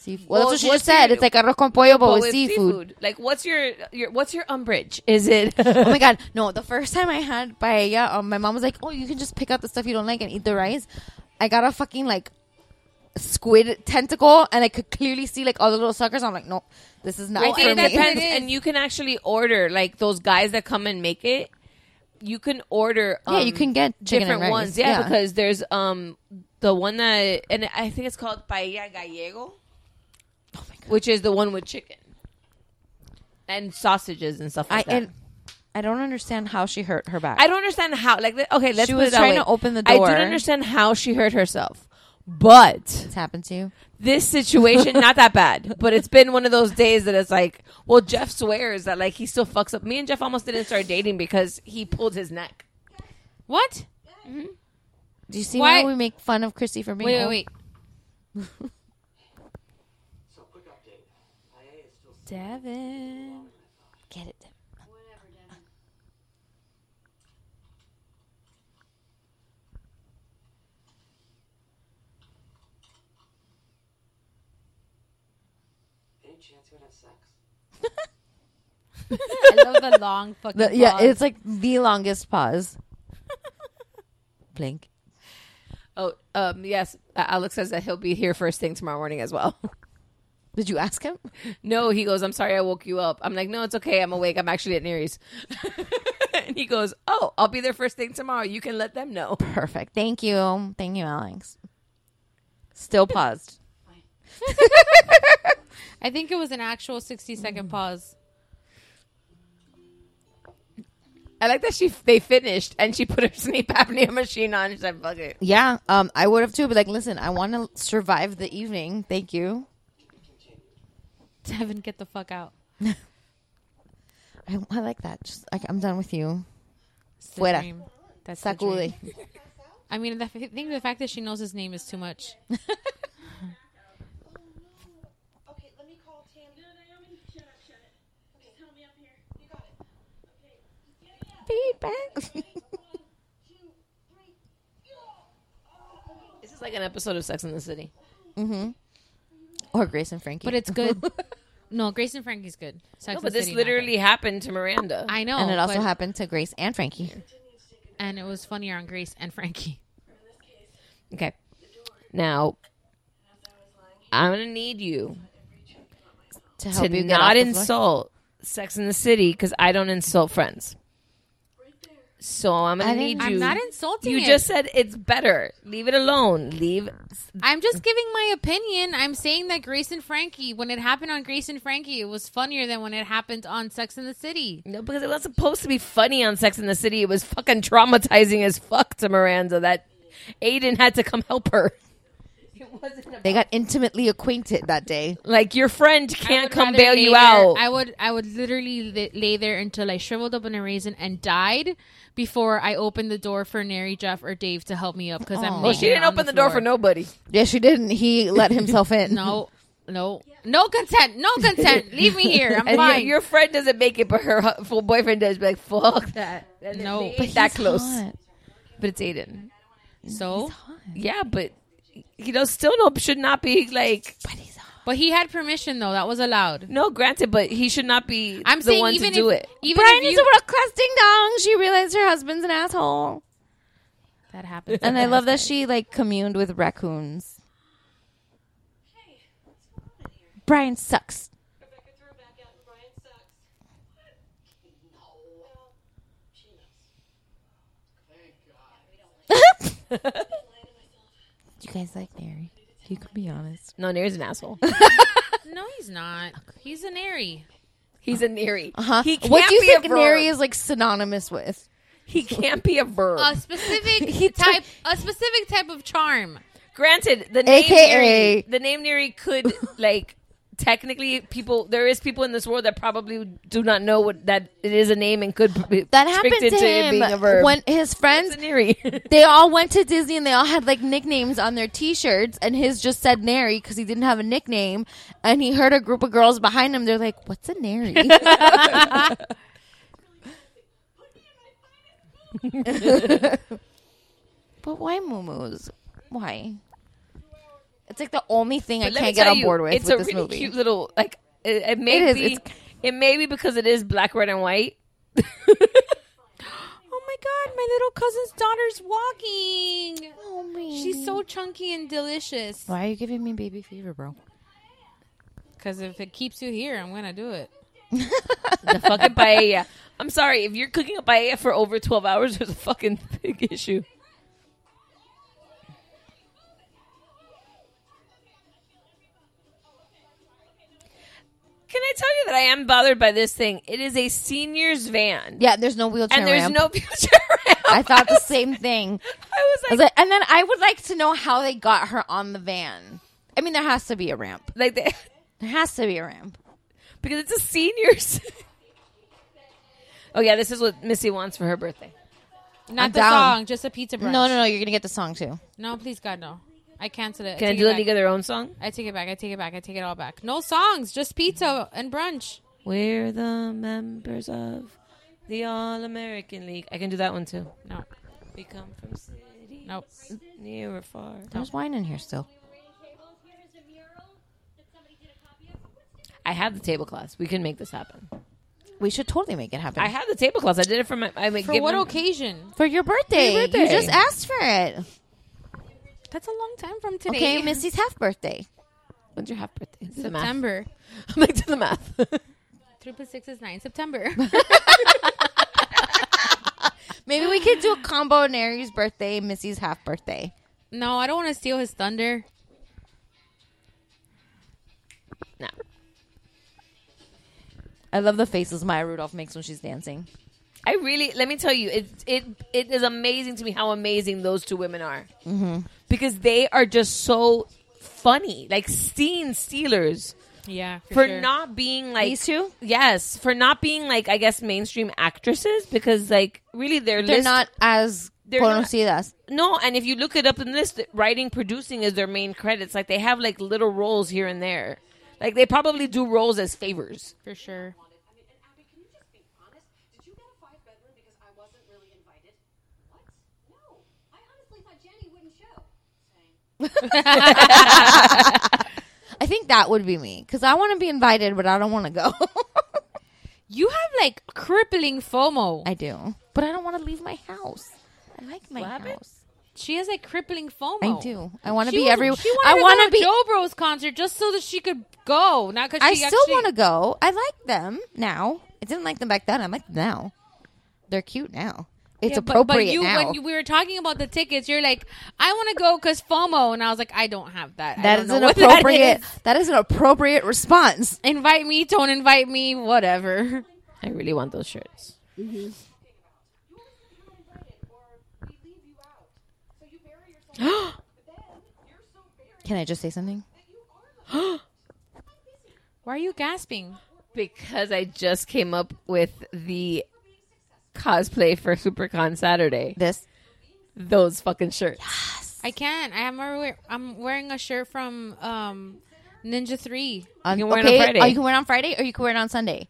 S9: Seafood. Well,
S11: Well,
S9: that's what she
S11: what's
S9: just said.
S11: your-
S9: It's like arroz con pollo, but Oh, with
S11: with
S9: seafood.
S11: Like what's your your what's your umbrage? Is it
S9: oh my god, no! The first time I had paella, um, my mom was like, "Oh, you can just pick out the stuff you don't like and eat the rice." I got a fucking like squid tentacle, and I could clearly see like all the little suckers. I'm like, "No, this is not
S11: Well,
S9: for
S11: it
S9: me."
S11: depends, and you can actually order like those guys that come and make it. You can order. Um,
S9: Yeah, you can get chicken and
S11: different
S9: rice,
S11: ones. Yeah,
S9: yeah.
S11: because there's um the one that and I think it's called paella gallego,
S9: Oh
S11: which is the one with chicken and sausages and stuff
S9: I
S11: like that.
S9: and I don't understand how she hurt her back.
S11: I don't understand how. Like, the- okay, let's
S9: She
S11: put
S9: was
S11: it that
S9: trying
S11: way.
S9: to open the
S11: I
S9: door.
S11: didn't understand how she hurt herself, but
S9: It's happened to you.
S11: this situation not that bad but it's been one of those days that it's like well jeff swears that like he still fucks up me and jeff almost didn't start dating because he pulled his neck
S10: What?
S9: Do you see
S10: Why-
S9: why we make fun of Chrissy for being
S10: Wait,
S9: old?
S10: wait, wait. Devin.
S9: Get it.
S20: Any chance we would have sex?
S10: I love the long fucking.
S9: The- yeah,
S10: pause.
S9: it's like the longest pause. Blink.
S11: oh um yes uh, alex says that he'll be here first thing tomorrow morning as well
S9: Did you ask him?
S11: no he goes i'm sorry i woke you up i'm like no it's okay i'm awake i'm actually at neary's and he goes oh i'll be there first thing tomorrow you can let them know
S9: Perfect. Thank you. Thank you, Alex. Still paused.
S10: I
S11: Mm.
S10: think it was an actual sixty second pause.
S11: I like that she they finished and she put her sleep apnea machine on. She's like, "Fuck it."
S9: Yeah, um, I would have too. But like, listen, I want to survive the evening. Thank you.
S10: Devin, get the fuck out.
S9: I, I like that. Just, I, I'm done with you. Fuera.
S10: dream. That's the
S9: Sacude.
S10: I mean, the, f- I think the fact that she knows his name is too much.
S21: Okay, let me call Tam. No, Naomi, shut up, shut it. Okay, help me up here. You got it. Okay, get it up.
S9: Feedback.
S11: This is like an episode of Sex in the City.
S9: mm-hmm. Or Grace and Frankie.
S10: But it's good. no, Grace and Frankie's good. Sex
S11: No,
S10: and
S11: but this
S10: City, not
S11: literally happened to Miranda.
S10: I know.
S9: and it also
S10: but-
S9: happened to Grace and Frankie.
S10: good. And it was funnier on Grace and Frankie.
S11: Okay. Now, I'm gonna need you
S9: to
S10: help you get
S11: not
S10: off the floor?
S11: insult Sex in the City because I don't insult friends. So I'm gonna
S10: I
S11: need
S10: didn't-
S11: you.
S10: I'm not insulting
S11: You
S10: it.
S11: just said it's better. Leave it alone. Leave.
S10: I'm just giving my opinion. I'm saying that Grace and Frankie, when it happened on Grace and Frankie, it was funnier than when it happened on Sex in the City.
S11: No, because it was supposed to be funny on Sex in the City. It was fucking traumatizing as fuck to Miranda that Aiden had to come help her.
S9: They got intimately acquainted that day.
S11: Like your friend can't
S10: would
S11: come
S10: rather
S11: bail
S10: lay
S11: you
S10: there-
S11: out.
S10: I would I would literally li- lay there until I shriveled up in a raisin and died before I opened the door for Nary, Jeff, or Dave to help me up because I'm.
S11: well, she
S10: naked
S11: didn't
S10: on
S11: open the, door
S10: floor.
S11: for nobody.
S9: Yeah, she didn't. He let himself in.
S10: No, no, no consent, no consent. Leave me here. I'm
S11: and your-
S10: fine.
S11: Your, friend doesn't make it, but her hu- full boyfriend does. Be like, fuck that. And
S10: No.
S11: it ain't
S10: But he's
S11: that close.
S10: hot.
S11: But it's Aiden.
S9: Mm-hmm.
S10: So
S11: yeah, but you know, still no should not be like.
S10: But he had permission though. That was allowed.
S11: No, granted, but he should not be
S10: I'm
S11: the
S10: saying
S11: one
S10: even
S11: to do
S10: if-
S11: it.
S10: even Brian if is you- a
S22: world class ding dong. She realized her husband's an asshole,
S10: That happened.
S22: and I love that
S9: she like communed with raccoons. Brian sucks. You guys like Mary? You can be honest.
S11: No, Neri's an asshole.
S10: No, he's not. He's an airy.
S11: He's a Neri.
S9: Uh huh.
S11: He can't
S9: What do you
S11: be
S9: think
S11: a verb.
S9: Neri is Uh, like synonymous with?
S11: He can't be a verb.
S10: A specific type. A specific type of charm.
S11: Granted, the name
S9: AKA.
S11: Neri, the name Neri could like technically people there is people in this world that probably do not know what that it is a name and could be
S9: That happened to
S11: restricted it
S9: him
S11: being a verb.
S9: when his friends
S11: It's a Neri.
S9: they all went to Disney and they all had like nicknames on their T-shirts, and his just said Nary because he didn't have a nickname, and he heard a group of girls behind him. They're like, "What's a Nary?" but why Moomoo's? Why? It's like the only thing
S11: But
S9: I
S11: let me
S9: can't get
S11: tell
S9: on
S11: you,
S9: board with.
S11: It's
S9: with
S11: a
S9: this
S11: really
S9: movie.
S11: cute little like it, it may
S9: It is,
S11: be
S9: it's-
S11: it may be because it is black, red, and white.
S10: Oh my god, my little cousin's daughter's walking. She's so chunky and delicious.
S9: Why are you giving me baby fever, bro?
S10: Because if it keeps you here, I'm gonna do it.
S11: The fucking paella. I'm sorry if you're cooking a paella for over 12 hours. There's a fucking big issue. Can I tell you that I am bothered by this thing? It is a seniors van,
S9: Yeah, there's no wheelchair.
S11: and there's
S9: ramp.
S11: no future ramp.
S9: I thought the same thing.
S11: I was
S9: I
S11: like,
S9: was like- and then I would like to know how they got her on the van. I mean, there has to be a ramp.
S11: like they,
S9: There has to be a ramp.
S11: because it's a seniors. oh yeah, this is what Missy wants for her birthday.
S10: Not
S9: I'm
S10: the
S9: down.
S10: song, just a pizza brunch.
S9: No, no, no. You're gonna get the song too.
S10: No, please God, no. I cancel it.
S11: Can I
S10: take
S11: do
S10: it
S11: a
S10: back.
S11: League of Their Own song?
S10: I take it back. I take it back. I take it all back. No songs, just pizza and brunch.
S11: We're the members of the All American League. I can do that one too.
S10: No,
S11: We come from cities
S10: Nope.
S11: near or far.
S9: There's wine in here still.
S11: I have the tablecloths. We can make this happen.
S9: We should totally make it happen.
S11: I have the tablecloths. I did it for my. I make
S10: For
S11: give
S10: what
S11: them-
S10: occasion?
S9: for your birthday.
S11: Your birthday.
S9: You just asked for it.
S10: That's a long time from today.
S9: Okay, Missy's half birthday.
S11: When's your half birthday? Do the math.
S10: September.
S11: I'm like do the math.
S10: Three plus six is nine. September.
S9: Maybe we could do a combo Nary's birthday, Missy's half birthday.
S10: no, I don't want to steal his thunder.
S11: no.
S9: I love the faces Maya Rudolph makes when she's dancing.
S11: I really let me tell you, it it it is amazing to me how amazing those two women are
S9: Mm-hmm.
S11: because they are just so funny, like scene stealers.
S10: Yeah,
S11: for, not being like
S9: These two?
S11: Yes, for not being like I guess mainstream actresses because like really they're
S9: They're
S11: list-
S9: not as
S11: they're not-
S9: conocidas.
S11: no, and if you look it up in the list, writing, producing is their main credits. Like they have like little roles here and there. Like they probably do roles as favors.
S10: for sure.
S9: I think that would be me because I want to be invited, but I don't want to go.
S10: you have like crippling FOMO.
S9: I do, but I don't want to leave my house. I like my house.
S10: She has like crippling FOMO.
S9: I do. I want to
S10: She
S9: be
S10: was-
S9: everywhere.
S10: She
S9: I
S10: wanted
S9: want
S10: want
S9: to be.
S10: Joe Bros concert just so that she could go, not because
S9: I still want to go. I like them now. I didn't like them back then. I like them now. They're cute now. It's appropriate
S10: but, you,
S9: now.
S10: When you, we were talking about the tickets, you're like, "I want to go because FOMO," and I was like, "I don't have that. I
S9: that
S10: don't
S9: is
S10: know
S9: an
S10: what
S9: appropriate.
S10: That is.
S9: that is an appropriate response.
S10: Invite me, don't invite me, whatever."
S11: I really want those shirts.
S9: Can I just say something?
S10: Why are you gasping?
S11: Because I just came up with the cosplay for SuperCon Saturday.
S9: This
S11: those fucking shirts.
S10: I can't. I am. wear- I'm wearing a shirt from um, Ninja Three.
S9: On,
S11: You can wear it on
S9: okay,
S11: Friday.
S9: oh, you can wear it on Friday, or you can wear it on Sunday.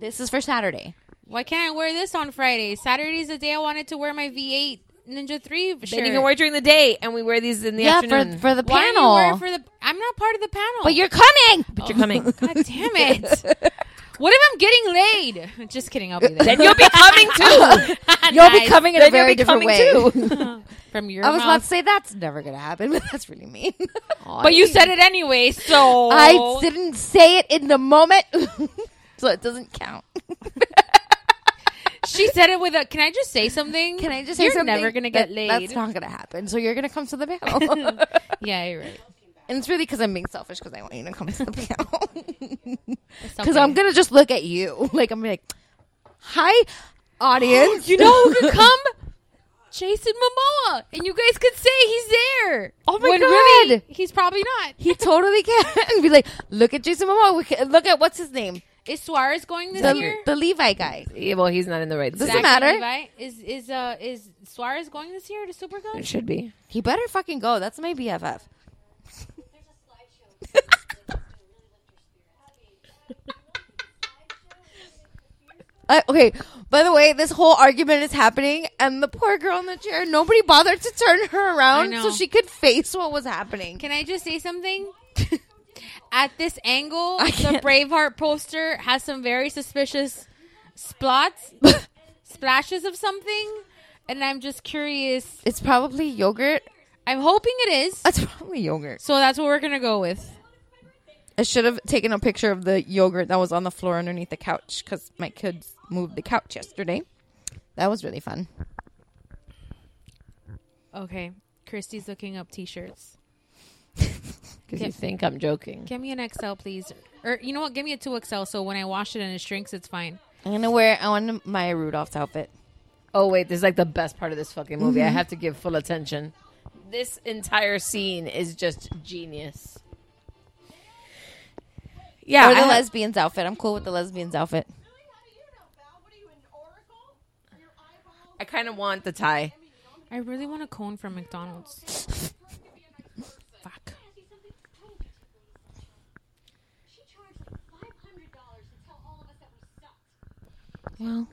S9: This is for Saturday.
S10: Why can't I wear this on Friday? Saturday's the day I wanted to wear my V8 Ninja Three shirt.
S11: Then you can wear it during the day, and we wear these in the
S9: yeah,
S11: afternoon.
S9: for for the
S10: Why
S9: panel.
S10: Are you wearing for the? I'm not part of the panel.
S9: but you're coming.
S11: but you're coming.
S10: God damn it! what if I'm getting laid? Just kidding. I'll be there.
S11: then you'll be coming too.
S9: You'll be
S10: Nice.
S9: coming in
S11: Then
S9: a very
S11: you'll be
S9: different
S11: coming
S9: way.
S11: too.
S10: From your
S9: I was about
S10: mouth.
S9: to say that's never gonna happen, but that's really mean.
S10: but you said it anyway, so
S9: I didn't say it in the moment, so it doesn't count.
S10: She said it with a. Can I just say something?
S9: Can I just
S10: You're
S9: say something?
S10: never gonna get
S9: That-
S10: laid.
S9: That's not gonna happen. So you're gonna come to the panel,
S10: yeah, you're right.
S9: and it's really because I'm being selfish because I want you to come to the panel.
S10: It's
S9: Because
S10: okay.
S9: I'm gonna just look at you, like I'm like, hi, audience.
S10: You know who could come? Jason Momoa, and you guys could say he's there.
S9: Oh my
S10: When
S9: God.
S10: really, he's probably not.
S9: He totally can be like, look at Jason Momoa. We can- Look at what's his name,
S10: Is Suarez going this
S9: the,
S10: year?
S9: the Levi guy.
S11: Yeah, well, he's not in the right.
S9: Doesn't
S11: seat.
S10: Zachary
S9: matter.
S10: Levi? Is is uh is Suarez going this year to
S11: It
S10: SuperCon?
S11: should be.
S9: He better fucking go. That's my BFF. Uh, okay. By the way, this whole argument is happening, and the poor girl in the chair. Nobody bothered to turn her around
S10: know.
S9: so she could face what was happening.
S10: Can I just say something? At this angle,
S9: I
S10: the
S9: can't.
S10: Braveheart poster has some very suspicious splots, splashes of something, and I'm just curious.
S9: it's probably yogurt.
S10: I'm hoping it is.
S9: It's probably yogurt.
S10: So that's what we're gonna go with.
S9: I should have taken a picture of the yogurt that was on the floor underneath the couch because my kids moved the couch yesterday. That was really fun.
S10: Okay, Christy's looking up t-shirts.
S11: Because you think I'm joking.
S10: Give me an XL, please, or you know what? Give me a two XL. So when I wash it and it shrinks, it's fine.
S9: I'm gonna wear. I want my Rudolph's outfit.
S11: Oh wait, this is like the best part of this fucking movie. I have to give full attention. This entire scene is just genius. Yeah,
S9: or the
S11: I ha-
S9: lesbian's outfit. I'm cool with the lesbian's outfit.
S11: I kind of want the tie.
S10: I really want a cone from McDonald's. Fuck.
S9: Well,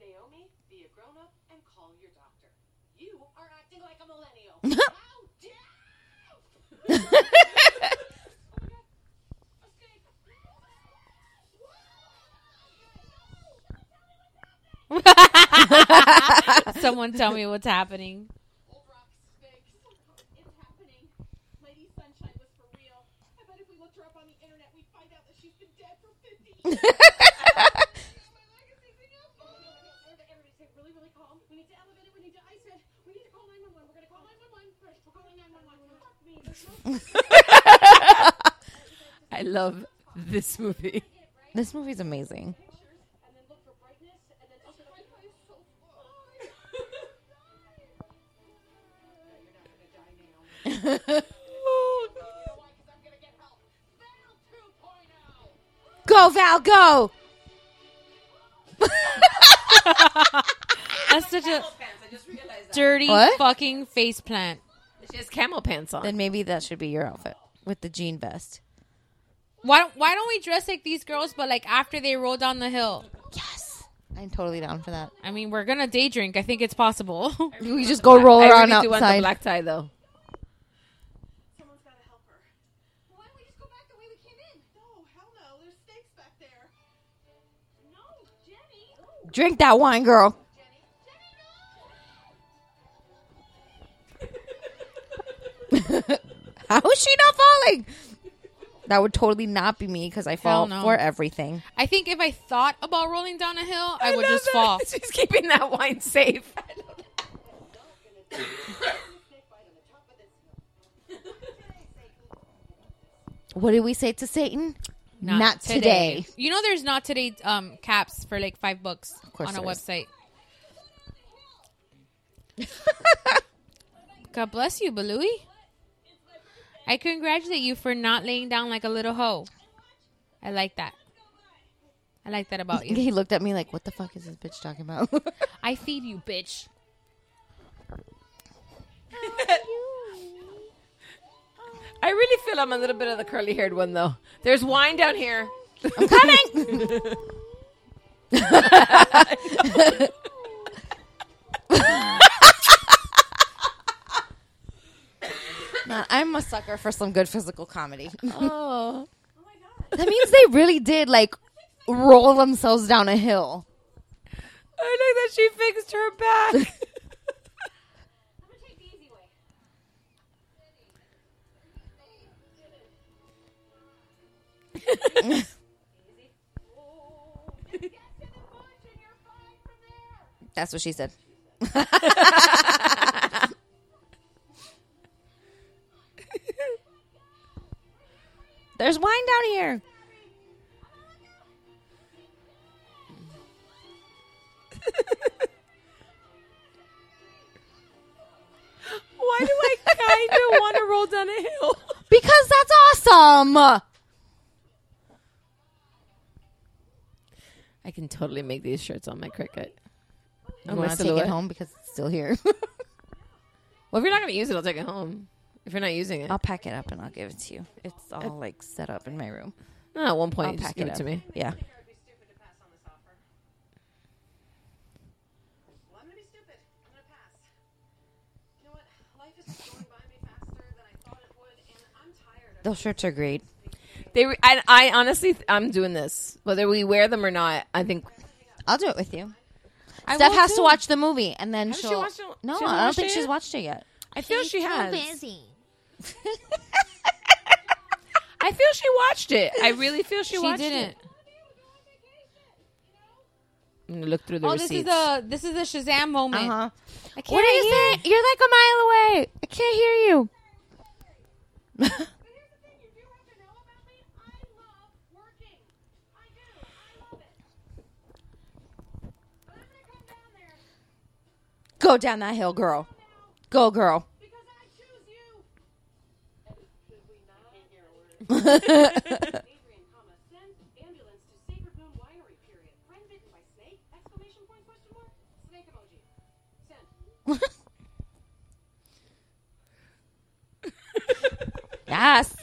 S13: Naomi, be a grown up and call your doctor. You are acting like a millennial.
S10: Someone tell me what's happening.
S11: I love this movie.
S9: This movie's amazing.
S13: Oh,
S9: go, Val, go!
S10: That's such a dirty
S9: What?
S10: fucking face plant.
S11: She has camel pants on.
S9: Then maybe that should be your outfit with the jean vest.
S10: Why don't Why don't we dress like these girls, but like after they roll down the hill?
S9: I'm totally down for that.
S10: I mean, we're gonna day drink. I think it's possible.
S9: We just go roll
S11: I
S9: around
S11: really do want the
S9: outside.
S11: black tie though.
S9: Drink that wine, girl. How is she not falling? That would totally not be me because I fall
S10: no.
S9: for everything.
S10: I think if I thought about rolling down a hill, I,
S11: I
S10: would
S11: love
S10: just
S11: that.
S10: fall.
S11: She's keeping that wine safe.
S9: What did we say to Satan?
S10: You know, there's not today um, caps for like five bucks
S9: course
S10: on a
S9: there is.
S10: website. God bless you, Balooey. I congratulate you for not laying down like a little hoe. I like that. I like that about you.
S9: He looked at me like, "What the fuck is this bitch talking about?"
S10: I feed you, bitch.
S11: I really feel I'm a little bit of the curly haired one though. There's wine down here.
S9: I'm coming. Nah, I'm a sucker for some good physical comedy.
S11: oh.
S9: that means they really did like roll themselves down a hill.
S11: I like that she fixed her back.
S9: That's what she said. There's wine down here.
S11: Why do I kind of want to roll down a hill?
S9: Because that's awesome.
S11: I can totally make these shirts on my cricket. Oh,
S9: You want to take it home because it's still here.
S11: Well, if you're not going to use it, I'll take it home. If you're not using it,
S9: I'll pack it up and I'll give it to you. It's all like set up in my room.
S11: no, at one point,
S9: I'll
S11: Oh, you just
S9: pack
S11: give
S9: it
S11: it,
S9: up.
S11: to me.
S9: Yeah. Those shirts are great.
S11: They, re- I, I honestly, th- I'm doing this whether we wear them or not. I think
S9: I'll do it with you.
S11: I
S9: Steph
S11: will
S9: has
S11: too.
S9: to watch the movie and then
S11: Hasn't she
S9: she'll.
S11: watched it?
S9: No,
S11: She hasn't
S9: I don't
S11: watched
S9: think
S11: it
S9: she's
S11: yet?
S9: watched it yet.
S11: I feel she has.
S9: busy.
S11: I feel she watched it. I really feel she,
S10: She
S11: watched
S10: didn't.
S11: it. I'm gonna look through the
S10: Oh,
S11: receipts.
S10: this is the this is the Shazam moment.
S9: Uh-huh.
S10: I can't
S9: What are you
S10: hear.
S9: saying? You're like a mile away. I can't hear you. Go down that hill, girl. Go, girl. Yes.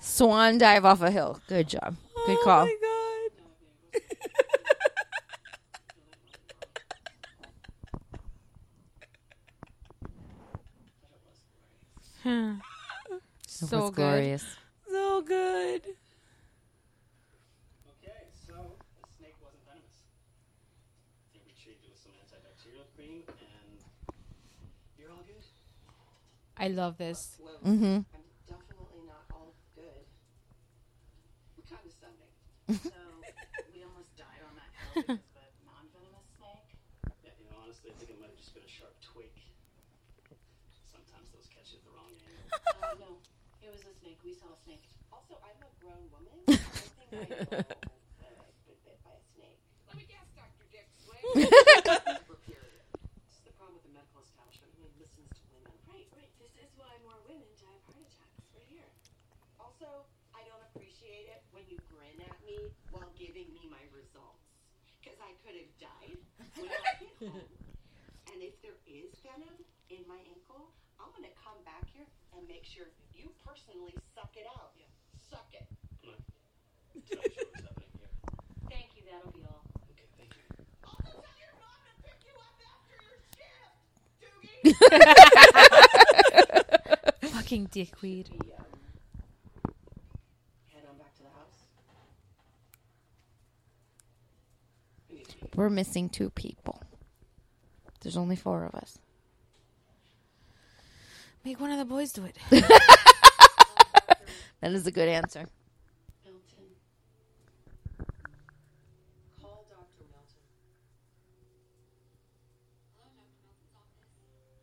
S9: Swan dive off a hill. Good job. Good call.
S11: Oh
S10: Hmm.
S9: It
S10: so
S9: was
S10: good.
S9: glorious.
S11: my god, so good.
S23: Okay, so the snake wasn't venomous. I think we treated it with some antibacterial cream, and you're all good.
S10: I love this.
S9: Mhm.
S13: Mm-hmm. I'm definitely not all good. What kind of Sunday? so we almost died on that
S24: that shit the wrong angle.
S25: uh, no, it was a snake. We saw a snake.
S13: Also, I'm a grown woman. I think I know when I've been bit by a snake.
S24: Let me guess, Dr. Dick Swing. Superior. This is the problem with the medical establishment. Who listens to women?
S25: Right, right. This is why more women die of heart attacks. Right here.
S13: Also, I don't appreciate it when you grin at me while giving me my results. Because I could have died when I get home. And if there is venom in my ankle, I'm going to come back here and make sure you personally suck it out. Suck it.
S24: I'm not I'm sure what's happening here.
S25: Thank you. That'll be all.
S24: Okay, thank you.
S13: Oh,
S11: Fucking dickweed.
S13: Head on back to the house.
S9: We're missing two people. There's only four of us.
S11: Make one of the boys do it.
S9: That is a good answer.
S13: Milton. Call Dr. Milton.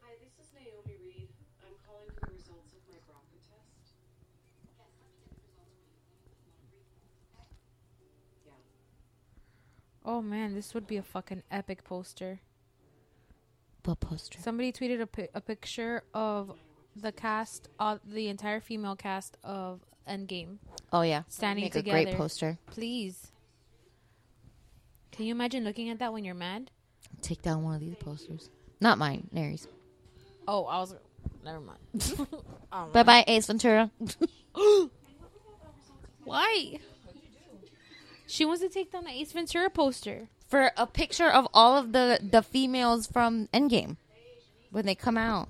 S25: Hi, this is Naomi Reed. I'm calling for the results of my Bronco test.
S11: oh man, this would be a fucking epic poster.
S9: What poster?
S11: Somebody tweeted a, pi- a picture of the cast, uh, the entire female cast of Endgame.
S9: Oh yeah,
S11: standing
S9: Make
S11: together.
S9: a great poster.
S11: Please. Can you imagine looking at that when you're mad?
S9: Take down one of these posters. Not mine, Nary's.
S11: Oh, I was. Never mind. Oh,
S9: Bye bye, Ace Ventura.
S11: Why? She wants to take down the Ace Ventura poster.
S9: For a picture of all of the the females from Endgame when they come out.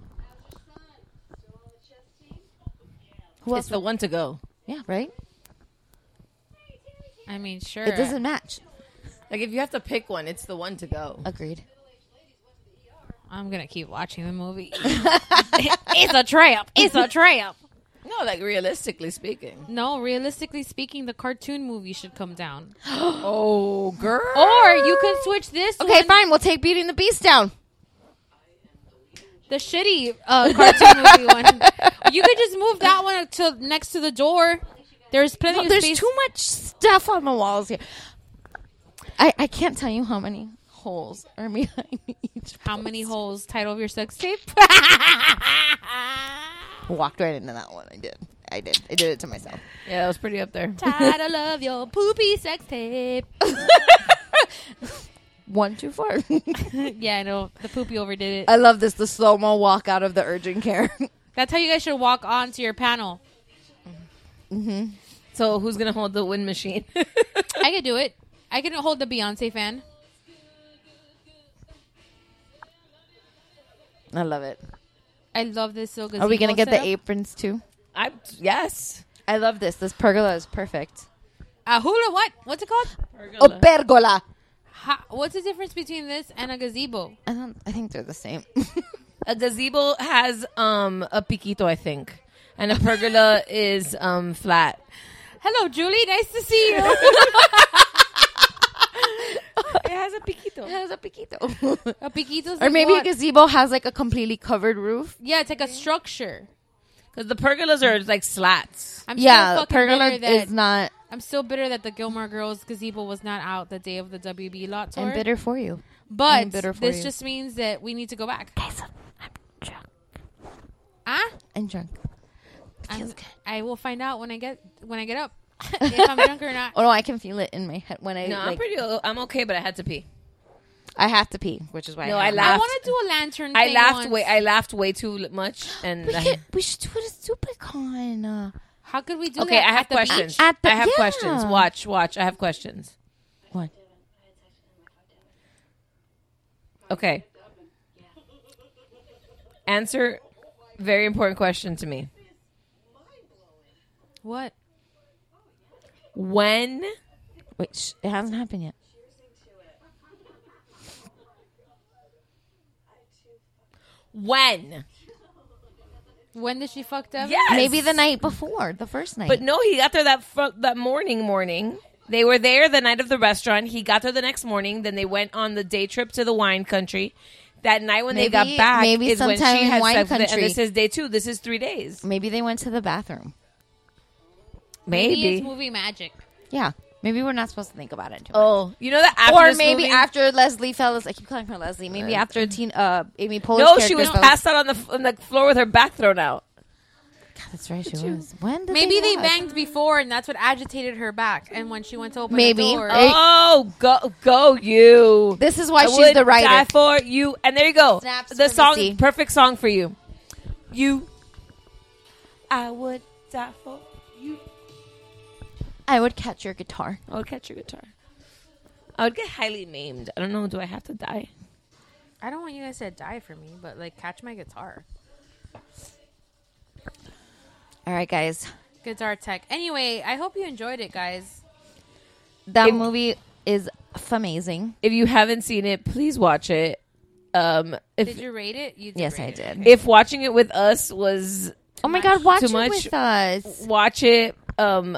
S9: Who
S10: It's the one to go.
S9: Yeah, right.
S11: I mean, sure.
S9: It doesn't match.
S10: Like if you have to pick one, it's the one to go.
S9: Agreed.
S11: I'm gonna keep watching the movie. it's a trap. It's a trap.
S10: No, like realistically speaking.
S11: No, realistically speaking, the cartoon movie should come down.
S10: oh, girl.
S11: Or you can switch this.
S9: Okay,
S11: one-
S9: fine. We'll take Beauty and the Beast down.
S11: The shitty uh, cartoon movie one. You could just move that one to next to the door. There's plenty
S9: No,
S11: of
S9: there's
S11: space.
S9: too much stuff on the walls here. I, I can't tell you how many holes are behind each.
S11: How many holes? Title of your sex tape?
S9: Walked right into that one. I did. I did. I did it to myself.
S10: Yeah, that was pretty up there.
S11: Title of your poopy sex tape.
S9: One, two, four.
S11: yeah, I know. The poopy overdid it.
S9: I love this. The slow mo walk out of the urgent care.
S11: That's how you guys should walk on to your panel.
S9: mm-hmm.
S10: So who's gonna hold the wind machine?
S11: I could do it. I can hold the Beyonce fan.
S9: I love it.
S11: I love this so good.
S9: Are we gonna get the aprons too?
S10: I yes.
S9: I love this. This pergola is perfect.
S11: A uh, hula what? What's it called?
S9: Oh, pergola.
S11: Ha- what's the difference between this and a gazebo?
S9: I don't. I think they're the same.
S10: A gazebo has um a piquito, I think, and a pergola is um flat.
S11: Hello, Julie. Nice to see you.
S10: It has a piquito.
S9: It has a piquito.
S11: a piquito's
S9: or
S11: like
S9: maybe a
S11: what?
S9: gazebo has like a completely covered roof.
S11: Yeah, it's like a structure.
S10: Because the pergolas are like slats.
S11: I'm
S9: yeah,
S11: still fucking
S9: pergola
S11: bitter that
S9: is not.
S11: I'm still bitter that the Gilmore Girls gazebo was not out the day of the WB lot tour.
S9: I'm bitter for you.
S11: but
S9: I'm bitter for
S11: this
S9: you.
S11: just means that we need to go back. Huh?
S9: I'm drunk.
S11: I'm, Ah, I will find out when I get when I get up if I'm drunk or not.
S9: Oh no, I can feel it in my head when I
S10: No, I'm
S9: like.
S10: pretty. I'm okay, but I had to pee.
S9: I have to pee, which is why.
S10: No,
S9: I,
S10: I
S9: don't.
S11: I
S10: laughed.
S11: want to do a lantern.
S10: I
S11: thing
S10: laughed
S11: once.
S10: way. I laughed way too l- much, and
S9: We,
S10: I-
S9: can, we should do it at SuperCon. Uh,
S11: How could we do
S10: okay,
S11: that?
S10: I
S11: at
S10: have
S11: the
S10: questions.
S11: beach?
S9: At the-
S10: I have
S9: yeah.
S10: questions. Watch, watch. I have questions.
S9: What?
S10: Okay. Answer very important question to me.
S11: What?
S10: When
S9: Wait, sh- it hasn't happened yet.
S10: when?
S11: When did she fuck Devin?
S10: Yes.
S9: Maybe the night before, the first night.
S10: But no, he got there that fr- that morning. Morning. They were there the night of the restaurant. He got there the next morning. Then they went on the day trip to the wine country. that night when they
S9: Maybe-
S10: got back
S9: maybe
S10: is when
S9: sometime
S10: she
S9: in
S10: had
S9: wine
S10: sex with it.
S9: country.
S10: And this is day two. This is three days.
S9: Maybe they went to the bathroom.
S11: Maybe
S10: Maybe.
S11: it's movie magic.
S9: Yeah. Maybe we're not supposed to think about it. Too
S10: Oh, you know that
S9: much.
S10: after
S9: Or
S10: this
S9: maybe
S10: movie-
S9: after Leslie fell, I keep calling her Leslie. Maybe after teen, uh, Amy Polish.
S10: no, she
S9: character
S10: was
S9: fell-
S10: passed out on the f- on the floor with her back thrown out.
S9: That's right. She was. When did
S11: Maybe they
S9: have?
S11: banged before, and that's what agitated her back. And when she went to open
S9: Maybe.
S11: the door,
S9: Hey.
S10: Oh, go go you!
S9: This is why
S10: I
S9: she's
S10: would
S9: the writer.
S10: Die for you, and there you go.
S9: Snaps
S10: the
S9: for
S10: song,
S9: Missy.
S10: perfect song for you. You, I would die for you.
S9: I would catch your guitar.
S10: I would catch your guitar. I would get highly maimed. I don't know. Do I have to die?
S11: I don't want you guys to die for me, but like catch my guitar,
S9: All right, guys.
S11: guitar tech. Anyway, I hope you enjoyed it, guys.
S9: That movie is f- amazing.
S10: If you haven't seen it, please watch it. Um, if,
S11: Did you rate it? You did
S9: Yes,
S11: rate
S9: I
S11: it.
S9: did.
S10: if watching it with us was
S9: oh my god, watch
S10: too
S9: it
S10: much,
S9: with us.
S10: watch it. Um,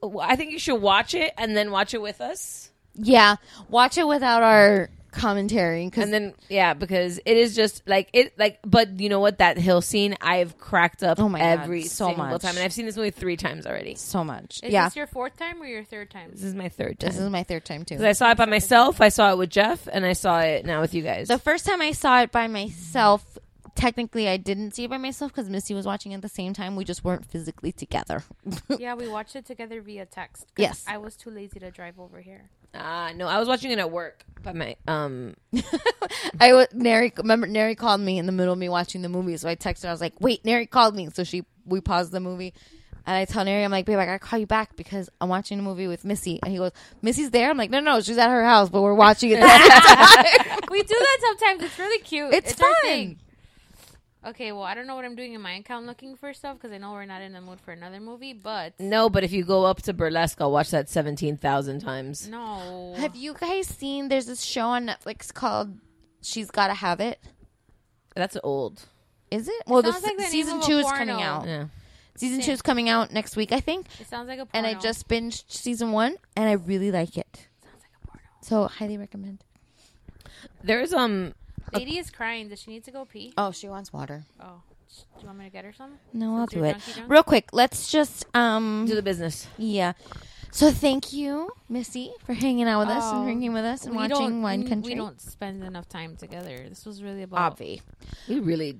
S10: w- I think you should watch it and then watch it with us,
S9: Yeah, watch it without our commentary because
S10: and then yeah, because it is just like it like. But you know what? That hill scene, I've cracked up
S9: Oh my God,
S10: every
S9: so
S10: single
S9: much.
S10: time, and I've seen this movie three times already.
S9: so much.
S11: Is
S9: yeah,
S11: this your fourth time or your third time?
S10: This is my third time.
S9: this is my third time too.
S10: 'Cause I saw it by myself. I saw it with Jeff, and I saw it now with you guys.
S9: The first time I saw it by myself, technically I didn't see it by myself because Missy was watching at the same time. We just weren't physically together.
S11: yeah, we watched it together via text. 'cause
S9: Yes.
S11: I was too lazy to drive over here.
S10: Uh, no, I was watching it at work by my um.
S9: I was Neri. Remember, Neri called me in the middle of me watching the movie, so I texted. her. I was like, "Wait, Neri called me." So she we paused the movie, and I tell Neri, "I'm like, babe, I gotta call you back because I'm watching a movie with Missy." And he goes, "Missy's there." I'm like, "No, no, she's at her house, but we're watching it."
S11: we do that sometimes. It's really cute.
S9: It's
S11: our
S9: fun.
S11: thing. Okay, well, I don't know what I'm doing in my account looking for stuff because I know we're not in the mood for another movie, but
S10: No, but if you go up to burlesque, I'll watch that seventeen thousand times.
S11: no.
S9: Have you guys seen? There's this show on Netflix called "She's Gotta Have It."
S10: That's old.
S9: Is it? Well, the
S11: sounds like the name
S9: season
S11: of a
S9: two is
S11: porno.
S9: coming out.
S10: Yeah.
S9: Season two is coming out next week, I think.
S11: It sounds like a
S9: And
S11: porno.
S9: I just binged season one, and I really like it. So highly recommend.
S10: There's um
S11: Lady is crying. Does she need to go pee?
S9: Oh, she wants water.
S11: Oh. Do you want me to get her some?
S9: No, I'll
S11: Since
S9: do
S11: you're
S9: it
S11: drunk, you drunk?
S9: real quick. Let's just um
S10: do the business.
S9: yeah. So thank you, Missy, for hanging out with us and
S11: Oh,
S9: drinking with us and
S11: we
S9: watching
S11: don't-
S9: Wine
S11: we-
S9: Country.
S11: We don't spend enough time together. This was really about.
S9: Obvi.
S10: We really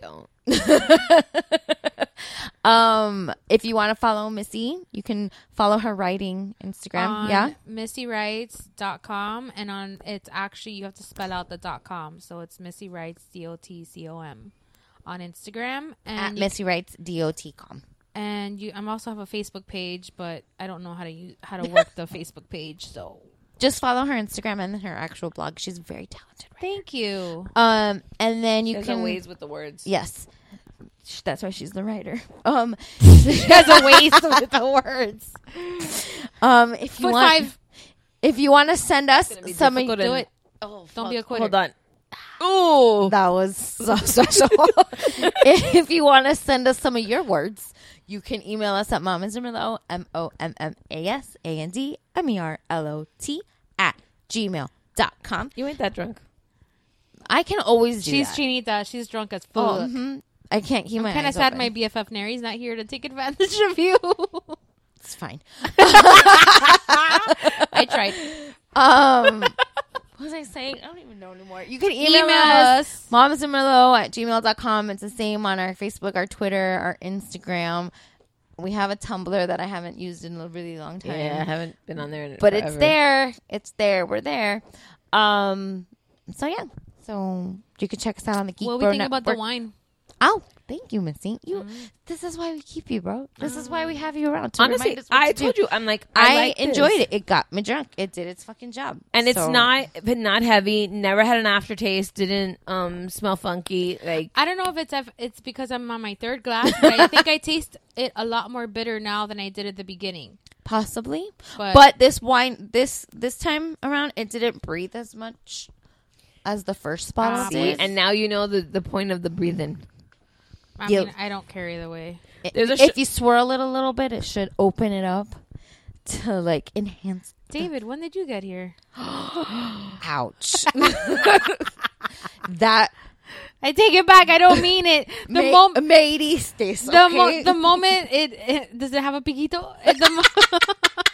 S10: don't.
S9: Um, if you want to follow Missy, you can follow her writing Instagram.
S11: on
S9: Um, yeah,
S11: missywrites.com and on it's actually you have to spell out the dot com so it's missywrites d-o-t-c-o-m on instagram and
S9: at
S10: E
S11: you-
S9: Missy Writes dot com.
S11: and you i'm also have a facebook page but i don't know how to use how to work the facebook page so
S9: Just follow her Instagram and then her actual blog. She's very talented. Right?
S11: thank you
S9: Um, and then you
S10: There's
S9: can
S10: no ways with the words.
S9: Yes. Sh- That's why she's the writer. Um, she has a waste with the words. Um, if you
S11: Foot
S9: want,
S11: five.
S9: if you want to send us
S10: gonna be
S9: some,
S10: difficult
S11: do
S10: and-
S11: it
S10: Oh,
S11: Don't be
S10: fuck.
S11: a quitter.
S10: Hold on. Oh,
S9: that was so special. if you want to send us some of your words, you can email us at momasanderlo m o m m a s a n d m e r l o t at gmail dot com.
S10: you ain't that drunk.
S9: I can always do
S11: she's
S9: that.
S11: chinita she's drunk as fuck
S9: Oh, mhm. I can't keep my
S11: kind of
S9: eyes
S11: sad
S9: open.
S11: my bff nary's not here to take advantage of you
S9: It's fine.
S11: i tried
S9: Um, what was I saying? I don't even know anymore. You can email,
S11: Email
S9: us,
S11: us.
S9: moms and merlot at gmail.com. It's the same on our Facebook, our Twitter, our Instagram. We have a Tumblr that I haven't used in a really long time.
S10: Yeah, I haven't been on there in
S9: But it's
S10: forever.
S9: there. It's there. We're there. Um, so, yeah. So you can check us out on the Geek
S11: what we
S9: Bro
S11: think about the
S9: Network.
S11: wine Mm.
S9: Oh, thank you, Missy. You. This is why we keep you, bro. This is why we have you around. To
S10: Honestly,
S9: remind us what
S10: I
S9: to do.
S10: told you. I'm like I,
S9: I,
S10: like this.
S9: enjoyed it. It got me drunk. It did its fucking job.
S10: and it's
S9: So-
S10: not but not heavy. Never had an aftertaste. Didn't um smell funky. Like
S11: I don't know if it's if it's because I'm on my third glass, but I think I taste it a lot more bitter now than I did at the beginning.
S9: possibly, but,
S11: But-
S9: this wine this this time around it didn't breathe as much as the first bottle
S13: Ah,
S10: see,
S9: did.
S10: and now you know the the point of the breathing.
S11: I
S9: Yeah.
S11: mean, I don't care either way.
S9: I-
S10: there's a sh-
S9: if you swirl it a little bit, it should open it up to like enhance.
S11: David, when did you get here?
S9: Ouch! that
S13: I take it back. I don't mean it. The
S9: ma-
S13: moment
S9: mateístes,
S13: the,
S9: okay?
S13: mo- the moment it, it- does it have a piquito? Uh, The, mo-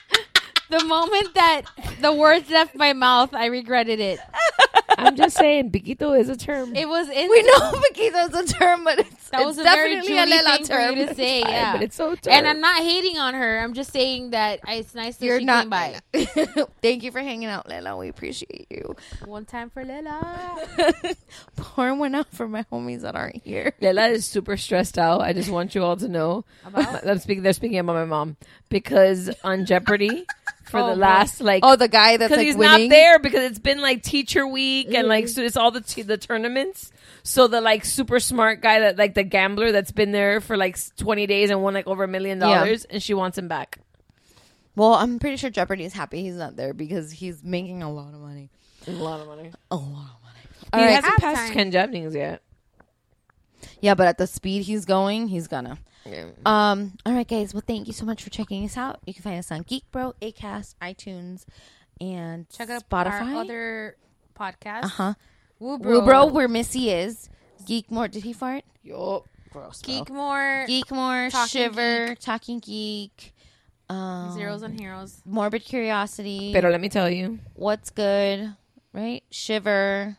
S13: the moment that the words left my mouth, I regretted it.
S11: I'm just saying, piquito is a term.
S13: It was in.
S9: We know piquito's a term, but it's,
S13: That was
S9: it's
S13: a very
S9: definitely a
S13: Julie
S9: Lela
S13: thing
S9: term.
S13: for you to say,
S9: It's fine,
S13: yeah.
S9: but it's so
S13: And
S9: term.
S13: I'm not hating on her. I'm just saying that it's nice that
S9: You're
S13: she
S9: not
S13: came by.
S9: Thank you for hanging out, Lela. We appreciate you.
S13: One time for Lela.
S9: Pour one out for my homies that aren't here.
S11: Lela is super stressed
S10: Oh,
S11: out. I just want you all to know.
S9: About?
S11: I'm speaking. They're speaking about my mom because on Jeopardy for
S9: Oh,
S11: the
S9: boy.
S11: last like
S9: Oh, the guy that's,
S11: 'cause
S9: like,
S11: he's
S9: winning?
S11: not there because it's been like teacher week and like
S9: Mm.
S11: so it's all the t- the tournaments. So the like super smart guy that like the gambler that's been there for like s- 20 days and won like over a million
S9: Yeah.
S11: dollars and she wants him back.
S9: Well, I'm pretty sure Jeopardy is happy he's not there because he's making a lot of money.
S11: A lot of money.
S9: A lot of money.
S11: He
S9: All right.
S11: hasn't passed Ken Jennings yet.
S9: Yeah, but at the speed he's going, he's gonna. Um. All right, guys. Well, thank you so much for checking us out. You can find us on Geek Bro, Acast, iTunes, and
S13: Check out
S9: Spotify.
S13: our other podcast.
S9: uh huh.
S13: Woo
S9: Woo
S13: Bro.
S9: Bro, where Missy is. Geek more. Did he fart? Yo. Gross. bro.
S13: Geekmore.
S9: Geekmore,
S13: Talking
S9: Shiver, Talking Geek, um,
S13: Zeros and Heroes.
S9: Morbid Curiosity.
S11: Pero let me tell you.
S9: what's good, right? Shiver.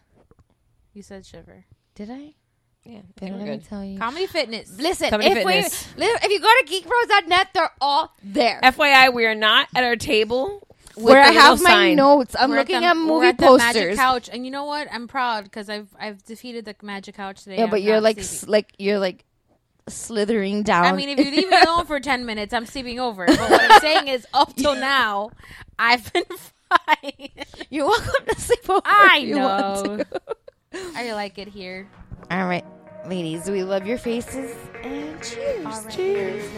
S13: You said Shiver.
S9: Did I?
S11: Yeah.
S9: Pero
S11: we're
S9: let me
S11: good.
S9: tell you.
S13: Comedy Fitness.
S9: Listen,
S11: Comedy
S9: if
S11: Fitness.
S9: we li- if you go to geekbros.net, they're all there.
S11: FYI, we are not at our table with
S9: Where
S11: the
S9: I have
S11: little
S9: my
S11: sign.
S9: notes. I'm
S13: We're
S9: looking at,
S13: the-
S9: movie
S13: we're at
S9: posters.
S13: The magic couch, and you know what? I'm proud because I've I've defeated the magic couch today.
S9: Yeah,
S13: I'm
S9: but you're
S13: not
S9: like
S13: sleeping.
S9: s- like you're like slithering down.
S13: I mean, if you leave me alone for ten minutes, I'm sleeping over. But what I'm saying is, up till now, I've been fine.
S9: You're welcome to sleep over.
S13: I
S9: if you want
S13: know.
S9: to.
S13: I like it here.
S9: All right, ladies, we love your faces and cheers. cheers.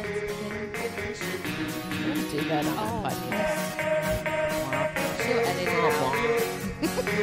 S11: Do that on the podcast.
S13: She'll edit it out.